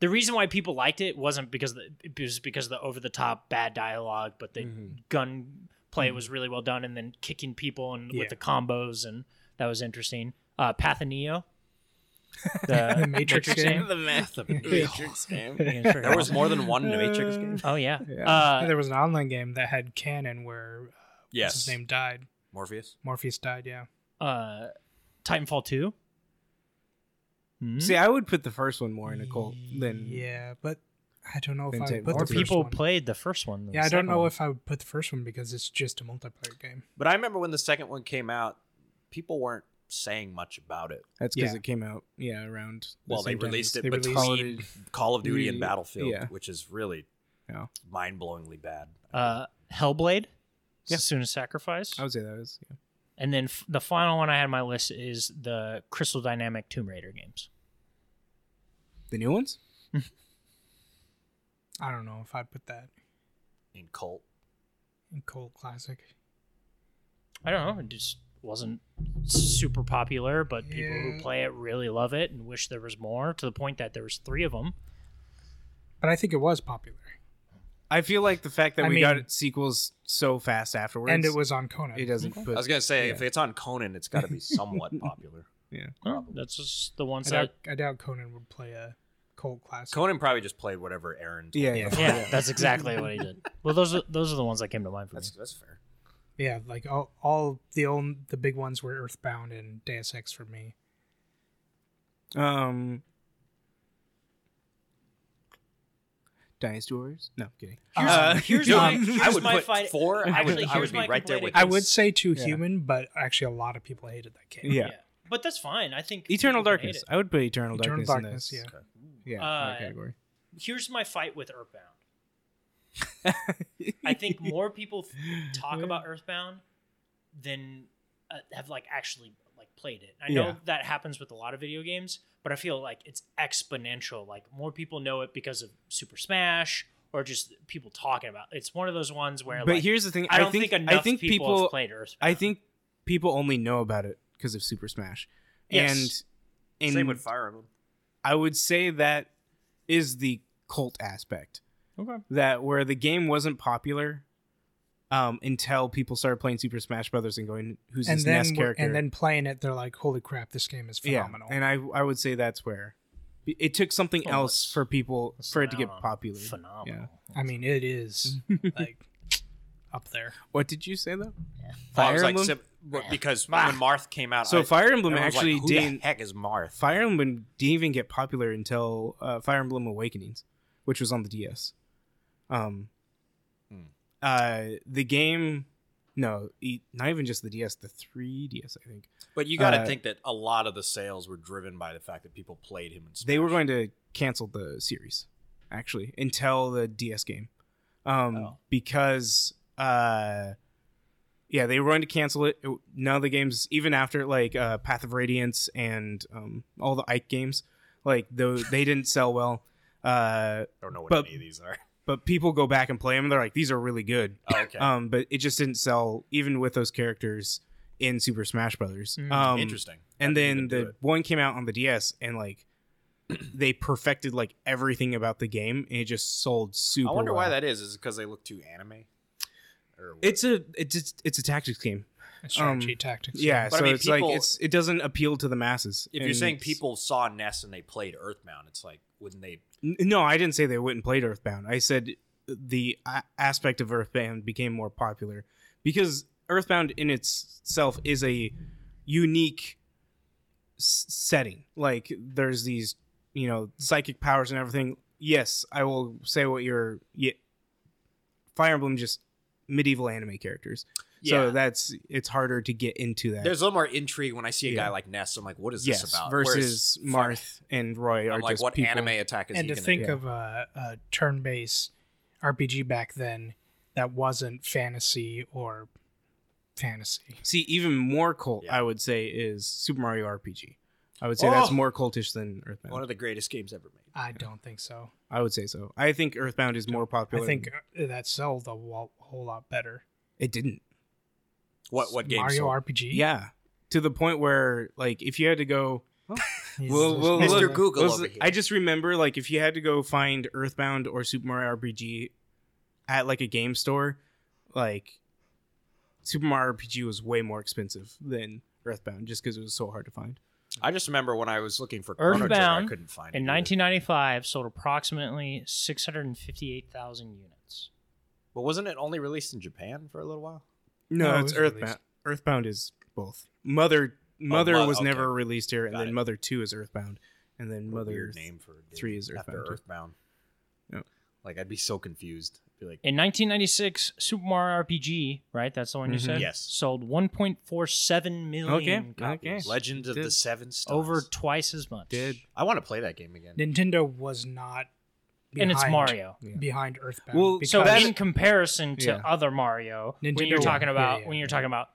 The reason why people liked it wasn't because the, it was because of the over the top bad dialogue, but the
Mm-hmm.
gun play was really well done, and then kicking people and
Yeah.
with the combos, and that was interesting. Uh, Pathaneo, the,
The Matrix game?
the math of Matrix game.
There was more than one Matrix game.
Oh yeah.
Yeah.
And
Uh,
there was an online game that had canon where uh, what's
Yes.
his name died.
Morpheus.
Morpheus died, yeah.
uh, Titanfall two. Hmm?
see I would put the first one more in a cult than
Yeah, but I don't know if
Then
I
take
would put
More
the
Morpheus.
first
people
one.
played the first one. than
Yeah,
the
I don't
second
know
one.
if I would put the first one because it's just a multiplayer game.
But I remember when the second one came out, people weren't saying much about it.
that's because
Yeah.
it came out yeah around the
Well, they
same time
released
as-
it
they
between
released-
Call of Duty
Re-
and Battlefield,
yeah.
which is really
Yeah.
mind-blowingly bad.
uh, Hellblade.
Yeah.
Soon as Sacrifice,
I would say that was yeah.
and then f- the final one I had on my list is the Crystal Dynamic Tomb Raider games.
the new ones
I don't know if I'd put that
in cult.
and Cold Classic.
I don't know. It just wasn't super popular, but people
Yeah.
who play it really love it and wish there was more. To the point that there was three of them.
But I think it was popular,
I feel like the fact that
I
we
mean-
got sequels so fast afterwards,
and it was on Kona.
it doesn't.
Okay.
Put,
I was gonna say
yeah.
if it's on Conan, it's got to be somewhat popular.
Well, Oh, that's just the ones
I
that.
doubt, I doubt Conan would play a Cold Classic.
Conan probably just played whatever Aaron. Told
yeah,
him.
yeah,
Yeah, that's exactly what he did. Well, those are those are the ones that came to mind for
that's
me.
that's fair.
Yeah, like all, all the old the big ones were Earthbound and Deus Ex for me.
Um, Dynasty Warriors? No, kidding.
Here's-
Uh,
here's
Dude,
my-
I
here's
would
my
put
fight-
four. I would,
Actually,
I
here's
would be
my
right there with.
complaining-
I would
you.
say Too
Yeah.
Human, but actually a lot of people hated that game.
Yeah.
but that's fine. I think
Eternal
people can hate
Darkness.
it.
I would put Eternal,
Eternal
Darkness.
Darkness,
in this.
yeah.
yeah, yeah,
Uh,
that category.
Here's my fight with Earthbound. I think more people f- talk about Earthbound than uh, have like actually like played it. I know
Yeah.
that happens with a lot of video games, but I feel like it's exponential. Like more people know it because of Super Smash or just people talking about. It. It's one of those ones where
But
like,
here's the thing.
I don't think,
think,
enough
I think
people,
people.
have played Earthbound.
I think people only know about it because of Super Smash.
Yes.
And, and
Same with Fire Emblem.
I would say that is the cult aspect.
Okay.
That where the game wasn't popular um, until people started playing Super Smash Brothers and going, "Who's
And
this
then
next character?"
and then playing it, they're like, "Holy crap, this game is phenomenal!"
Yeah, and I I would say that's where it took something
Well,
else
that's-
for people
It's
for it to get
phenomenal.
popular.
Phenomenal.
I mean, it is like up there.
What did you say though?
Oh, I was
Fire
like,
Emblem.
sim- but because when Marth came out,
so
I,
Fire Emblem
everyone was
actually
like, Who
didn't.
The heck is Marth?
Fire Emblem didn't even get popular until uh, Fire Emblem Awakenings, which was on the DS. Um,
Hmm.
uh, the game, no, e- not even just the DS, the 3DS, I think.
But you got to
Uh,
think that a lot of the sales were driven by the fact that people played him. In Smash.
They were going to cancel the series, actually, until the DS game, um,
Oh.
because uh, yeah, they were going to cancel it. it. None of the games, even after like uh, Path of Radiance and um, all the Ike games, like though they didn't sell well. Uh,
I don't know what
but-
any of these are.
but people go back and play them and they're like these are really good
Oh, okay,
um but it just didn't sell even with those characters in super smash brothers
Mm.
um
interesting.
and
I didn't
then
even do
the one came out on the ds and like they perfected like everything about the game and it just sold
it.
super
I wonder why
well.
that is. Is it because they look too anime? Or what?
it's a it's it's, it's a tactics game
It's Strategy tactics.
Um, yeah
But I
so
mean,
it's
people-
like it's it doesn't appeal to the masses
if you're
And
saying
it's-
people saw Ness and they played Earthbound, it's like wouldn't they?
N- no i didn't say they wouldn't play earthbound i said the a- aspect of earthbound became more popular because earthbound in itself is a unique s- setting like there's these you know psychic powers and everything yes i will say what your yeah, fire emblem just medieval anime characters
Yeah.
so that's it's harder to get into that
There's a little more intrigue when I see a
Yeah.
guy like Ness. I'm like, what is
yes
this about?
versus
Whereas
marth and roy
Fire-
are
I'm like,
just
what
people-
anime attack is
and to
he gonna
think
do?
of a, a turn-based RPG back then that wasn't fantasy or fantasy.
See, even more cult,
Yeah.
I would say, is Super Mario RPG. I would say
Oh!
that's more cultish than Earthbound.
One of the greatest games ever made.
I don't think so.
I would say so. I think Earthbound is more popular.
I think
than-
uh, that sold a wa- whole lot better.
it didn't.
What what game?
Mario
sold?
RPG.
Yeah, to the point where, like, if you had to go,
He's-
Well, well,
he's-
Mr.
look,
Google
was-
over here.
I just remember, like, if you had to go find Earthbound or Super Mario RPG at like a game store, like, Super Mario RPG was way more expensive than Earthbound just because it was so hard to find.
I just remember when I was looking for Chrono Trigger, I
Earthbound
couldn't find it.
In
either.
1995, sold approximately 658,000 units.
But wasn't it only released in Japan for a little while?
No,
No, it
it's
was released.
Earthbound. Earthbound is both. Mother Mother
Oh, Mo-
was
okay.
never released here, and
Got
then
it.
Mother Two is Earthbound, and then
What a
Mother
weird name for a game
three is
after
Earthbound, too.
Earthbound.
Yep.
Like I'd be so confused. I'd be like,
In 1996, Super Mario RPG, right? That's the one you
Mhm.
said?
Yes.
Sold 1.47 million
Okay,
copies.
okay.
Legend of
Did-
the Seven Stars.
Over twice as much.
Did
I want to play that game again.
Nintendo was not.
And it's
behind-
Mario.
Yeah.
behind Earthbound.
Well,
because
So
that-
in comparison to
Yeah.
other Mario, when
Nintendo-
you're talking
yeah,
about
yeah,
when you're
yeah.
talking about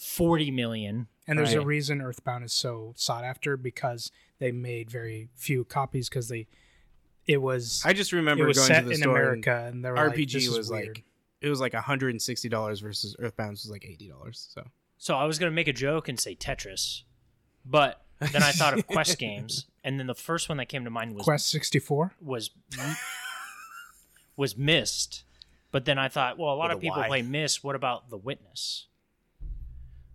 40 million,
and there's a
right.
reason Earthbound is so sought after because they made very few copies because they it was
I just
it
remember
was
going
set
to the
in
store and
America and there were
RPG
like, this is
was
weird.
like it was like hundred and sixty dollars versus Earthbound's was like eighty dollars. So
So I was gonna make a joke and say Tetris, but then I thought of Quest games, and then the first one that came to mind was
Quest 64.
was was Mist. But then I thought, well, a lot
With
of
a
people
Y.
play Mist. What about The Witness?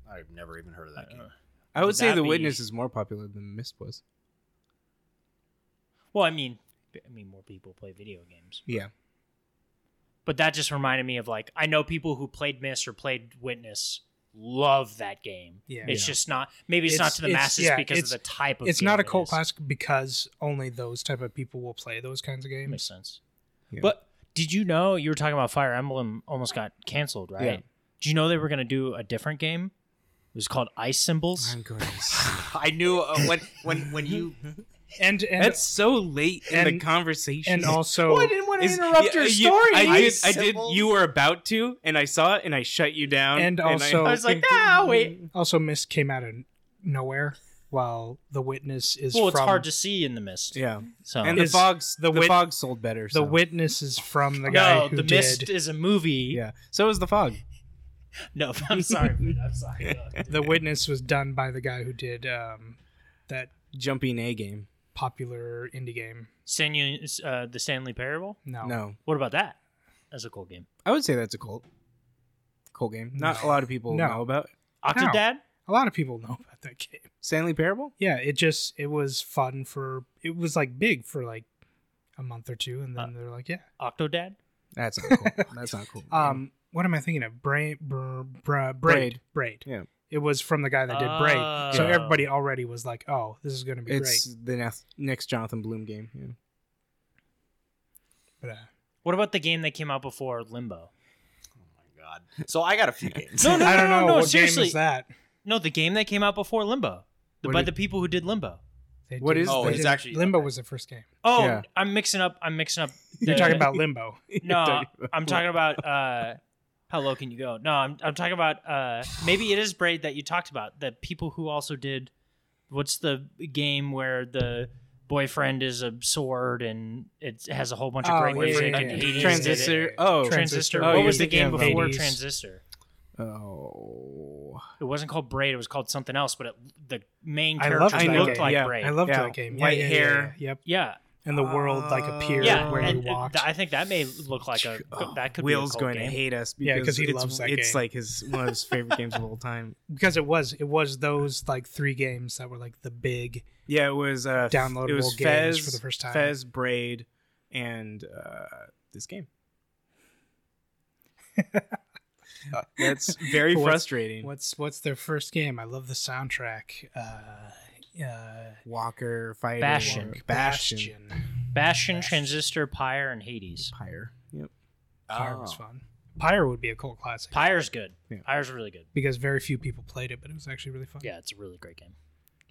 I've never even heard of
Uh,
that game.
I would
Would
say
that
The
be-
Witness is more popular than Mist was.
Well, I mean, I mean, more people play video games.
Yeah.
But that just reminded me of like I know people who played Miss or played Witness love that game.
Yeah.
it's
Yeah.
just not maybe it's,
It's-
not to the
it's-
masses
yeah,
because of
it's-
the type of.
It's not
game
a
it
cult
is.
classic because only those type of people will play those kinds of
Makes
games.
sense.
Yeah.
But did you know you were talking about Fire Emblem almost got canceled, right?
Yeah.
Do you know they were going to do a different game? It was called Ice Symbols.
I'm going.
I knew uh, when when when you
And and
That's so late in the
and-
conversation.
and also
Oh,
want
Is- yeah, you- I did. I did. You were about to, and I saw it, and I shut you down.
And
I-
also-
I was like, ah, wait.
also Mist came out of nowhere while The Witness is
Well, it's
from
hard to see in the mist.
yeah.
So
And the
Is
fogs, Oh. the,
wit-
fog sold better.
The
so.
Witness is from the guy
no,
who
the
did
mist is a movie.
Yeah. So is the fog.
No, I'm sorry. man, I'm sorry.
The Witness was done by the guy who did um, that
Jumping a game.
popular indie game.
San, uh, the Stanley Parable.
No.
No,
What about that? That's a cool game.
I would say that's a cult. Cult game. Not a lot of people
No.
know about
Octodad.
A lot of people know about that game.
Stanley Parable.
Yeah, it just it was fun for it was like big for like a month or two and
Uh,
then they're like, yeah.
Octodad.
That's not cool. that's not cool.
Um what am I thinking of? Braid br- br- braid. Braid.
Yeah.
It was from the guy that did Braid. So
Oh.
everybody already was like, "Oh, this is going to be
it's
great."
the next, next Jonathan Bloom game. Yeah.
But, uh,
What about the game that came out before Limbo?
Oh God. So I got a few games.
No, no,
I
no,
don't
no,
know
no,
what game
seriously.
is that.
No, the game that came out before Limbo, the,
What
by
did-
the people who did Limbo.
They
What
did-
is
they
Oh,
did-
it's actually-
Limbo
okay.
was the first game.
Oh,
Yeah.
I'm mixing up. I'm mixing up.
You're
the-
talking about Limbo.
No, I'm talking about uh, how low can you go? No, I'm I'm talking about uh, maybe it is Braid that you talked about. The people who also did what's the game where the boyfriend is a sword and it has a whole bunch of
Oh,
great
yeah,
women.
yeah,
and
yeah.
Hades did it.
Transistor. Oh.
Trans-
Transistor.
Transistor.
Oh,
what
you're
was the
thinking
game
of
before
Hades.
Transistor?
oh.
It wasn't called Braid. It was called something else. But it, the main
I
character
love
that
looked
game.
like
Yeah,
Braid.
I loved
Yeah.
that game.
White hair.
Yep.
yeah,
And the world like
Uh,
appeared
yeah.
where you
and, uh,
walked.
I think that may look like a
Oh,
that could
Will's
be a cult
going
game.
to hate us because
Yeah, 'cause he
it's-
loves that
It's
game.
like his one of his favorite games of all time.
because it was it was those like three games that were like the big
Yeah, it was uh,
Downloadable
It was
games
Fez
for the first time.
Fez Braid and uh, this game. Uh, That's very
What's-
frustrating.
what's what's their first game i love the soundtrack uh uh
Walker fighting
Bastion.
Walker- Bastion.
bastion
Bastion, Transistor, Pyre, and Hades.
Pyre. Yep.
Uh,
pyre
Oh.
was fun pyre would be a cult classic
Pyre's good.
Yeah.
Pyre's really good.
because very few people played it but it was actually really fun
Yeah, it's a really great game.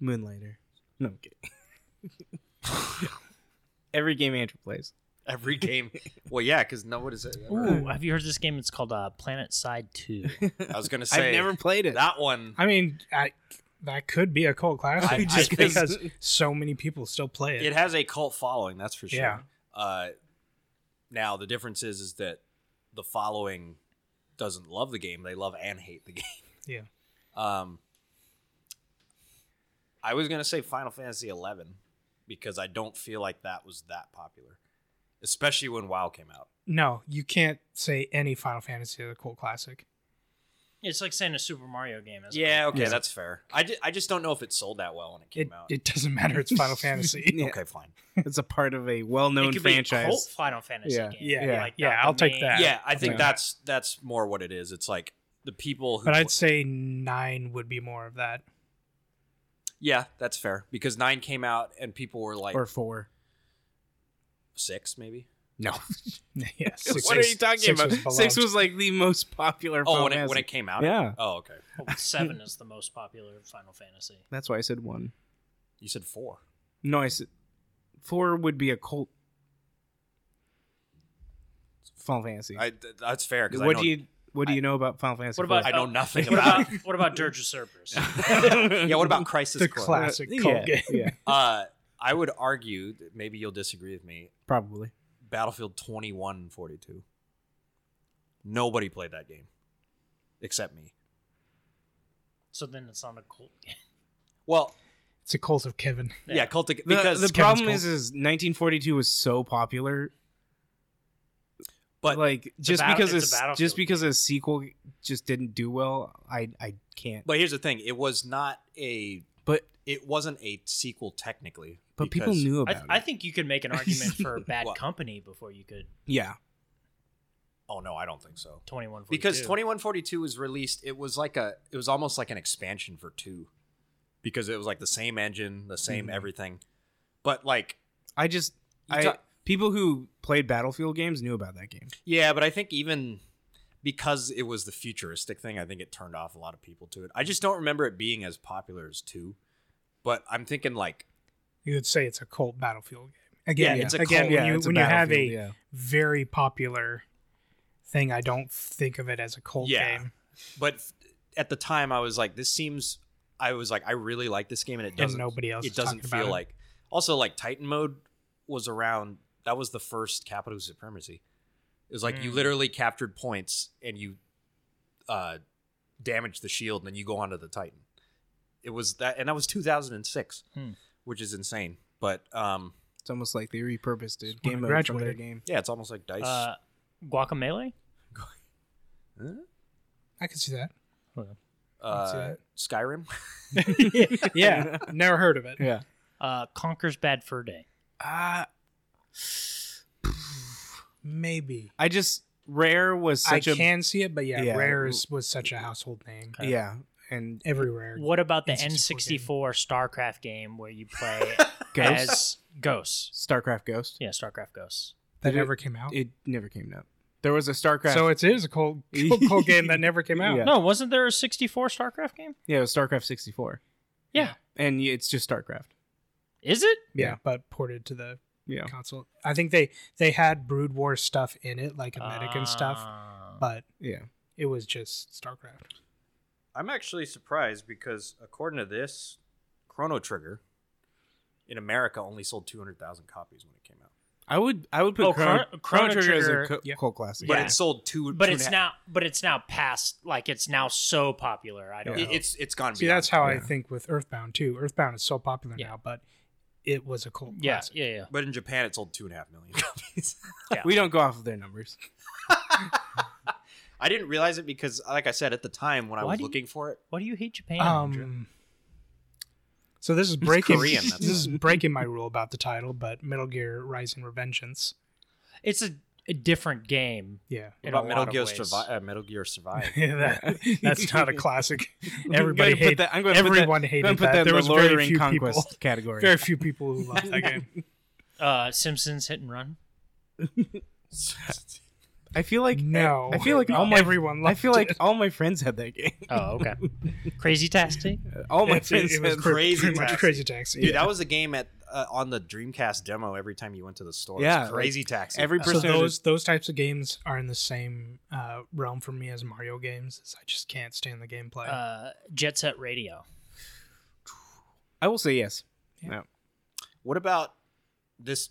Moonlighter. No, I'm kidding. Every game Andrew plays.
Every game. Well, yeah, because no, what is it?
Hmm.
Ooh, have you heard this game? It's called uh, Planet Side Two.
I was gonna say
I've never played it.
that one.
i mean I, that could be a cult classic
I-
just
I-
because so many people still play it,
It has a cult following, that's for sure.
Yeah.
Uh, now the difference is is that the following doesn't love the game; they love and hate the game.
yeah
Um, I was gonna say Final Fantasy eleven because I don't feel like that was that popular, especially when WoW came out.
no you can't say any final fantasy is a cult classic
it's like saying a Super Mario game. Is
Yeah, okay,
Yeah.
that's fair. I, ju- I just don't know if it sold that well when it came
it,
out.
it doesn't matter it's final fantasy
Yeah,
Okay, fine.
It's a part of a well-known
it could be a
franchise.
cult Final Fantasy
Yeah.
game.
yeah yeah,
Yeah.
Like,
yeah,
not the
i'll take
main-
that
Yeah, I think
Yeah.
that's that's more what it is. It's like the people who
but
pl-
i'd say nine would be more of that
Yeah, that's fair because 9 came out and people were like
or four.
6 maybe.
No.
yeah, six
what
was-
are you talking
six
about?
was
six
beloved.
was like the most popular.
Oh,
Final
when it, when
Fantasy.
it came out.
Yeah.
Oh, okay.
Oh, Seven is the most popular Final Fantasy.
That's why I said one.
You said 4.
No, I said four would be a cult. Final Fantasy.
I, th- that's fair cuz I
what
know
do you What do you know about Final Fantasy?
What about
I know nothing
What
about.
about what about Dirge Usurpers?
yeah, what about Crisis
the
Core?
classic
yeah,
cult game.
yeah,
Uh, I would argue that maybe you'll disagree with me.
probably.
Battlefield 2142. Nobody played that game except me.
So then it's not a cult.
Well,
It's a cult of Kevin.
yeah,
Yeah.
cult of,
The,
because
the
Kevin's
problem
cool.
is, is 1942 was so popular,
but
like just
bat-
because
it's
it's
a Battlefield
just because a sequel just didn't do well, I I can't.
but here's the thing, it was not a
But
it wasn't a sequel technically.
but people
because-
knew
I,
about
th-
it.
I think you could make an argument for Bad
What?
Company before you could
yeah,
Oh no, I don't think so.
21
Because 2142 was released, it was like a it was almost like an expansion for 2 because it was like the same engine, the same
Mhm.
everything. But like
I just
you
I
ta-
people who played Battlefield games knew about that game.
Yeah, but I think even because it was the futuristic thing, I think it turned off a lot of people to it. I just don't remember it being as popular as two. But I'm thinking like
You would say it's a cult battlefield game. Again,
Yeah, it's a
again,
cult.
when you
it's a
when you have a
Battlefield, yeah.
very popular thing, I don't think of it as a cult
Yeah.
game.
but f- at the time I was like, this seems I was like, I really like this game and it
And
doesn't
nobody else.
it
is talking
doesn't feel
about it.
like also like Titan mode was around that was the first capital supremacy. It was like you
Mm.
literally captured points and you uh damaged the shield and then you go onto the Titan. It was that and that was 2006,
Hmm.
which is insane. But um
It's almost like they repurposed it.
Just wanna
Game mode from their
graduate.
game.
yeah, it's almost like dice.
uh, Guacamele.
I can see that.
uh,
see that.
Skyrim.
yeah, never heard of it.
Yeah.
Uh, Conquers Bad Fur Day.
Uh,
Maybe
I just Rare was such
I
a
can see it, but yeah,
Yeah.
Rare is, was such a household name
Okay.
yeah, and
everywhere.
What about the N64
N64
StarCraft game where you play
Ghost
as ghosts?
StarCraft Ghost.
Yeah, StarCraft ghosts.
That
Did
never came out.
It never came out. There was a StarCraft.
so it is a cult, cult, cult game that never came out.
Yeah.
No, wasn't there a 64 StarCraft game?
yeah, it was StarCraft 64.
Yeah.
and y- it's just StarCraft.
Is it?
Yeah,
Yeah.
but ported to the
Yeah,
console. I think they they had Brood War stuff in it, like a medic and stuff,
Ah.
but
yeah.
it was just StarCraft.
I'm actually surprised because according to this, Chrono Trigger in America only sold 200,000 copies when it came out.
I would I would put
Oh,
Chrono,
Chrono-
Chrono
Chrono
Trigger as a
Trigger-
co-
yeah.
cult classic.
But
Yeah.
it sold two.
but
two
it's
and a half-
now but it's now past like it's now so popular. I don't
It-
know.
It's it's gone.
See,
beyond
that's how I
yeah.
think with Earthbound too. Earthbound is so popular
Yeah.
now, but it was a cult
yeah,
classic.
yeah, yeah.
But in Japan, it sold two and a half million copies.
We don't go off of their numbers.
I didn't realize it because, like I said, at the time when I
Why
was
do you-
looking for it,
Why do you hate Japan? Andrew?
Um, so this is breaking
Korean, that's
this is breaking my rule about the title, but Metal Gear Rise and Revengeance.
It's a, a different game.
Yeah,
In
about
a
Metal
lot of
Gear,
ways.
Survi- uh, Metal Gear Survive.
that, that's not a classic.
I'm gonna
Everybody
put
hated.
that- I'm gonna put that-
Everyone
I'm gonna
hated
put
that.
that in
There
the
was
Lord of the
very
Ring
few
Conquest
people.
category.
Very few people who loved that game.
Uh, Simpsons Hit and Run.
I feel like
No,
I feel like all my
everyone.
I
Loved
feel like
it.
all my friends had that game.
Oh, okay. Crazy Tasty.
All my
It-
friends
it, it was
had
cra-
Crazy
pretty much
Taxi.
crazy taxi.
Dude, that was the game at uh, on the Dreamcast demo. Every time you went to the store,
Yeah,
yeah, crazy taxi.
every
so
person. had
those those types of games are in the same uh, realm for me as Mario games. is I just can't stand the gameplay.
Uh, Jet Set Radio.
a- I will say yes. No.
What about this?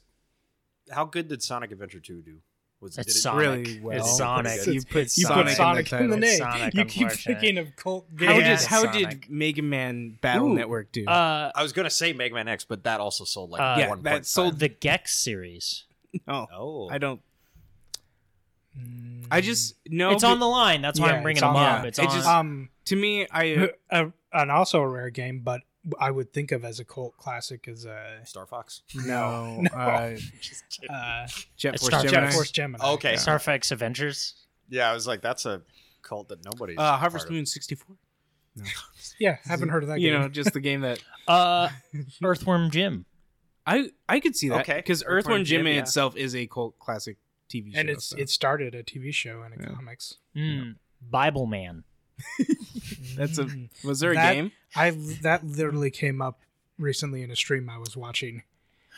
How good did Sonic Adventure Two do? Was
It's
did
Sonic.
Really well.
It's Sonic.
It's-
You put
it's
you
Sonic,
put
in
Sonic in the
title.
name.
Sonic,
you keep
unfortunate.
thinking of cult games.
How
Yeah.
did how
Sonic.
did Mega Man Battle
Ooh.
Network do?
Uh,
I was gonna say Mega Man X, but that also sold like
Uh,
yeah,
one.
that
point
sold
five.
the Gex series.
oh,
Oh,
I don't.
Mm.
I just no.
it's on the line. That's why
Yeah,
I'm bringing
it's
them
on
up.
the-
It's
it
on.
just-
um
to me, I
a, an also a rare game, but I would think of as a cult classic as a
Star Fox.
no.
uh,
Uh, Jet
It's
Force
Star Trek.
Gemini.
Jet Force Gemini.
Okay.
Yeah.
Star Fox Adventures.
Yeah, I was like, that's a cult that nobody's.
Uh, Harvest
part of.
Moon sixty four.
Yeah, haven't heard of that
You
game.
know, just the game that
Uh, Earthworm Jim.
I I could see that
Okay.
because
Earthworm
Earthworm Jim
Jim,
in
yeah.
itself is a cult classic TV show.
and it's
so
it started a TV show and a
Yeah.
comics.
Mm, Bible Man.
that's a was there a
That-
game?
I that literally came up recently in a stream I was watching.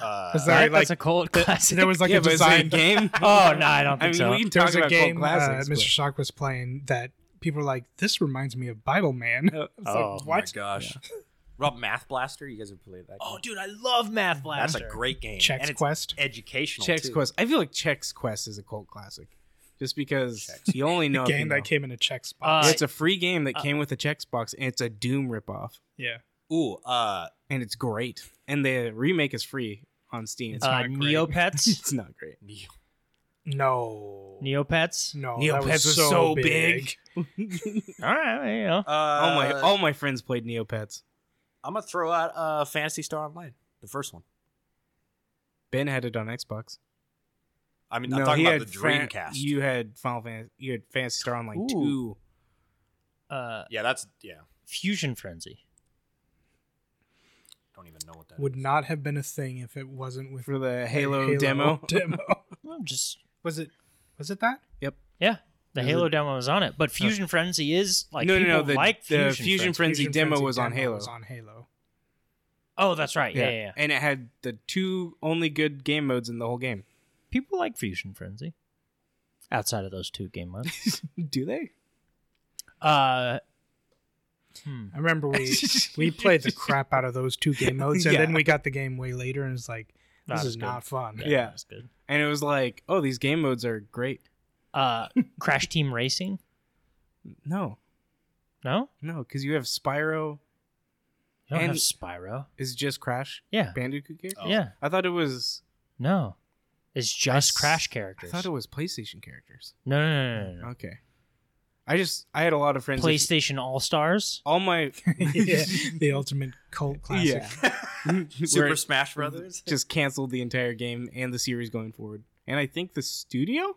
Uh,
'Cause
That-
there, like,
that's a cult classic.
there was like
yeah,
a
but is it
design.
a game.
oh no, I don't
I
think
mean,
so.
we can
There
talk
was a
about
game
cult
uh,
classics.
Mr. Shock was playing that people were like, "This reminds me of Bible Man." I
Oh.
was
Oh,
like, what?
my gosh. Rob Math Blaster, you guys have played that?
oh,
game?
dude, I love Math
that's
Blaster.
a great game.
Chex
and it's
Quest.
educational.
Chex
too.
Quest. I feel like Chex Quest is a cult classic. just because
Checks.
you only know. if
game
you know.
that came in a check
Uh,
box.
Yeah, it's a free game that
Uh,
came with a checkbox, and it's a Doom ripoff,
yeah.
Ooh, uh,
and it's great. And the remake is free on Steam.
It's
Uh,
uh,
not great.
Neopets.
it's not great.
No.
Neopets.
no.
Neopets
Oh, that was
was
so,
so
big.
All right, you know.
uh,
all Oh my all my friends played Neopets.
I'm gonna throw out uh, Fantasy Star Online, the first one.
Ben had it on Xbox.
I mean, I'm talking
he
about the
had Fan-
Dreamcast.
you had Final Fantasy. You had Fantasy Star Online
Ooh.
two.
Uh,
yeah, that's yeah.
Fusion Frenzy.
Don't even know what that
Would not have been a thing if it wasn't with
for the Halo, demo.
demo.
Well, just
was it? Was it that?
yeah. The
Is
Halo
it-
demo was on it, but Fusion Frenzy is like
no, no,
people
no. The,
like
the
Fusion,
Fusion
Frenzy.
Frenzy,
Fusion
demo
Frenzy
was on Halo.
Was on Halo.
Oh, that's right. Yeah. yeah, yeah.
And it had the two only good game modes in the whole game.
People like Fusion Frenzy. Outside of those two game modes.
Do they?
uh, Hmm.
I remember we we played the crap out of those two game modes, and
Yeah.
then we got the game way later, and it's like this
Not
is
as good.
not fun.
Yeah.
that's good.
And it was like, oh, these game modes are great.
Uh, Crash Team Racing.
No,
No,
no, because you have Spyro
you don't have
And-
Spyro.
is just Crash
Yeah,
Bandicoot characters.
Oh.
yeah.
I thought it was.
No, it's just
I
Crash
s-
characters.
I thought it was PlayStation characters.
no, no, no, no, no, no.
Okay. I just I had a lot of friends. that-
PlayStation All Stars.
all my
Yeah, the ultimate cult classic.
Yeah.
is. Super
Where-
Smash Brothers.
just canceled the entire game and the series going forward. And I think the studio?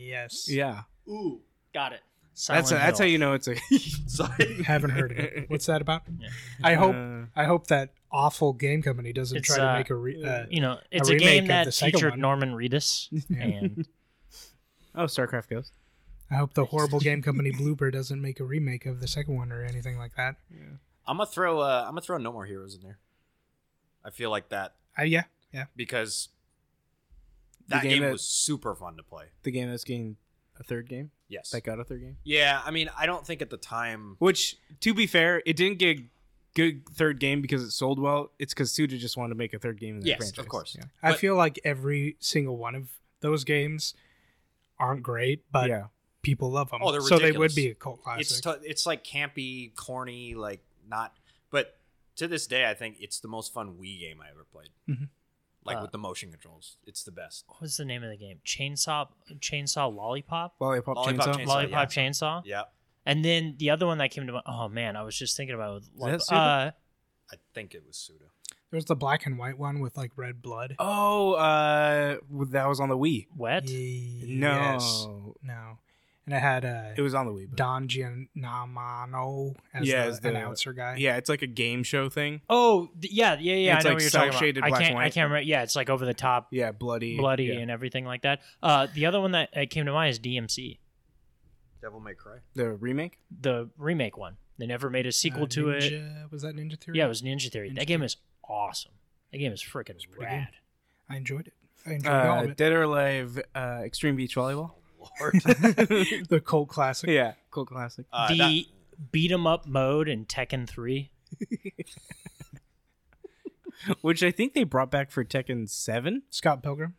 Yes.
Yeah.
Ooh,
Got it.
That's that's how you know it's a
sorry.
Haven't heard of it. What's that about?
Yeah.
I hope
Uh,
I hope that awful game company doesn't
It's,
try to
uh,
make a re- uh,
you know, it's a,
remake
game
of
that
the second
featured
one.
Norman Reedus and
oh, StarCraft Ghost.
I hope the horrible game company Blooper doesn't make a remake of the second one or anything like that.
I'm gonna throw. Uh, I'm gonna throw No More Heroes in there. I feel like that
Uh, yeah,
because
The
that
game
game
that-
was super fun to play.
The game that's getting a third game.
Yes.
That got a third game.
yeah, I mean, I don't think at the time.
Which, to be fair, it didn't get good third game because it sold well. It's because Suda just wanted to make a third game in that
Yes,
franchise.
of course.
Yeah.
I
But-
feel like every single one of those games aren't great, but
yeah.
people love them.
Oh, they're
so they would
ridiculous.
be a cult classic.
it's t- it's like campy, corny, like not. But to this day, I think it's the most fun Wii game I ever played.
Mm-hmm.
Mhm.
Like
Uh,
with the motion controls, it's the best.
what was the name of the game? Chainsaw, Chainsaw Lollipop,
Lollipop,
Lollipop
Chainsaw.
Chainsaw.
Lollipop
Uh-huh.
Chainsaw.
Yeah,
And then the other one that came to mind. Oh man, I was just thinking about. it
that
With,
Suda?
uh,
I think it was Suda.
There's the black and white one with like red blood.
Oh, uh, that was on the Wii.
wet.
No,
Yes. No. And it had uh,
it was on the Wii. but-
Don Giannamano as
Yeah,
the
as the-
announcer guy. Uh,
Yeah, it's like a game show thing.
Oh th- yeah, yeah, yeah.
It's
I know
like
what you're talking about.
cel-shaded
I
black
can't.
and
I
white.
can't remember. Yeah, it's like over the top,
Yeah, bloody,
bloody,
yeah.
and everything like that. Uh, the other one that uh, came to mind is DMC,
Devil May Cry.
the remake.
the remake one. They never made a
Uh,
sequel to it.
Ninja- Was that Ninja Theory?
Yeah, it was Ninja Theory.
Ninja
that game is awesome. That game is freaking
pretty good.
rad.
I enjoyed it. I enjoyed all
Uh,
of it.
Dead or Alive, uh, Extreme Beach
Oh,
Volleyball.
Lord.
the cult classic.
Yeah, cool classic.
Uh,
the
that-
beat 'em up mode in Tekken Three.
Which I think they brought back for Tekken Seven.
Scott Pilgrim.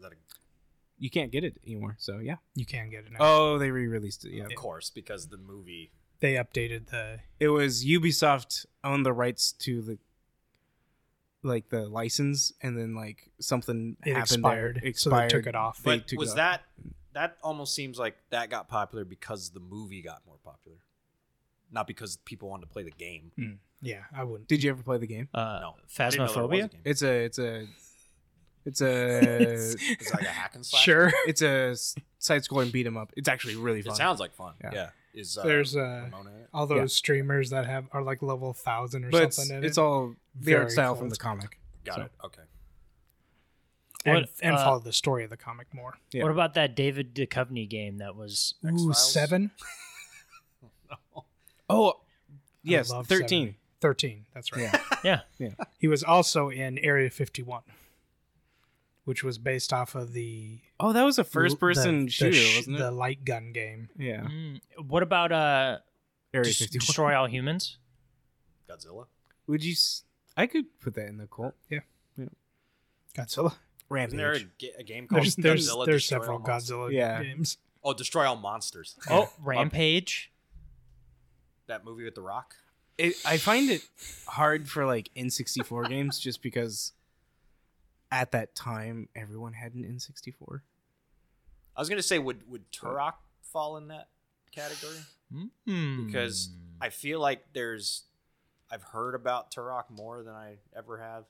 that-
You can't get it anymore. So yeah.
You can get it now.
Oh, they re-released it. Yeah,
of course, because the movie.
They updated the
it was Ubisoft owned the rights to the like the license, and then like something
it
happened
expired,
there. It
so they
expired.
took it off.
They
But
took
was
it off.
that that almost seems like that got popular because the movie got more popular, not because people wanted to play the game.
Hmm.
yeah, I wouldn't.
Did you ever play the game?
Uh,
No, I didn't know there was a
Phasmophobia.
game.
It's a. It's a. It's a.
It's like a hack and slash.
sure.
it's a s- side scrolling beat 'em up. It's actually really fun.
It sounds like fun.
Yeah.
Yeah. Is uh,
There's uh,
Ramona in it?
all those streamers that have are like level thousand or
but it's,
something. in
it's
it.
all the
Very
art style
cool.
from the comic.
Got
so-
it. Okay.
and,
What,
and
uh,
follow the story of the comic more.
Yeah.
What about that David Duchovny game that was?
Ooh,
X-Files?
seven.
Oh, yes,
love
thirteen.
13 that's right
Yeah.
Yeah.
Yeah.
he was also in area 51 which was based off of the
Oh, that was a first person
the,
shooter,
the, sh-
wasn't it?
the light gun game
yeah,
Mm, what about uh,
Area
Des-
51.
Destroy All Humans?
Godzilla.
Would you? S- I could put that in the cult.
godzilla
Isn't there a,
Rampage.
ga- a game called
There's
Godzilla
there's
Destroy
there's
All
several
Monsters?
Godzilla
Yeah.
games.
Oh, Destroy All Monsters.
Oh, Rampage.
That movie with The Rock.
It, I find it hard for like N64 games just because at that time everyone had an N64.
I was gonna say, would would Turok fall in that category?
Hmm.
Because I feel like there's, I've heard about Turok more than I ever have.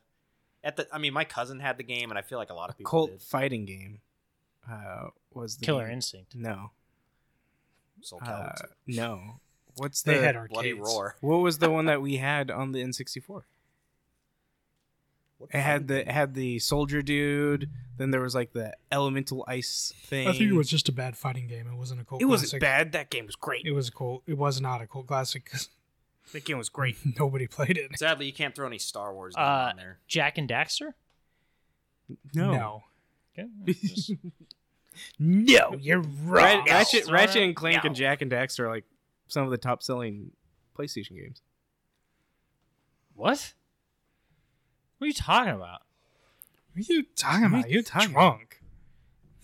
At the, I mean, my cousin had the game, and I feel like a lot of people
Cult
did.
fighting game uh, was the
Killer
game.
Instinct.
No,
Soul
uh,
Calibur 2.
no. What's the
They had
Bloody
arcades.
Roar.
what was the one that we had on the N64?
What
It had the it had the soldier dude. Then there was like the elemental ice thing.
I think it was just a bad fighting game. It wasn't a cult.
It wasn't
classic.
bad. That game was great.
It was a cult. It was not a cult classic because
that game was great.
nobody played it.
Sadly, you can't throw any Star Wars game
Uh,
on there.
Jack and Daxter.
No,
no,
Okay. just-
No, you're
Ra-
wrong.
Ratchet,
No.
Ratchet and Clank
No.
and Jack and Daxter are like some of the top selling PlayStation games.
what? What are you talking about?
What are you talking
What are
about?
you
You're
talking
drunk.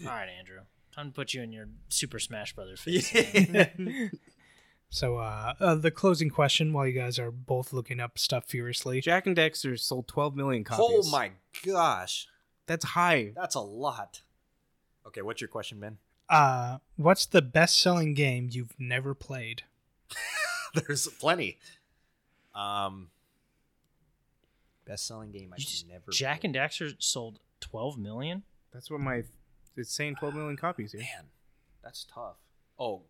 All right, Andrew. Time to put you in your Super Smash Brothers face.
Yeah.
So, uh, uh, the closing question while you guys are both looking up stuff furiously.
Jack and Daxter sold 12 million copies.
oh my gosh,
That's high.
that's a lot. Okay, what's your question, Ben?
Uh, what's the best selling game you've never played?
There's plenty. Um, best selling game I've
You just-
never.
Jack and
played.
Daxter sold 12 million.
That's what my it's saying 12 million copies here.
man, that's tough. Oh,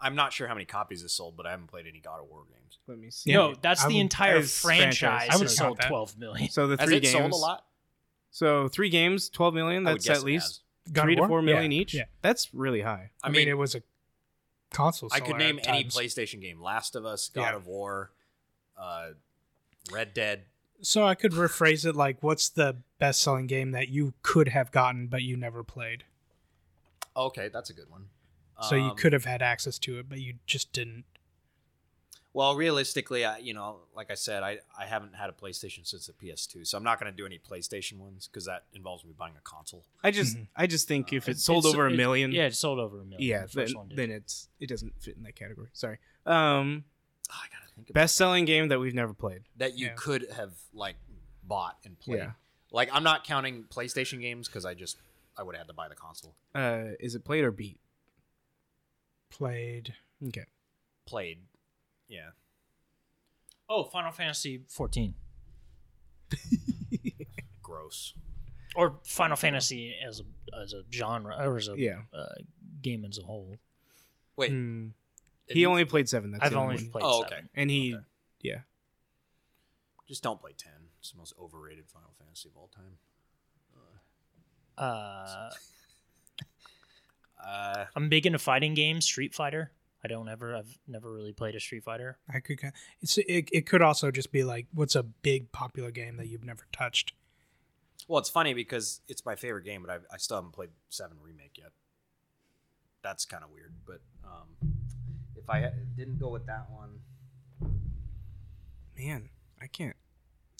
I'm not sure how many copies this sold, but I haven't played any God of War games.
Let me see.
no, that's
I
the
would-
entire
as franchise,
franchise.
I would
has
count
sold
that.
12 million.
So the
Has
three
it
games
sold a lot?
So three games, 12 million.
I would
That's
guess
at
it
least
God
three
of
to
War?
four million
Yeah,
each.
yeah.
That's really high.
I,
I mean,
mean,
it was a console.
I could
seller
name
at
any
times.
PlayStation game: Last of Us, God
Yeah.
of War, uh, Red Dead.
So I could rephrase it like, what's the best selling game that you could have gotten but you never played?
Okay, that's a good one.
So you
Um,
could have had access to it, but you just didn't.
Well, realistically, I you know, like I said, I I haven't had a PlayStation since the PS2, so I'm not going to do any PlayStation ones because that involves me buying a console.
I just
Mhm.
I just think if
Uh,
it sold
It's-
over a
it-
million,
Yeah, it sold over a million.
yeah,
The
then,
first one did.
then it's it doesn't fit in that category. Sorry. Um,
Oh, I gotta think about
best selling game that we've never played.
that you
Yeah.
could have like bought and played.
Yeah.
Like I'm not counting PlayStation games because I just I would have had to buy the console.
Uh, is it played or beat?
Played.
Okay.
Played, yeah.
oh, Final Fantasy 14
Gross.
or Final Fantasy as a as a genre or as a
Yeah.
uh, game as a whole.
Wait,
Hmm.
if
He
you-
only played seven. That's
I've
the
only
one.
played.
Oh,
seven.
okay.
and he
Okay.
yeah.
just don't play ten. It's the most overrated Final Fantasy of all time.
Uh,
Uh,
I'm big into fighting games. Street Fighter. I don't ever. I've never really played a Street Fighter.
I could. ca- It's it, it. could also just be like, what's a big popular game that you've never touched?
well, it's funny because it's my favorite game, but I, I still haven't played Seven Remake yet. That's kind of weird, but um, if I ha- didn't go with that one,
Man, I can't.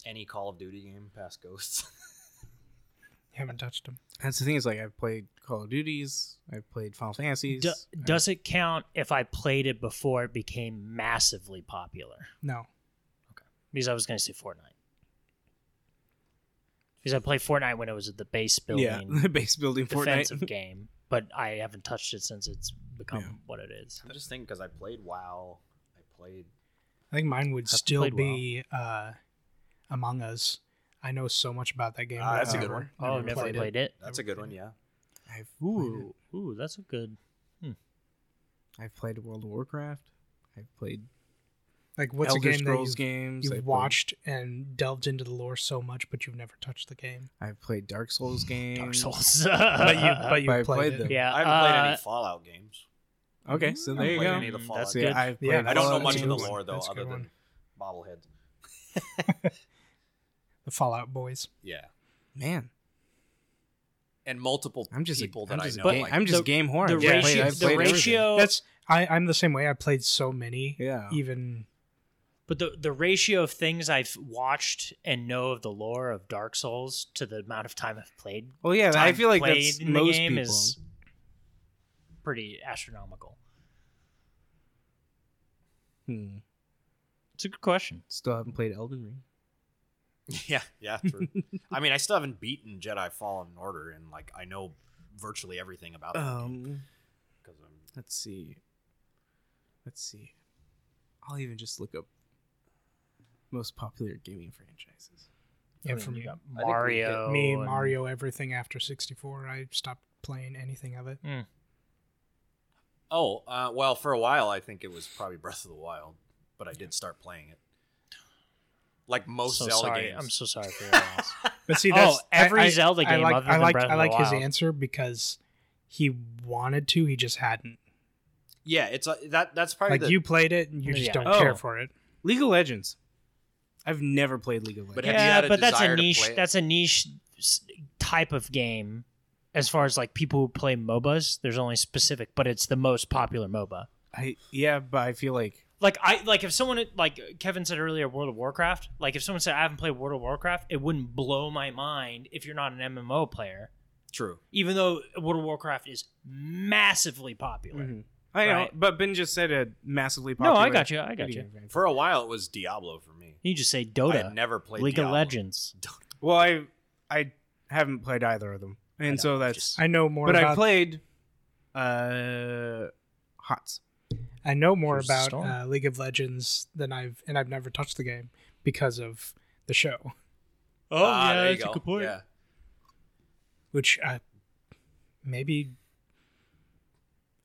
any Call of Duty game past Ghosts.
You haven't touched them.
That's the thing is like I've played Call of Duties, I've played Final Fantasies.
Do, does it count if I played it before it became massively popular?
No.
Because I was going to say Fortnite. Because I played Fortnite when it was the base building
yeah, the base building
defensive
Fortnite.
game, but I haven't touched it since it's become
Yeah.
what it is.
I'm just thinking because I played WoW. I played
I think mine would
Haven't
still
played
be uh, Among Us. I know so much about that game. Uh,
Ah,
but
that's a
I've
good one.
Oh, never played, it.
That's a good one, yeah.
I've played,
Ooh, ooh, that's a good.
it. I've played World of Warcraft. I've played
Like, what's
Elder
a game
Scrolls
that you've,
games.
you've
I've played-
watched and delved into the lore so much, but you've never touched the game?
I've played Dark Souls games.
Dark Souls.
But you, but you
Mm. But I
played,
played
it.
them.
yeah,
I haven't played
uh,
any Fallout games.
Okay, so there you
played
go.
any of the Fallout
That's
yeah,
good.
games.
I've
Yeah,
played
I don't know
Fallout
much of the
games.
lore though,
That's a
other
good
than bobbleheads.
The Fallout Boys.
Yeah,
Man,
and multiple
I'm just
people
a,
that
I'm just
I
a
know.
game-
like,
I'm just
the-
game whore.
the
I've played-
ratio,
I've played
the
everything.
ratio,
That's I. I'm the same way. I played so many.
Yeah.
Even
But the the ratio of things I've watched and know of the lore of Dark Souls to the amount of time I've played,
Well, yeah, I
time
feel like
played
that's
in the
most
game
people.
is pretty astronomical.
Hmm.
It's a good question.
Still haven't played Elden Ring.
Yeah, yeah. True. I mean, I still haven't beaten Jedi Fallen Order, and like I know virtually everything about it
Um,
because I'm
let's see. Let's see. I'll even just look up most popular gaming franchises.
Yeah,
I mean,
for
you
me,
got
hit
Mario,
me
and-
Mario, everything after 64, I stopped playing anything of it.
Oh, uh, well, for a while, I think it was probably Breath of the Wild, but I did start playing it. Like most
so
Zelda
sorry.
games.
I'm so sorry for your loss.
But see,
Oh,
that's,
every
I, I,
Zelda
I
game
like,
other than
I like,
Breath of
I
the
like his
Wild.
answer because he wanted to, he just hadn't.
yeah, it's uh, that. That's probably
Like
the,
you played it, and you just
Yeah.
don't
Oh.
care for it.
League of Legends. I've never played League of Legends.
But have you
yeah,
had a
but that's a
desire to
niche.
play it?
That's a niche s- type of game. As far as like people who play MOBAs, there's only specific, but it's the most popular MOBA.
I yeah, but I feel like
Like I like if someone like Kevin said earlier, World of Warcraft. Like if someone said I haven't played World of Warcraft, it wouldn't blow my mind if you're not an MMO player.
true.
Even though World of Warcraft is massively popular.
Mm-hmm.
Mm-hmm.
I know,
Right.
but Ben just said a massively
No,
popular.
I got you. I got you.
For a while, it was Diablo for me.
You just say
I
Dota,
had never played
League of
Diablo.
Legends.
Well, I I haven't played either of them, and so that's.
I know more
but
about.
I played uh Hots.
I know more
Here's the
about
storm.
uh, League of Legends than I've, and I've never touched the game because of the show,
Oh
Ah, there you go. Yeah.
which I maybe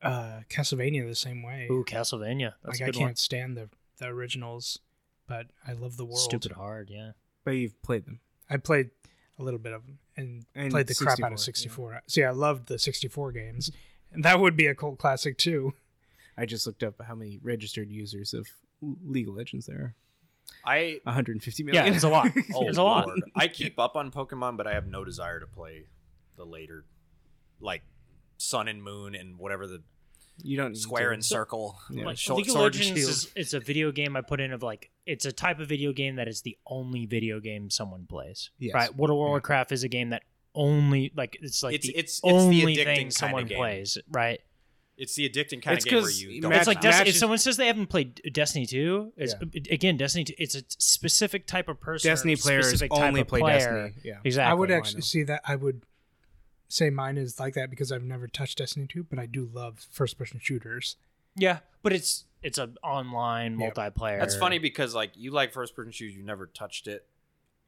uh, Castlevania the same way.
Ooh, Castlevania. That's
like
a
I
good
can't
one.
stand the the originals, but I love the world.
Stupid hard, yeah.
But you've played them.
I played a little bit of them and,
And
played the crap out of
64,
64. See, I loved the 64 games. And that would be a cult classic too.
I just looked up how many registered users of League of Legends there are.
I
150 million.
Yeah, it's a lot.
oh,
it's a lot.
Lord. I keep up on Pokemon, but I have no desire to play the later, like Sun and Moon and whatever the
you don't need
Square
to.
and Circle.
Yeah.
Like,
Short
League of
Sword and
Legends
Shield.
is it's a video game I put in of like it's a type of video game that is the only video game someone plays.
Yes.
Right. World of Warcraft is a game that only like it's like
It's-
the
it's- it's the
only
addicting
thing
kinda
someone
game.
plays. Right.
It's the addicting kind
It's
of game where
'cause
you don't.
Match-
it's like
Destiny-
Desti-
Match
if
is-
someone says they haven't played Destiny two, it's again Destiny two. It's a specific type of person. or
Destiny players
specific type
only
of
play
player.
Destiny. Yeah.
Exactly.
I would
I
actually
know.
see that. I would say mine is like that because I've never touched Destiny 2, but I do love first person shooters.
Yeah, but it's it's an online
Yep.
multiplayer.
That's funny because like you like first person shoes, you never touched it.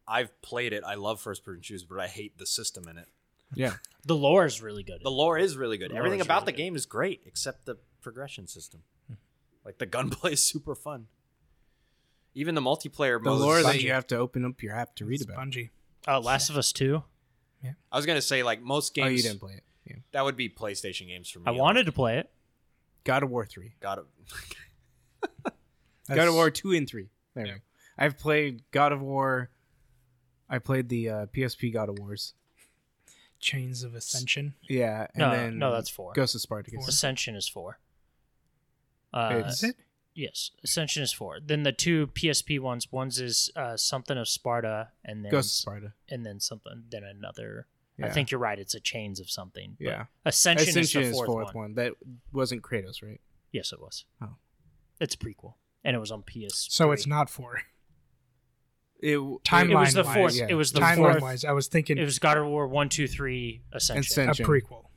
I've played it. I love first person shoes, but I hate the system in it.
Yeah.
The lore is really good.
The lore is really good.
Lore
Everything
is
about
really
the
good. Hmm.
game is great except the progression system. Like the gunplay is super fun. Even the multiplayer
The
mode.
lore
is
that
fun.
you have to open up your app to read
It's
about.
Bungie.
uh, Last of Us two.
I was gonna say like most
Oh,
games
you didn't play it. Yeah.
that would be PlayStation games for me.
I wanted to play it.
God of War 3.
got it.
God
That's-
of War 2 and 3. There we go. I've played God of War. I played the uh, PSP God of Wars.
Chains of Ascension.
Yeah, and
No,
then
no, that's four.
Ghost of Spartacus.
Ascension is four. Uh,
It's-
Is it?
Yes, Ascension is four. Then the two PSP ones. One's is uh, something of Sparta, and then
Ghost of Sparta.
and then something, then another. I
Yeah.
think you're right. It's a chains of something. but
Yeah.
Ascension,
Ascension
is the fourth, one.
one. That wasn't Kratos, right?
Yes, it was.
Oh.
it's a prequel, and it was on PS.
So it's not four.
It
It was the
Timeline-wise,
fourth.
yeah.
It was the
Timeline
fourth.
wise, I was thinking
It was God of War one, two, three, Ascension.
a
Ascension.
prequel.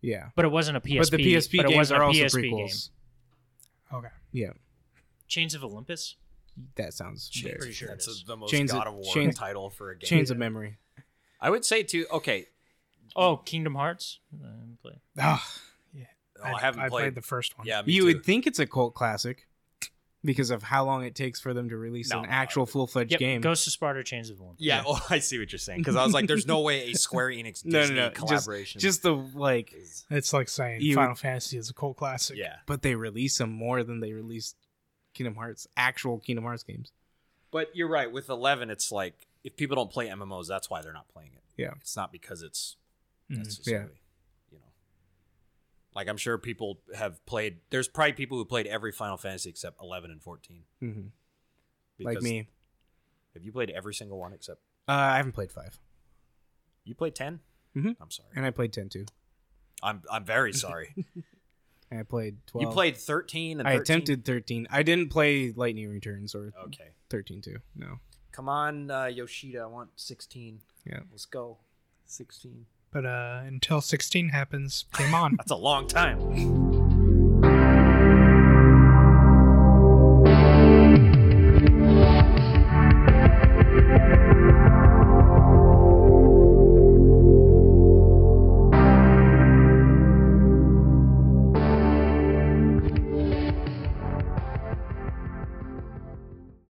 Yeah.
But it wasn't a PSP.
but the PSP
but it
games
wasn't
are
a
also
PSP game.
prequels.
Okay.
Yeah.
Chains of Olympus.
That sounds
Chains-
very-
pretty sure it
That's
is.
the most
Chains of-
God of War
Chains-
title for a game.
Chains of Memory.
I would say too. Okay,
Oh, Kingdom Hearts. I didn't play.
Ah,
oh, I, haven't
I
played.
the first one.
yeah, me
you
too.
would think it's a cult classic because of how long it takes for them to release
No,
an
no,
actual full fledged
Yep,
game.
Ghost of Sparta, Chains of Olympus.
Yeah, oh, I see what you're saying because I was like, "There's no way a Square Enix Disney
no, no, no. Just,
collaboration."
just the like.
is-
It's like saying
You-
Final Fantasy is a cult classic.
yeah,
But they release them more than they released Kingdom Hearts, actual Kingdom Hearts games.
but you're right. With Eleven, it's like if people don't play MMOs, that's why they're not playing it.
Yeah. Mm-hmm.
it's not because it's
Mhm.
necessarily, you know. Like I'm sure people have played. There's probably people who played every Final Fantasy except 11 and 14.
Mm-hmm. like me.
Have you played every single one except
Uh, I haven't played five,
you played 10
Mhm.
I'm sorry.
and I played ten too.
I'm I'm very sorry.
And I played twelve.
You played thirteen and
I
13?
attempted thirteen. I didn't play Lightning Returns or
Okay.
thirteen too. No.
Come on, uh, Yoshida. I want sixteen.
Yeah.
Let's go. Sixteen.
But uh, until 16 happens, game on.
That's a long time.